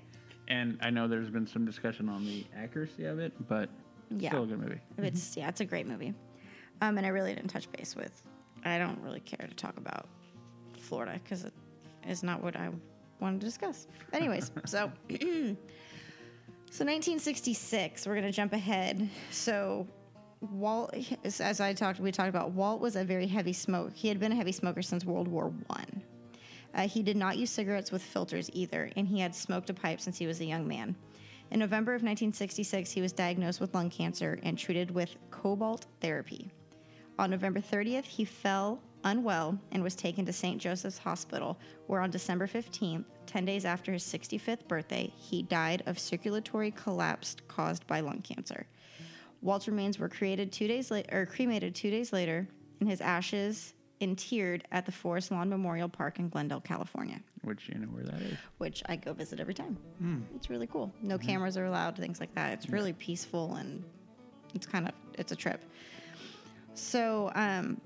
Speaker 4: And I know there's been some discussion on the accuracy of it, but
Speaker 6: Yeah.
Speaker 4: still a good movie.
Speaker 6: It's yeah, it's a great movie. Um, and I really didn't touch base with. I don't really care to talk about Florida because it is not what I wanted to discuss. Anyways, so so 1966. We're gonna jump ahead. So Walt, as as I talked, we talked about Walt was a very heavy smoker. He had been a heavy smoker since World War One. Uh, he did not use cigarettes with filters either, and he had smoked a pipe since he was a young man. In November of 1966, he was diagnosed with lung cancer and treated with cobalt therapy. On November 30th, he fell unwell and was taken to St. Joseph's Hospital, where on December 15th, 10 days after his 65th birthday, he died of circulatory collapse caused by lung cancer. Walt's remains were created two days later, or cremated two days later, and his ashes interred at the Forest Lawn Memorial Park in Glendale, California,
Speaker 4: Which you know where that is.
Speaker 6: which I go visit every time.
Speaker 4: Hmm.
Speaker 6: It's really cool. No
Speaker 4: Mhm.
Speaker 6: cameras are allowed, things like that. It's
Speaker 4: Yeah.
Speaker 6: really peaceful and it's kind of it's a trip. So, um,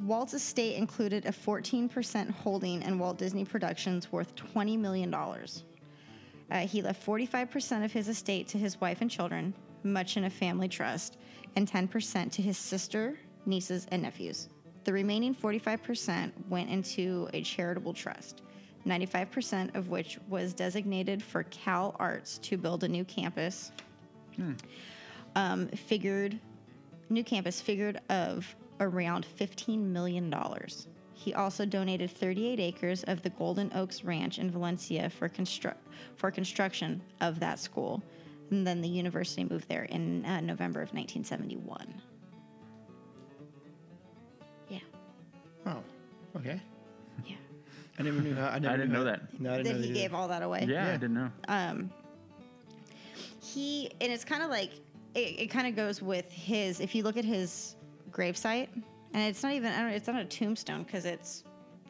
Speaker 6: Walt's estate included a 14% holding in Walt Disney Productions worth $20 million. Uh, he left 45% of his estate to his wife and children, much in a family trust, and 10% to his sister, nieces, and nephews. The remaining 45% went into a charitable trust, 95% of which was designated for Cal Arts to build a new campus um, figured new campus figured of around $15 million he also donated 38 acres of the golden oaks ranch in valencia for, constru- for construction of that school and then the university moved there in uh, november of 1971 yeah
Speaker 5: Oh, okay.
Speaker 6: Yeah.
Speaker 5: I never knew how. I, never
Speaker 4: didn't
Speaker 5: knew
Speaker 4: know
Speaker 5: how-
Speaker 4: that.
Speaker 5: No, I didn't
Speaker 6: that
Speaker 5: know
Speaker 6: he
Speaker 5: either.
Speaker 6: gave all that away
Speaker 4: Yeah, I didn't know.
Speaker 6: um he and it's kind of like it, it kind of goes with his if you look at his gravesite and it's not even I don't, it's not a tombstone because it's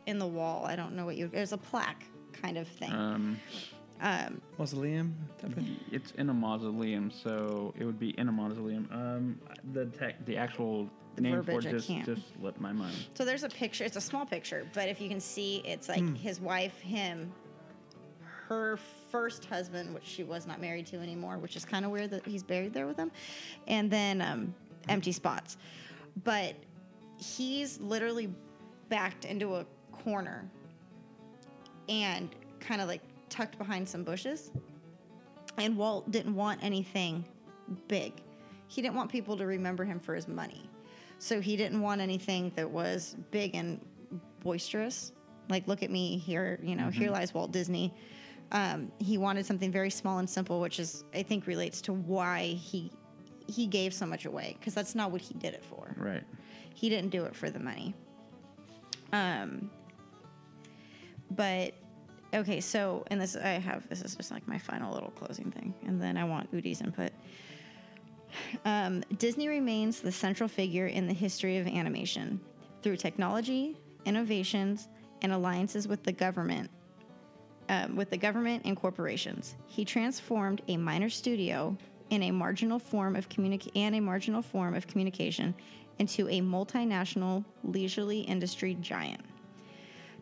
Speaker 6: in the wall i don't know what you there's a plaque kind of thing
Speaker 4: Um,
Speaker 6: um
Speaker 5: Mausoleum. type of-
Speaker 4: it's in a mausoleum, so it would be in a mausoleum. Um, the tech, the actual
Speaker 6: The
Speaker 4: name
Speaker 6: verbiage,
Speaker 4: for
Speaker 6: I
Speaker 4: it just
Speaker 6: can't.
Speaker 4: just slipped my mind.
Speaker 6: so there's a picture it's a small picture but if you can see it's like
Speaker 4: Hmm.
Speaker 6: his wife him her first husband which she was not married to anymore which is kind of weird that he's buried there with him and then um empty spots but he's literally backed into a corner and kind of like tucked behind some bushes. And Walt didn't want anything big. He didn't want people to remember him for his money. So he didn't want anything that was big and boisterous. Like, look at me here, you know, here
Speaker 12: Mhm.
Speaker 6: lies Walt Disney. Um, he wanted something very small and simple, which is, I think, relates to why he he gave so much away because that's not what he did it for.
Speaker 4: Right.
Speaker 6: He didn't do it for the money. Um, but okay, so and this I have this is just like my final little closing thing, and then I want Udi's input. Um, Disney remains the central figure in the history of animation through technology, innovations, and alliances with the government. Um, with the government and corporations, he transformed a minor studio in a marginal form of communic- and a marginal form of communication into a multinational leisurely industry giant.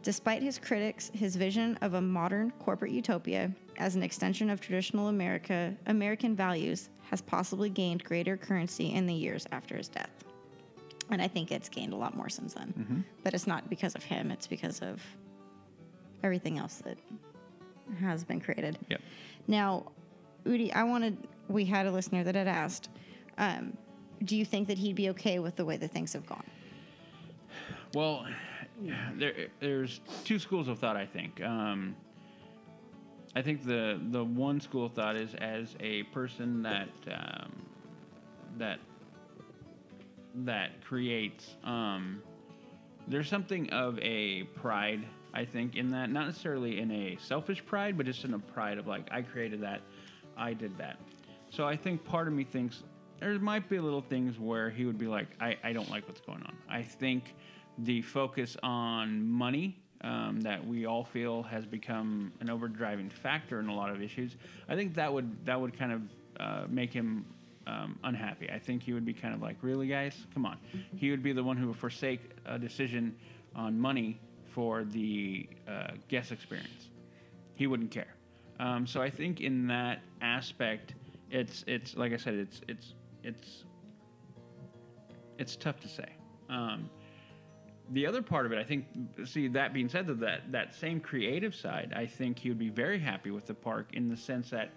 Speaker 6: Despite his critics, his vision of a modern corporate utopia as an extension of traditional America, American values has possibly gained greater currency in the years after his death. And I think it's gained a lot more since then. But it's not because of him, it's because of everything else that has been created.
Speaker 4: Yep.
Speaker 6: Now, Udi, I wanted, we had a listener that had asked, um, do you think that he'd be okay with the way that things have gone?
Speaker 4: Well, there, there's two schools of thought. I think. Um, I think the the one school of thought is as a person that um, that that creates. Um, there's something of a pride, I think, in that. Not necessarily in a selfish pride, but just in a pride of like, I created that, I did that. So I think part of me thinks there might be little things where he would be like, I, I don't like what's going on. I think the focus on money um, that we all feel has become an overdriving factor in a lot of issues. I think that would that would kind of uh, make him um, unhappy. I think he would be kind of like, really, guys, come on. He would be the one who would forsake a decision on money for the uh, guest experience. He wouldn't care. Um, so I think in that aspect, it's it's like I said, it's it's it's it's tough to say. Um, the other part of it, I think, see, that being said, though, that that same creative side, I think he would be very happy with the park in the sense that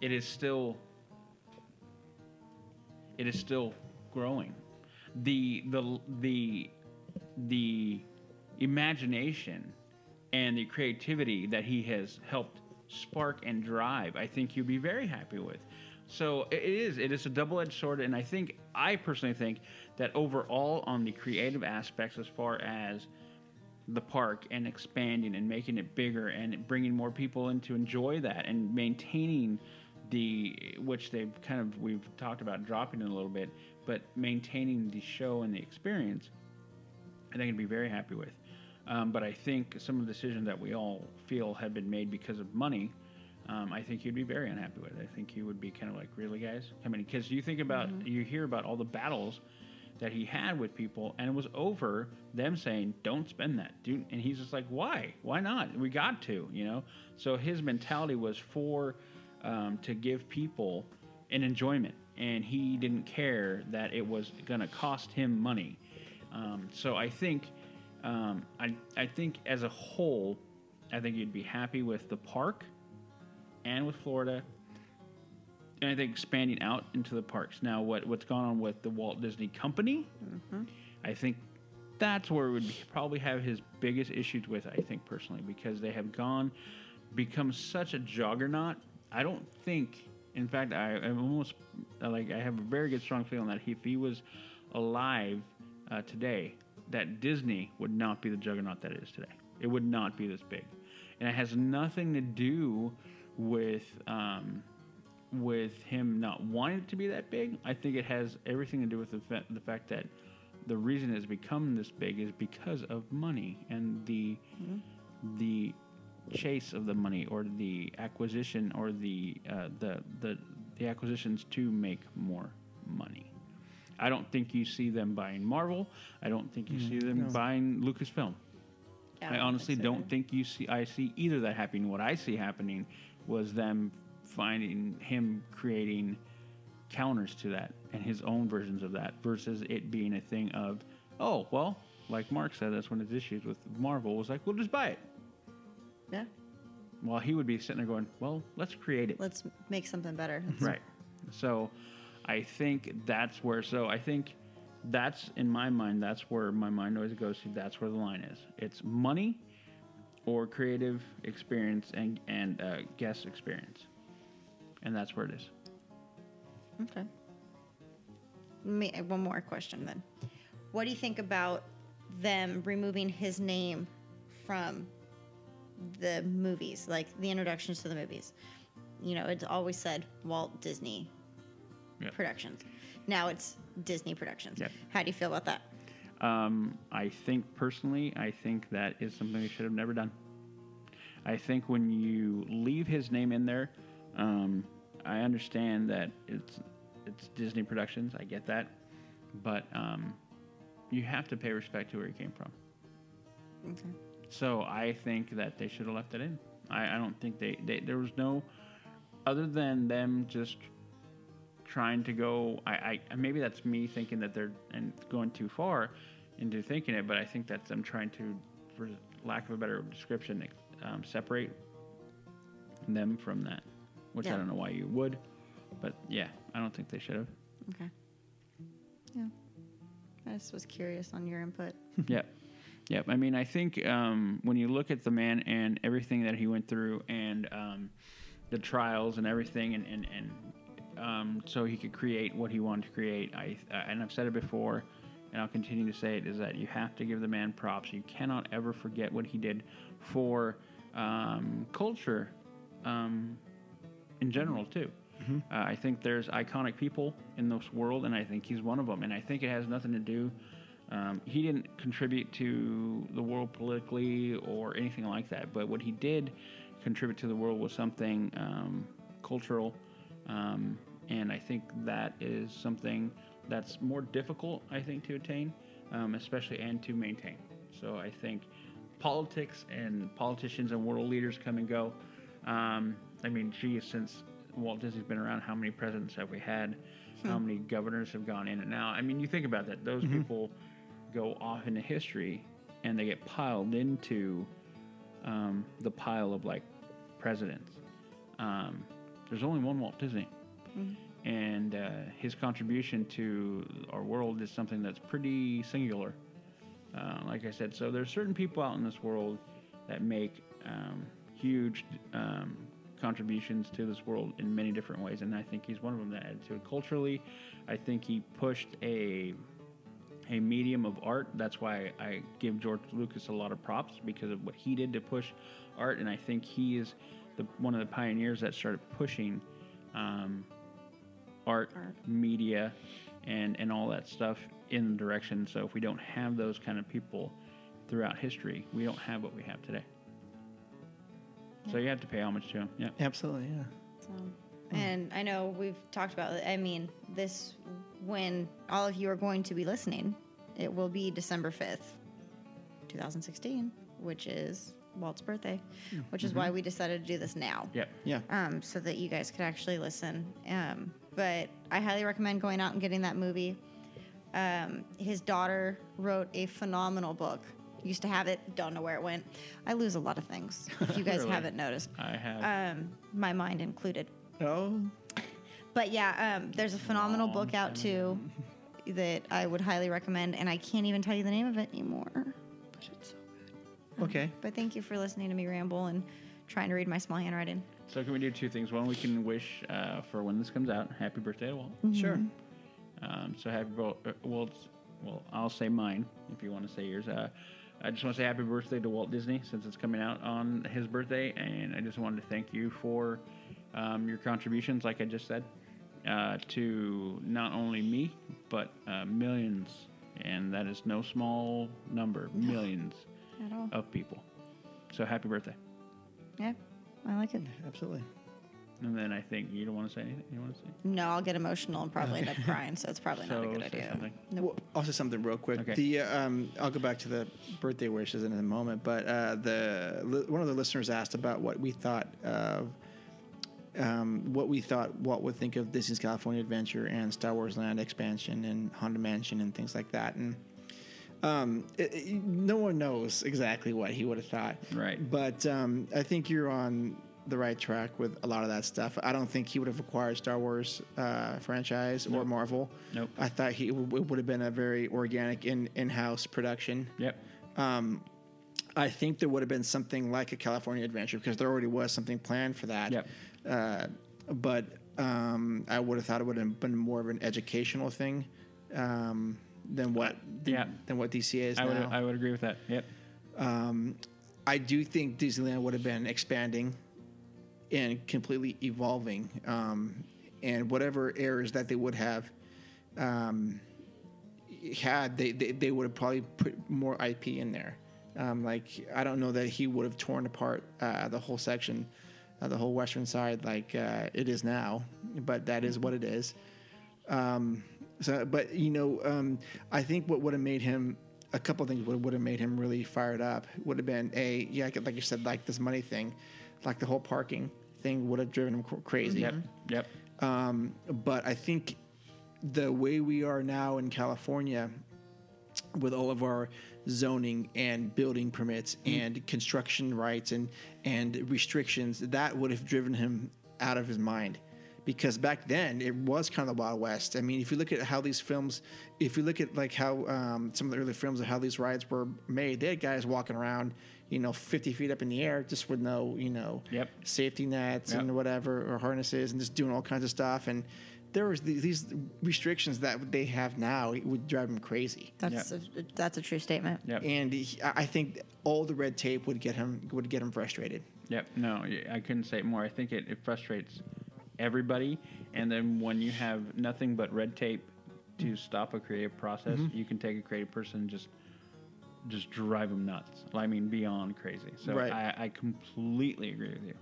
Speaker 4: it is still it is still growing. The the the the imagination and the creativity that he has helped spark and drive, I think you'd be very happy with. So it it is. It is a double-edged sword, and I think I personally think that overall, on the creative aspects, as far as the park and expanding and making it bigger and bringing more people in to enjoy that and maintaining the which they've kind of we've talked about dropping it a little bit, but maintaining the show and the experience. I think I'd be very happy with. Um, but I think some of the decisions that we all feel have been made because of money. Um, I think you'd be very unhappy with. I think you would be kind of like, really, guys? I mean, because you think about, you hear about all the battles that he had with people, and it was over them saying, "Don't spend that." Do, and he's just like, "Why? Why not? We got to," you know. So his mentality was for um, to give people an enjoyment, and he didn't care that it was going to cost him money. Um, so I think, um, I I think as a whole, I think you'd be happy with the park, and with Florida, and I think expanding out into the parks. Now, what what's gone on with the Walt Disney Company? I think that's where we would probably have his biggest issues with. I think personally, because they have gone become such a juggernaut. I don't think. In fact, I, I'm almost uh, like I have a very good strong feeling that if he was alive uh, today, that Disney would not be the juggernaut that it is today. It would not be this big, and it has nothing to do with um, with him not wanting it to be that big. I think it has everything to do with the, fa- the fact that the reason it's become this big is because of money and the the chase of the money or the acquisition or the uh, the the the acquisitions to make more money. I don't think you see them buying Marvel. I don't think you see them
Speaker 5: no.
Speaker 4: buying Lucasfilm.
Speaker 5: Yeah, I
Speaker 4: I
Speaker 5: don't
Speaker 4: honestly
Speaker 5: think so
Speaker 4: don't
Speaker 5: either.
Speaker 4: think you see I see either that happening. What I see happening was them finding him creating counters to that and his own versions of that versus it being a thing of oh well like Mark said that's one of his issues with Marvel was like we'll just buy it.
Speaker 6: Yeah.
Speaker 4: While he would be sitting there going well let's create it.
Speaker 6: Let's make something better. Let's-
Speaker 4: Right. So I think that's where, so I think that's in my mind, that's where my mind always goes to. That's where the line is. It's money or creative experience and, and uh, guest experience. And that's where it is.
Speaker 6: Okay.
Speaker 12: Me, one more question then. What do you think about them removing his name from the movies, like the introductions to the movies? You know, it's always said Walt Disney
Speaker 4: Yeah.
Speaker 12: Productions. Now it's Disney Productions.
Speaker 4: Yeah.
Speaker 12: How do you feel about that?
Speaker 4: Um, I think personally, I think that is something we should have never done. I think when you leave his name in there, um, I understand that it's it's Disney Productions. I get that, but um, you have to pay respect to where he came from.
Speaker 12: Okay.
Speaker 4: So I think that they should have left it in. I, I don't think they, they there was no other than them just trying to go. I, I maybe that's me thinking that they're and going too far into thinking it, but I think that's them trying to, for lack of a better description, um, separate them from that. Which I
Speaker 6: Yeah.
Speaker 4: don't know why you would, but yeah, I don't think they should have.
Speaker 6: Okay. Yeah. I just was curious on your input.
Speaker 4: yep. Yep. I mean, I think um, when you look at the man and everything that he went through and um, the trials and everything, and, and, and um, so he could create what he wanted to create, I, uh, and I've said it before, and I'll continue to say it, is that you have to give the man props. You cannot ever forget what he did for um, culture um, in general, too. Uh, I think there's iconic people in this world, and I think he's one of them. And I think it has nothing to do. Um, he didn't contribute to the world politically or anything like that, but what he did contribute to the world was something um, cultural, um, and I think that is something that's more difficult, I think, to attain, um, especially and to maintain. So I think politics and politicians and world leaders come and go. Um, I mean, geez, since Walt Disney's been around, how many presidents have we had? How many governors have gone in and out? I mean, you think about that. Those people go off into history and they get piled into um, the pile of like presidents. Um, there's only one Walt Disney. And uh, his contribution to our world is something that's pretty singular. Uh, like I said, so there's certain people out in this world that make um, huge um, contributions to this world in many different ways, and I think he's one of them. That added to it culturally, I think he pushed a a medium of art. That's why I give George Lucas a lot of props because of what he did to push art, and I think he is the one of the pioneers that started pushing um, art, media, and and all that stuff in the direction. So if we don't have those kind of people throughout history, we don't have what we have today. So you have to pay homage to him. Yeah.
Speaker 5: Absolutely, yeah.
Speaker 12: So,
Speaker 4: Oh.
Speaker 12: and I know we've talked about. I mean, this when all of you are going to be listening, it will be December fifth, two thousand sixteen, which is Walt's birthday,
Speaker 4: Hmm.
Speaker 12: which
Speaker 4: Mm-hmm.
Speaker 12: is why we decided to do this now.
Speaker 4: Yep.
Speaker 5: Yeah.
Speaker 12: Um, so that you guys could actually listen. Um, but I highly recommend going out and getting that movie. Um, his daughter wrote a phenomenal book. Used to have it. Don't know where it went. I lose a lot of things. If you guys
Speaker 4: Really?
Speaker 12: haven't noticed,
Speaker 4: I have.
Speaker 12: um, my mind included.
Speaker 5: Oh.
Speaker 12: But yeah, um, there's a phenomenal book out too that I would highly recommend, and I can't even tell you the name of it anymore. But it's so
Speaker 5: Okay.
Speaker 12: But thank you for listening to me ramble and trying to read my small handwriting.
Speaker 4: So can we do two things? One, we can wish uh, for when this comes out, happy birthday to Walt.
Speaker 5: Sure.
Speaker 4: Um, so happy Walt. uh, Walt's, well, I'll say mine if you want to say yours. Uh, I just want to say happy birthday to Walt Disney since it's coming out on his birthday, and I just wanted to thank you for um, your contributions, like I just said, uh, to not only me but uh, millions, and that is no small number, millions
Speaker 12: At all.
Speaker 4: of people. So happy birthday.
Speaker 12: Yeah, I like it.
Speaker 5: Absolutely.
Speaker 4: And then I think you don't want to say anything. You want to say?
Speaker 12: No, I'll get emotional and probably end up
Speaker 5: Okay.
Speaker 12: crying, so it's probably not a
Speaker 4: So,
Speaker 12: good
Speaker 4: say
Speaker 12: idea.
Speaker 4: something.
Speaker 5: Well, also something real quick.
Speaker 4: Okay.
Speaker 5: The uh, um, I'll go back to the birthday wishes in a moment, but uh, the li- one of the listeners asked about what we thought of um, what we thought Walt would think of Disney's California Adventure and Star Wars Land expansion and Honda Mansion and things like that, and. Um, it, it- no one knows exactly what he would have thought.
Speaker 4: Right.
Speaker 5: But um, I think you're on the right track with a lot of that stuff. I don't think he would have acquired Star Wars uh, franchise or Marvel.
Speaker 4: Nope.
Speaker 5: I thought he w- it would have been a very organic in in house production.
Speaker 4: Yep.
Speaker 5: Um, I think there would have been something like a California Adventure because there already was something planned for that.
Speaker 4: Yep.
Speaker 5: Uh, but um, I would have thought it would have been more of an educational thing um, than what
Speaker 4: Yeah.
Speaker 5: than what DCA is
Speaker 4: I would,
Speaker 5: now.
Speaker 4: I would agree with that. Yep.
Speaker 5: Um, I do think Disneyland would have been expanding and completely evolving, um, and whatever errors that they would have um, had, they, they they would have probably put more IP in there. Um, like I don't know that he would have torn apart uh, the whole section, uh, the whole western side like uh, it is now, but that is what it is. Um, so, but you know, um, I think what would have made him a couple of things would would have made him really fired up would have been a yeah, like like you said, like this money thing, like the whole parking thing would have driven him cr- crazy.
Speaker 4: Yep.
Speaker 12: Mm-hmm.
Speaker 4: Yep.
Speaker 5: Um, but I think the way we are now in California, with all of our zoning and building permits and construction rights and and restrictions, that would have driven him out of his mind. Because back then it was kind of the Wild West. I mean, if you look at how these films, if you look at like how um, some of the early films of how these rides were made, they had guys walking around, you know, 50 feet up in the air, just with no, you know,
Speaker 4: Yep.
Speaker 5: safety nets
Speaker 4: Yep.
Speaker 5: and whatever or harnesses and just doing all kinds of stuff and there was the- these restrictions that they have now it would drive him crazy
Speaker 12: That's a, that's a true statement.
Speaker 4: Yep.
Speaker 5: and he, i I think all the red tape would get him would get him frustrated
Speaker 4: Yep. No, y- I couldn't say it more. I think it, it frustrates everybody. And then when you have nothing but red tape to stop a creative process,
Speaker 12: Mm-hmm.
Speaker 4: you can take a creative person and just just drive them nuts. I mean, beyond crazy. So
Speaker 5: Right.
Speaker 4: I, I completely agree with you.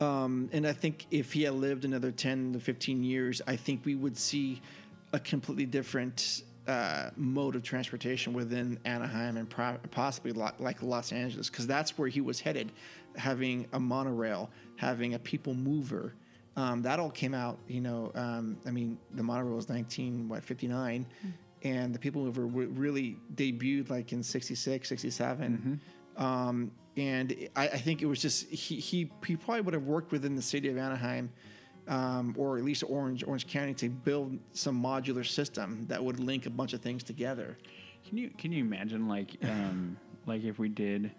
Speaker 5: um, and i think if he had lived another 10 to 15 years i think we would see a completely different uh, mode of transportation within anaheim and pro- possibly lo- like los angeles because that's where he was headed having a monorail having a people mover um, that all came out. You know, um, I mean, the monorail was 19 what 59, and the people mover were really debuted like in 66, 67. Um, and I, I think it was just he, he he probably would have worked within the city of Anaheim, um, or at least Orange Orange County to build some modular system that would link a bunch of things together.
Speaker 4: Can you can you imagine like um, like if we did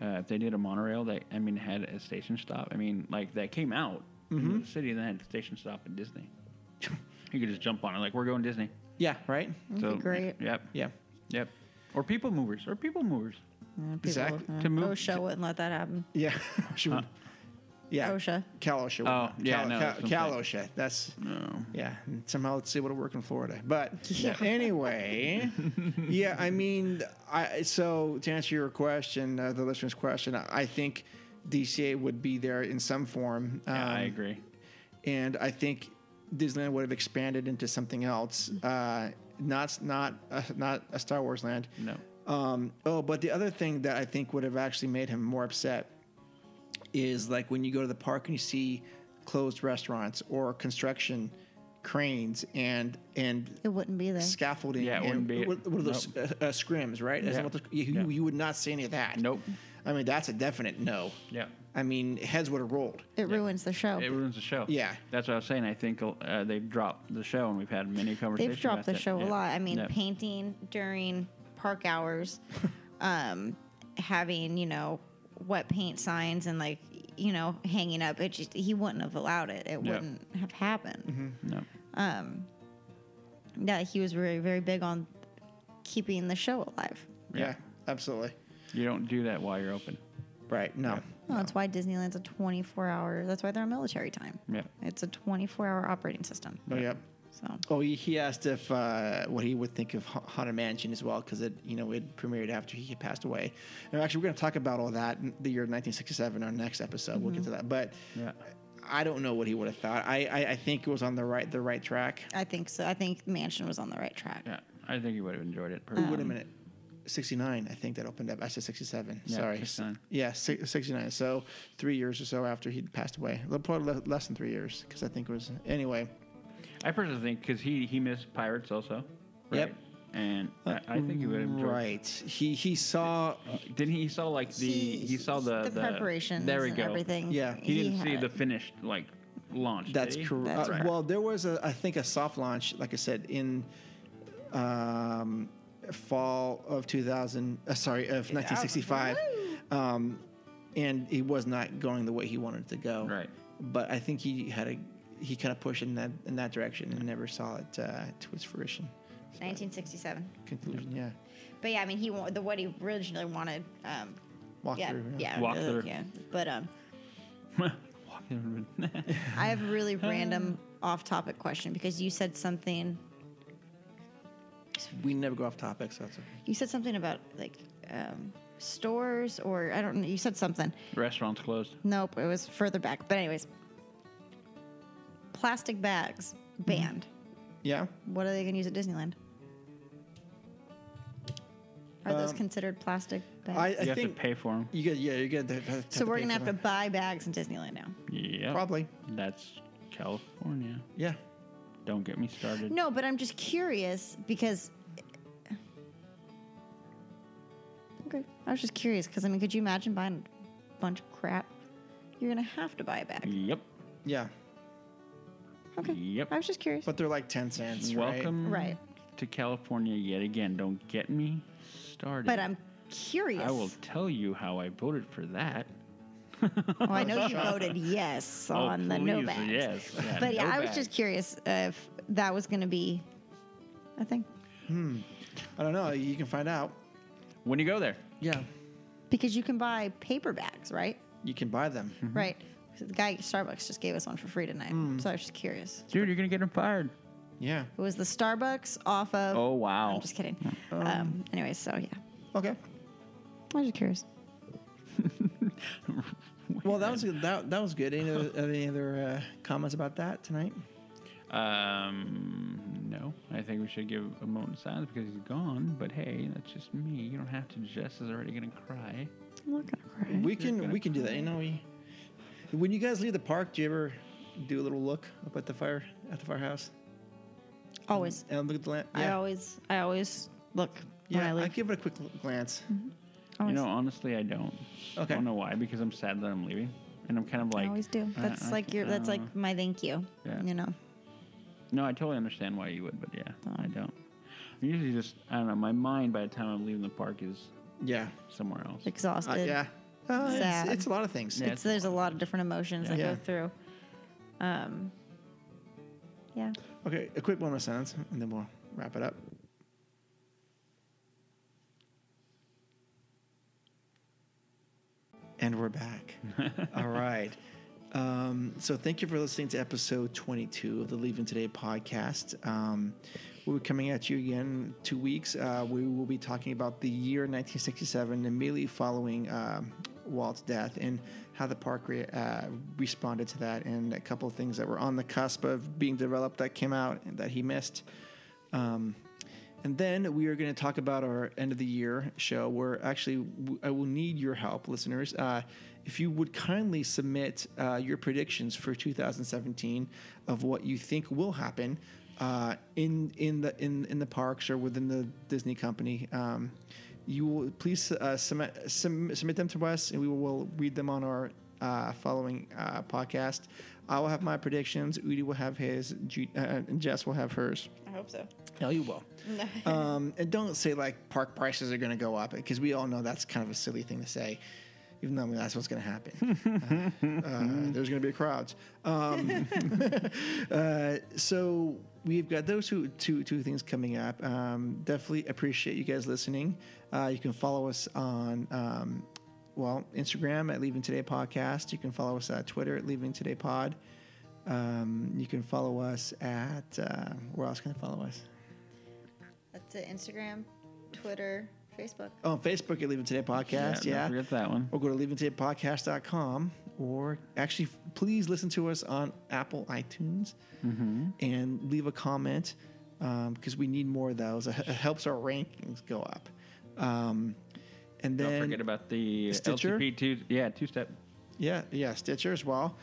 Speaker 4: uh, if they did a monorail that I mean had a station stop, I mean like that came out in
Speaker 5: Mhm.
Speaker 4: the city and then had a station stop in Disney. you could just jump on it like we're going Disney.
Speaker 5: Yeah, right?
Speaker 4: So, Yep.
Speaker 5: Yeah.
Speaker 4: Yep. Or people movers. Or people movers.
Speaker 5: Exactly.
Speaker 6: Uh,
Speaker 4: To move.
Speaker 6: OSHA wouldn't let that happen.
Speaker 5: Yeah. She would- yeah.
Speaker 6: OSHA.
Speaker 5: Cal OSHA.
Speaker 4: Oh, yeah,
Speaker 5: Cal,
Speaker 4: no,
Speaker 5: Cal,
Speaker 4: that's what I'm
Speaker 5: Cal
Speaker 4: saying.
Speaker 5: OSHA. That's
Speaker 4: No.
Speaker 5: yeah. and Somehow it's able to work in Florida, but
Speaker 4: Yeah.
Speaker 5: anyway, yeah. I mean, I so to answer your question, uh, the listener's question, I, I think DCA would be there in some form.
Speaker 4: Yeah, I
Speaker 5: Um,
Speaker 4: agree.
Speaker 5: and I think Disneyland would have expanded into something else. Uh, not not uh, not a Star Wars land.
Speaker 4: No.
Speaker 5: Um, oh, but the other thing that I think would have actually made him more upset is like when you go to the park and you see closed restaurants or construction cranes and and
Speaker 6: It wouldn't be there.
Speaker 5: scaffolding.
Speaker 4: Yeah, it wouldn't
Speaker 5: and
Speaker 4: be it.
Speaker 5: What, what are those uh, uh, scrims, right? That's
Speaker 4: Yeah.
Speaker 5: what those- you,
Speaker 4: Yeah.
Speaker 5: you would not see any of that.
Speaker 4: Nope.
Speaker 5: I mean, that's a definite no.
Speaker 4: Yeah.
Speaker 5: I mean, heads would have rolled.
Speaker 6: It ruins the show.
Speaker 4: It ruins the show.
Speaker 5: Yeah.
Speaker 4: That's what I was saying. I think uh, they've dropped the show, and we've had many conversations.
Speaker 6: They've dropped
Speaker 4: about
Speaker 6: the
Speaker 4: that.
Speaker 6: show
Speaker 4: Yeah.
Speaker 6: a lot. I mean,
Speaker 4: Yeah.
Speaker 6: painting during park hours, um, having you know wet paint signs and like you know hanging up. It just he wouldn't have allowed it. It
Speaker 4: Yeah. Mm-hmm.
Speaker 6: wouldn't have happened.
Speaker 4: No.
Speaker 6: Um, yeah, he was very very big on keeping the show alive.
Speaker 4: Yeah.
Speaker 5: yeah absolutely.
Speaker 4: You don't do that while you're open.
Speaker 5: Right. No.
Speaker 6: Well, that's why Disneyland's a 24 hour. That's why they're on military time.
Speaker 4: Yeah.
Speaker 6: It's a 24 hour operating system.
Speaker 5: Oh, yep.
Speaker 6: So
Speaker 5: Oh, he- he asked if uh, what he would think of Ha- Haunted Mansion as well, because it you know it premiered after he had passed away. And actually, we're going to talk about all that in the year 1967 our next episode. We'll get to that, but
Speaker 4: Mm-hmm. Yeah.
Speaker 5: I don't know what he would have thought. I, I I think it was on the right the right track.
Speaker 6: I think so. I think Mansion was on the right track.
Speaker 4: Yeah. I think you would have enjoyed it.
Speaker 5: Ooh,
Speaker 4: personally.
Speaker 5: wait a minute. 69, I think that opened up. I said 67.
Speaker 4: Yeah,
Speaker 5: Sorry.
Speaker 4: 69.
Speaker 5: Yeah, si- 69. So three years or so after he'd passed away. Well, Probably le- less than three years, because I think it was. Anyway.
Speaker 4: I personally think because he he missed Pirates also. Right?
Speaker 5: Yep.
Speaker 4: And I, I think he would have enjoyed.
Speaker 5: Right. He he saw.
Speaker 4: Didn't he, he saw like the he, saw the
Speaker 6: the preparations
Speaker 4: There we
Speaker 6: and
Speaker 4: go.
Speaker 6: everything.
Speaker 5: Yeah.
Speaker 6: He
Speaker 4: He, didn't see
Speaker 6: had-
Speaker 4: the finished like launch.
Speaker 5: That's
Speaker 4: did he?
Speaker 5: correct.
Speaker 4: That's
Speaker 5: Uh,
Speaker 4: right.
Speaker 5: Well, there was a, I think, a soft launch, like I said, in um, fall of 2000. Uh, sorry, of 1965, um, and it was not going the way he wanted it to go.
Speaker 4: Right.
Speaker 5: But I think he had a he kind of pushed in that in that direction and never saw it uh, to its fruition
Speaker 6: 1967.
Speaker 5: conclusion. Yeah.
Speaker 6: But yeah, I mean, he wa- the what he originally wanted. Um,
Speaker 5: Walk
Speaker 6: yeah,
Speaker 5: through.
Speaker 6: yeah,
Speaker 4: Walk
Speaker 6: uh,
Speaker 4: through.
Speaker 6: yeah. But um,
Speaker 4: Walking around.
Speaker 6: I have a really random off-topic question because you said something.
Speaker 5: We never go off topic, so that's okay.
Speaker 6: You said something about like um, stores or I don't know. You said something.
Speaker 4: Restaurants closed.
Speaker 6: Nope, it was further back. But anyways, plastic bags
Speaker 5: Mm-hmm.
Speaker 6: banned.
Speaker 5: Yeah.
Speaker 6: What are they going to use at Disneyland? Are those
Speaker 5: Um,
Speaker 6: considered plastic bags?
Speaker 5: I, I
Speaker 4: you have
Speaker 5: think
Speaker 4: to pay for them.
Speaker 5: you get. Yeah, you get.
Speaker 6: so we're going to have to buy bags in Disneyland now.
Speaker 4: Yeah.
Speaker 5: probably.
Speaker 4: That's California.
Speaker 5: Yeah.
Speaker 4: Don't get me started.
Speaker 6: No, but I'm just curious because. Okay, I was just curious because I mean, could you imagine buying a bunch of crap? You're gonna have to buy a bag.
Speaker 4: Yep.
Speaker 5: Yeah.
Speaker 6: Okay.
Speaker 4: Yep.
Speaker 6: I was just curious.
Speaker 5: But they're like ten cents. right?
Speaker 4: Welcome
Speaker 6: Right.
Speaker 4: to California yet again. Don't get me started.
Speaker 6: But I'm curious.
Speaker 4: I will tell you how I voted for that.
Speaker 6: Well, Oh, I know you voted yes on the no
Speaker 4: Oh, please,
Speaker 6: bags.
Speaker 4: yes, yeah,
Speaker 6: but yeah,
Speaker 4: no
Speaker 6: I was
Speaker 4: bags.
Speaker 6: just curious if that was going to be a thing
Speaker 5: I don't know. You can find out.
Speaker 4: When you go there,
Speaker 5: Yeah.
Speaker 6: because you can buy paper bags, right?
Speaker 5: You can buy them.
Speaker 4: Mm-hmm.
Speaker 6: Right. So the guy at Starbucks just gave us one for free tonight,
Speaker 4: Mm.
Speaker 6: so I was just curious.
Speaker 4: dude, you're gonna get him fired.
Speaker 5: Yeah.
Speaker 6: It was the Starbucks off of.
Speaker 4: Oh wow.
Speaker 6: I'm just kidding. Um, anyways, so yeah,
Speaker 5: Okay.
Speaker 6: I was just curious.
Speaker 5: Well, that was good. That, that was good. Any other, any other uh, comments about that tonight?
Speaker 4: Um, no, I think we should give a moment of silence because he's gone. But hey, that's just me. You don't have to. Jess is already gonna cry.
Speaker 6: I'm not gonna cry.
Speaker 5: We can we can do that. You know, we when you guys leave the park, do you ever do a little look up at the fire at the firehouse
Speaker 6: Always,
Speaker 5: and look at the lamp?
Speaker 6: I always, I always look when I
Speaker 5: yeah. I,
Speaker 6: leave.
Speaker 5: give it a quick glance.
Speaker 6: always,
Speaker 4: You know, honestly, I don't.
Speaker 5: Okay.
Speaker 4: I don't know why. Because I'm sad that I'm leaving, and I'm kind of like.
Speaker 6: I always do.
Speaker 4: I-
Speaker 6: That's
Speaker 4: I
Speaker 6: like your. That's
Speaker 4: don't
Speaker 6: like my thank you.
Speaker 4: Yeah.
Speaker 6: You know.
Speaker 4: No, I totally understand why you would, but yeah, I don't. I'm usually just I don't know. My mind by the time I'm leaving the park is
Speaker 5: Yeah.
Speaker 4: somewhere else.
Speaker 5: Uh,
Speaker 6: exhausted.
Speaker 5: yeah. Uh, it's-
Speaker 6: Mm-hmm. sad.
Speaker 5: it's a lot of things. Yeah,
Speaker 6: It's,
Speaker 5: it's a
Speaker 6: there's a lot of different emotions that
Speaker 5: Yeah.
Speaker 6: go through. Um, yeah.
Speaker 5: Okay, a quick one more sentence, and then we'll wrap it up. And we're back. All right. Um, so thank you for listening to episode 22 of the Leaving Today podcast. Um, we'll be coming at you again in two weeks. Uh, we will be talking about the year 1967, immediately following um Walt's death, and how the park re- uh, responded to that, and a couple of things that were on the cusp of being developed that came out and that he missed. Um, and then we are going to talk about our end of the year show, where actually w- I will need your help, listeners. Uh, if you would kindly submit uh, your predictions for 2017 of what you think will happen uh, in in the in in the parks or within the Disney company, um, you will please uh, submit sum, submit them to us, and we will read them on our uh, following uh, podcast. I will have my predictions. Udi will have his. Ju- uh, and Jess will have hers.
Speaker 14: I hope so.
Speaker 5: No, you will. um, and don't say like park prices are going to go up because we all know that's kind of a silly thing to say, even though that's what's going to happen. Uh, uh, there's going to be crowds. Um, uh, so we've got those two, two, two things coming up. Um, definitely appreciate you guys listening. Uh, you can follow us on. Um, well, Instagram at Leaving Today Podcast. You can follow us at Twitter at Leaving Today Pod. Um, you can follow us at uh, where else can they follow us?
Speaker 12: That's it. Instagram, Twitter, Facebook.
Speaker 5: Oh, on Facebook at Leaving Today Podcast.
Speaker 4: Yeah,
Speaker 5: Yeah.
Speaker 4: don't forget that one.
Speaker 5: Or go to leavingtodaypodcast.com or actually f- please listen to us on Apple iTunes
Speaker 4: Mm-hmm.
Speaker 5: and leave a comment because we need more of those. It h- it helps our rankings go up. Um, and then
Speaker 4: Don't forget about the
Speaker 5: Stitcher?
Speaker 4: LTP two. Yeah, two step.
Speaker 5: Yeah, yeah, Stitcher as well.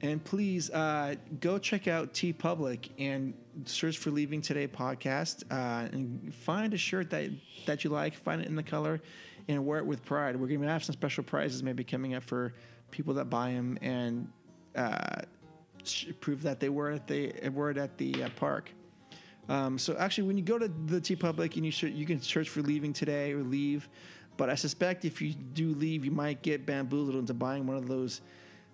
Speaker 5: And please uh, go check out T Public and search for Leaving Today podcast uh, and find a shirt that that you like. Find it in the color and wear it with pride. We're gonna have some special prizes maybe coming up for people that buy them and uh, sh- prove that they were at the were at the uh, park. Um, so actually, when you go to the T Public and you ser- you can search for leaving today or leave, but I suspect if you do leave, you might get bamboozled into buying one of those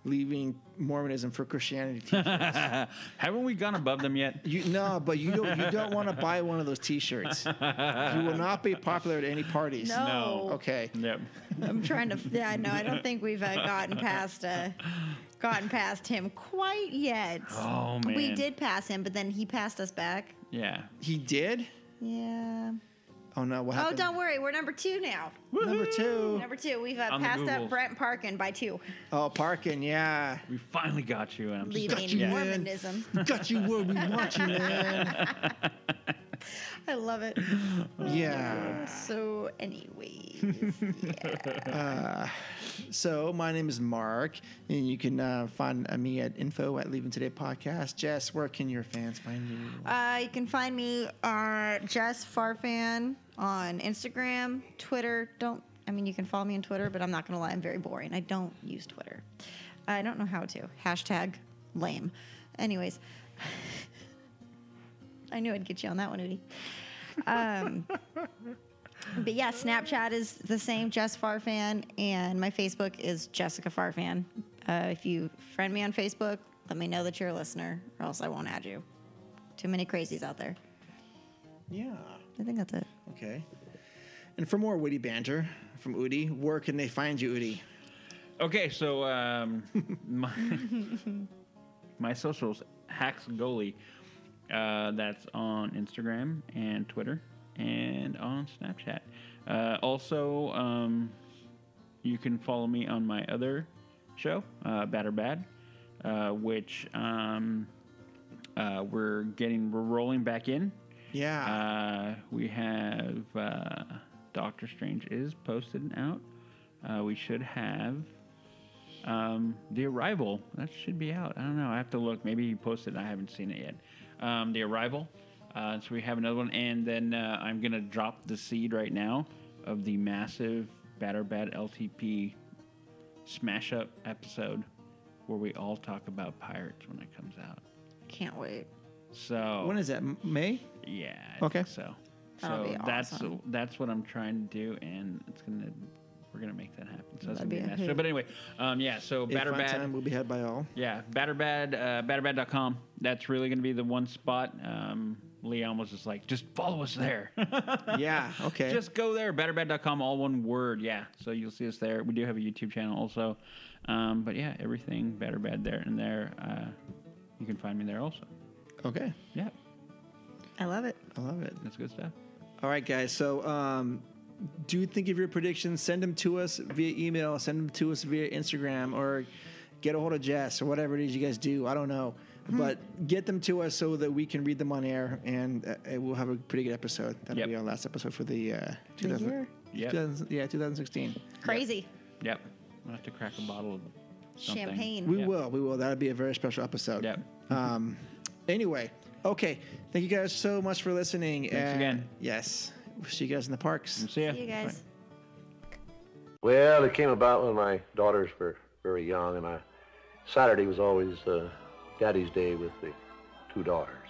Speaker 5: leaving Mormonism for Christianity. T-shirts.
Speaker 4: Haven't we gone above them yet?
Speaker 5: you no, but you don't you don't want to buy one of those T-shirts. You will not be popular at any parties.
Speaker 6: No. No.
Speaker 5: Okay.
Speaker 4: Yep.
Speaker 6: I'm trying to. Yeah, no, I don't think we've uh, gotten past uh, gotten past him quite yet.
Speaker 4: Oh,
Speaker 6: We
Speaker 4: man.
Speaker 6: did pass him, but then he passed us back.
Speaker 4: Yeah.
Speaker 5: He did.
Speaker 6: Yeah.
Speaker 5: Oh no! What
Speaker 6: Oh,
Speaker 5: happened?
Speaker 6: don't worry, we're number two now.
Speaker 5: Number two.
Speaker 6: Number two, we've uh,
Speaker 4: On the
Speaker 6: passed up
Speaker 4: Googles.
Speaker 6: Brent Parkin by two,
Speaker 5: Oh, parking. Yeah.
Speaker 4: We finally got you, and I'm just
Speaker 6: leaving
Speaker 5: you, man.
Speaker 6: Mormonism.
Speaker 5: Got you where we want you, man.
Speaker 6: I love it.
Speaker 4: Ah.
Speaker 5: Yeah.
Speaker 6: So, anyway,
Speaker 5: Uh, so my name is Mark, and you can uh, find uh, me at info at leaving today podcast. Jess, where can your fans find you?
Speaker 6: uh, you can find me uh, Jess Farfan on Instagram, Twitter. Don't. I mean, you can follow me on Twitter, but I'm not gonna lie, I'm very boring. I don't use Twitter. I don't know how to. Hashtag lame. Anyways, I knew I'd get you on that one, Udi. Um, but yeah, Snapchat is the same, Jess Farfan, and my Facebook is Jessica Farfan. Uh, if you friend me on Facebook, let me know that you're a listener, or else I won't add you. Too many crazies out there.
Speaker 5: Yeah.
Speaker 6: I think that's it.
Speaker 5: Okay. And for more witty banter from Udi, where can they find you, Udi?
Speaker 4: Okay, so um, my, my socials hacks goalie. Uh, that's on Instagram and Twitter and on Snapchat. Uh, also, um, you can follow me on my other show, uh, Bad or Bad, uh, which um, uh, we're getting we're rolling back in.
Speaker 5: Yeah.
Speaker 4: Uh, we have uh, Doctor Strange is posted and out. Uh, we should have um, The Arrival. That should be out. I don't know. I have to look. Maybe he posted. it. I haven't seen it yet. Um, the Arrival. Uh, so we have another one, and then uh, I'm gonna drop the seed right now of the massive Batter Bad LTP smash up episode where we all talk about pirates when it comes out.
Speaker 6: Can't wait.
Speaker 4: So
Speaker 5: when is that? M- May?
Speaker 4: yeah. I
Speaker 5: Okay.
Speaker 4: Think so. So
Speaker 6: That'll be
Speaker 4: that's
Speaker 6: awesome.
Speaker 4: that's what I'm trying to do, and it's gonna we're We're gonna make that happen. So that's
Speaker 5: That'd
Speaker 4: gonna be
Speaker 5: be
Speaker 4: a
Speaker 5: a
Speaker 4: mess. So,
Speaker 5: hoot.
Speaker 4: but anyway, um, yeah. So
Speaker 5: If on
Speaker 4: Batterbad.
Speaker 5: time will be had by all.
Speaker 4: Yeah, Batterbad, uh, batterbad.com. That's really going to be the one spot. Um, Leon was just like, just follow us there.
Speaker 5: yeah. Okay.
Speaker 4: Just go there, batterbad.com, all one word. Yeah. So you'll see us there. We do have a YouTube channel also. Um, but yeah, everything Batterbad there and there. Uh, you can find me there also.
Speaker 5: Okay.
Speaker 4: Yeah.
Speaker 6: I love it.
Speaker 5: I love it.
Speaker 4: That's good stuff.
Speaker 5: All right, guys. So, um, do think of your predictions. Send them to us via email. Send them to us via Instagram, or get a hold of Jess, or whatever it is you guys do. I don't know, but get them to us so that we can read them on air, and uh, uh, we'll have a pretty good episode. That'll be our last episode for the uh, 2000
Speaker 6: year?
Speaker 4: Yep.
Speaker 5: 2000 yeah 2016.
Speaker 6: Crazy.
Speaker 4: Yep. I'll have to crack a bottle of something.
Speaker 6: Champagne.
Speaker 5: We
Speaker 4: Yeah.
Speaker 5: will. We will. That'll be a very special episode. Yep. Um, anyway, okay. Thank you guys so much for listening.
Speaker 4: Thanks again.
Speaker 5: Yes. We'll see you guys in the parks.
Speaker 4: See ya.
Speaker 6: See you guys.
Speaker 15: Well, it came about when my daughters were very young, and I Saturday was always uh, Daddy's Day with the two daughters.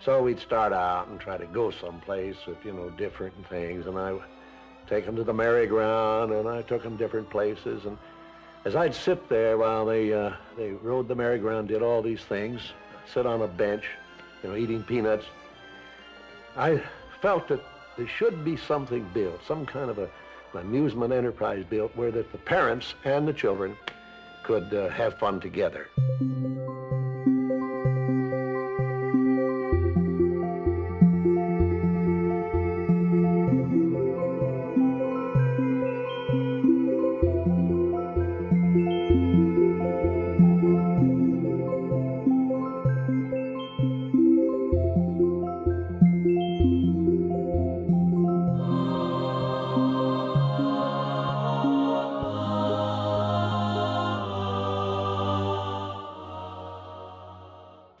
Speaker 15: So we'd start out and try to go someplace with you know different things, and I would take them to the merry-go-round, and I took them different places, and as I'd sit there while they uh, they rode the merry-go-round, did all these things, sit on a bench, you know, eating peanuts, I felt that there should be something built, some kind of a, an amusement enterprise built where that the parents and the children could uh, have fun together.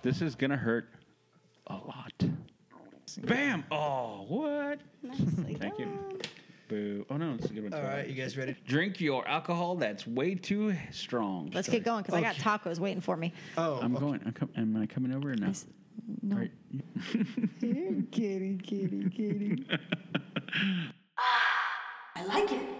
Speaker 4: This is going to hurt a lot. Bam! Oh, what? Thank you. Boo. Oh, no, it's a good one.
Speaker 5: All
Speaker 4: too.
Speaker 5: right, you guys ready?
Speaker 4: Drink your alcohol that's way too strong.
Speaker 6: Let's get going because I got tacos waiting for me.
Speaker 5: Oh,
Speaker 4: I'm going. I'm com- am I coming over or no?
Speaker 6: no.
Speaker 4: Are you-
Speaker 6: kitty, kitty, kitty.
Speaker 14: I like it.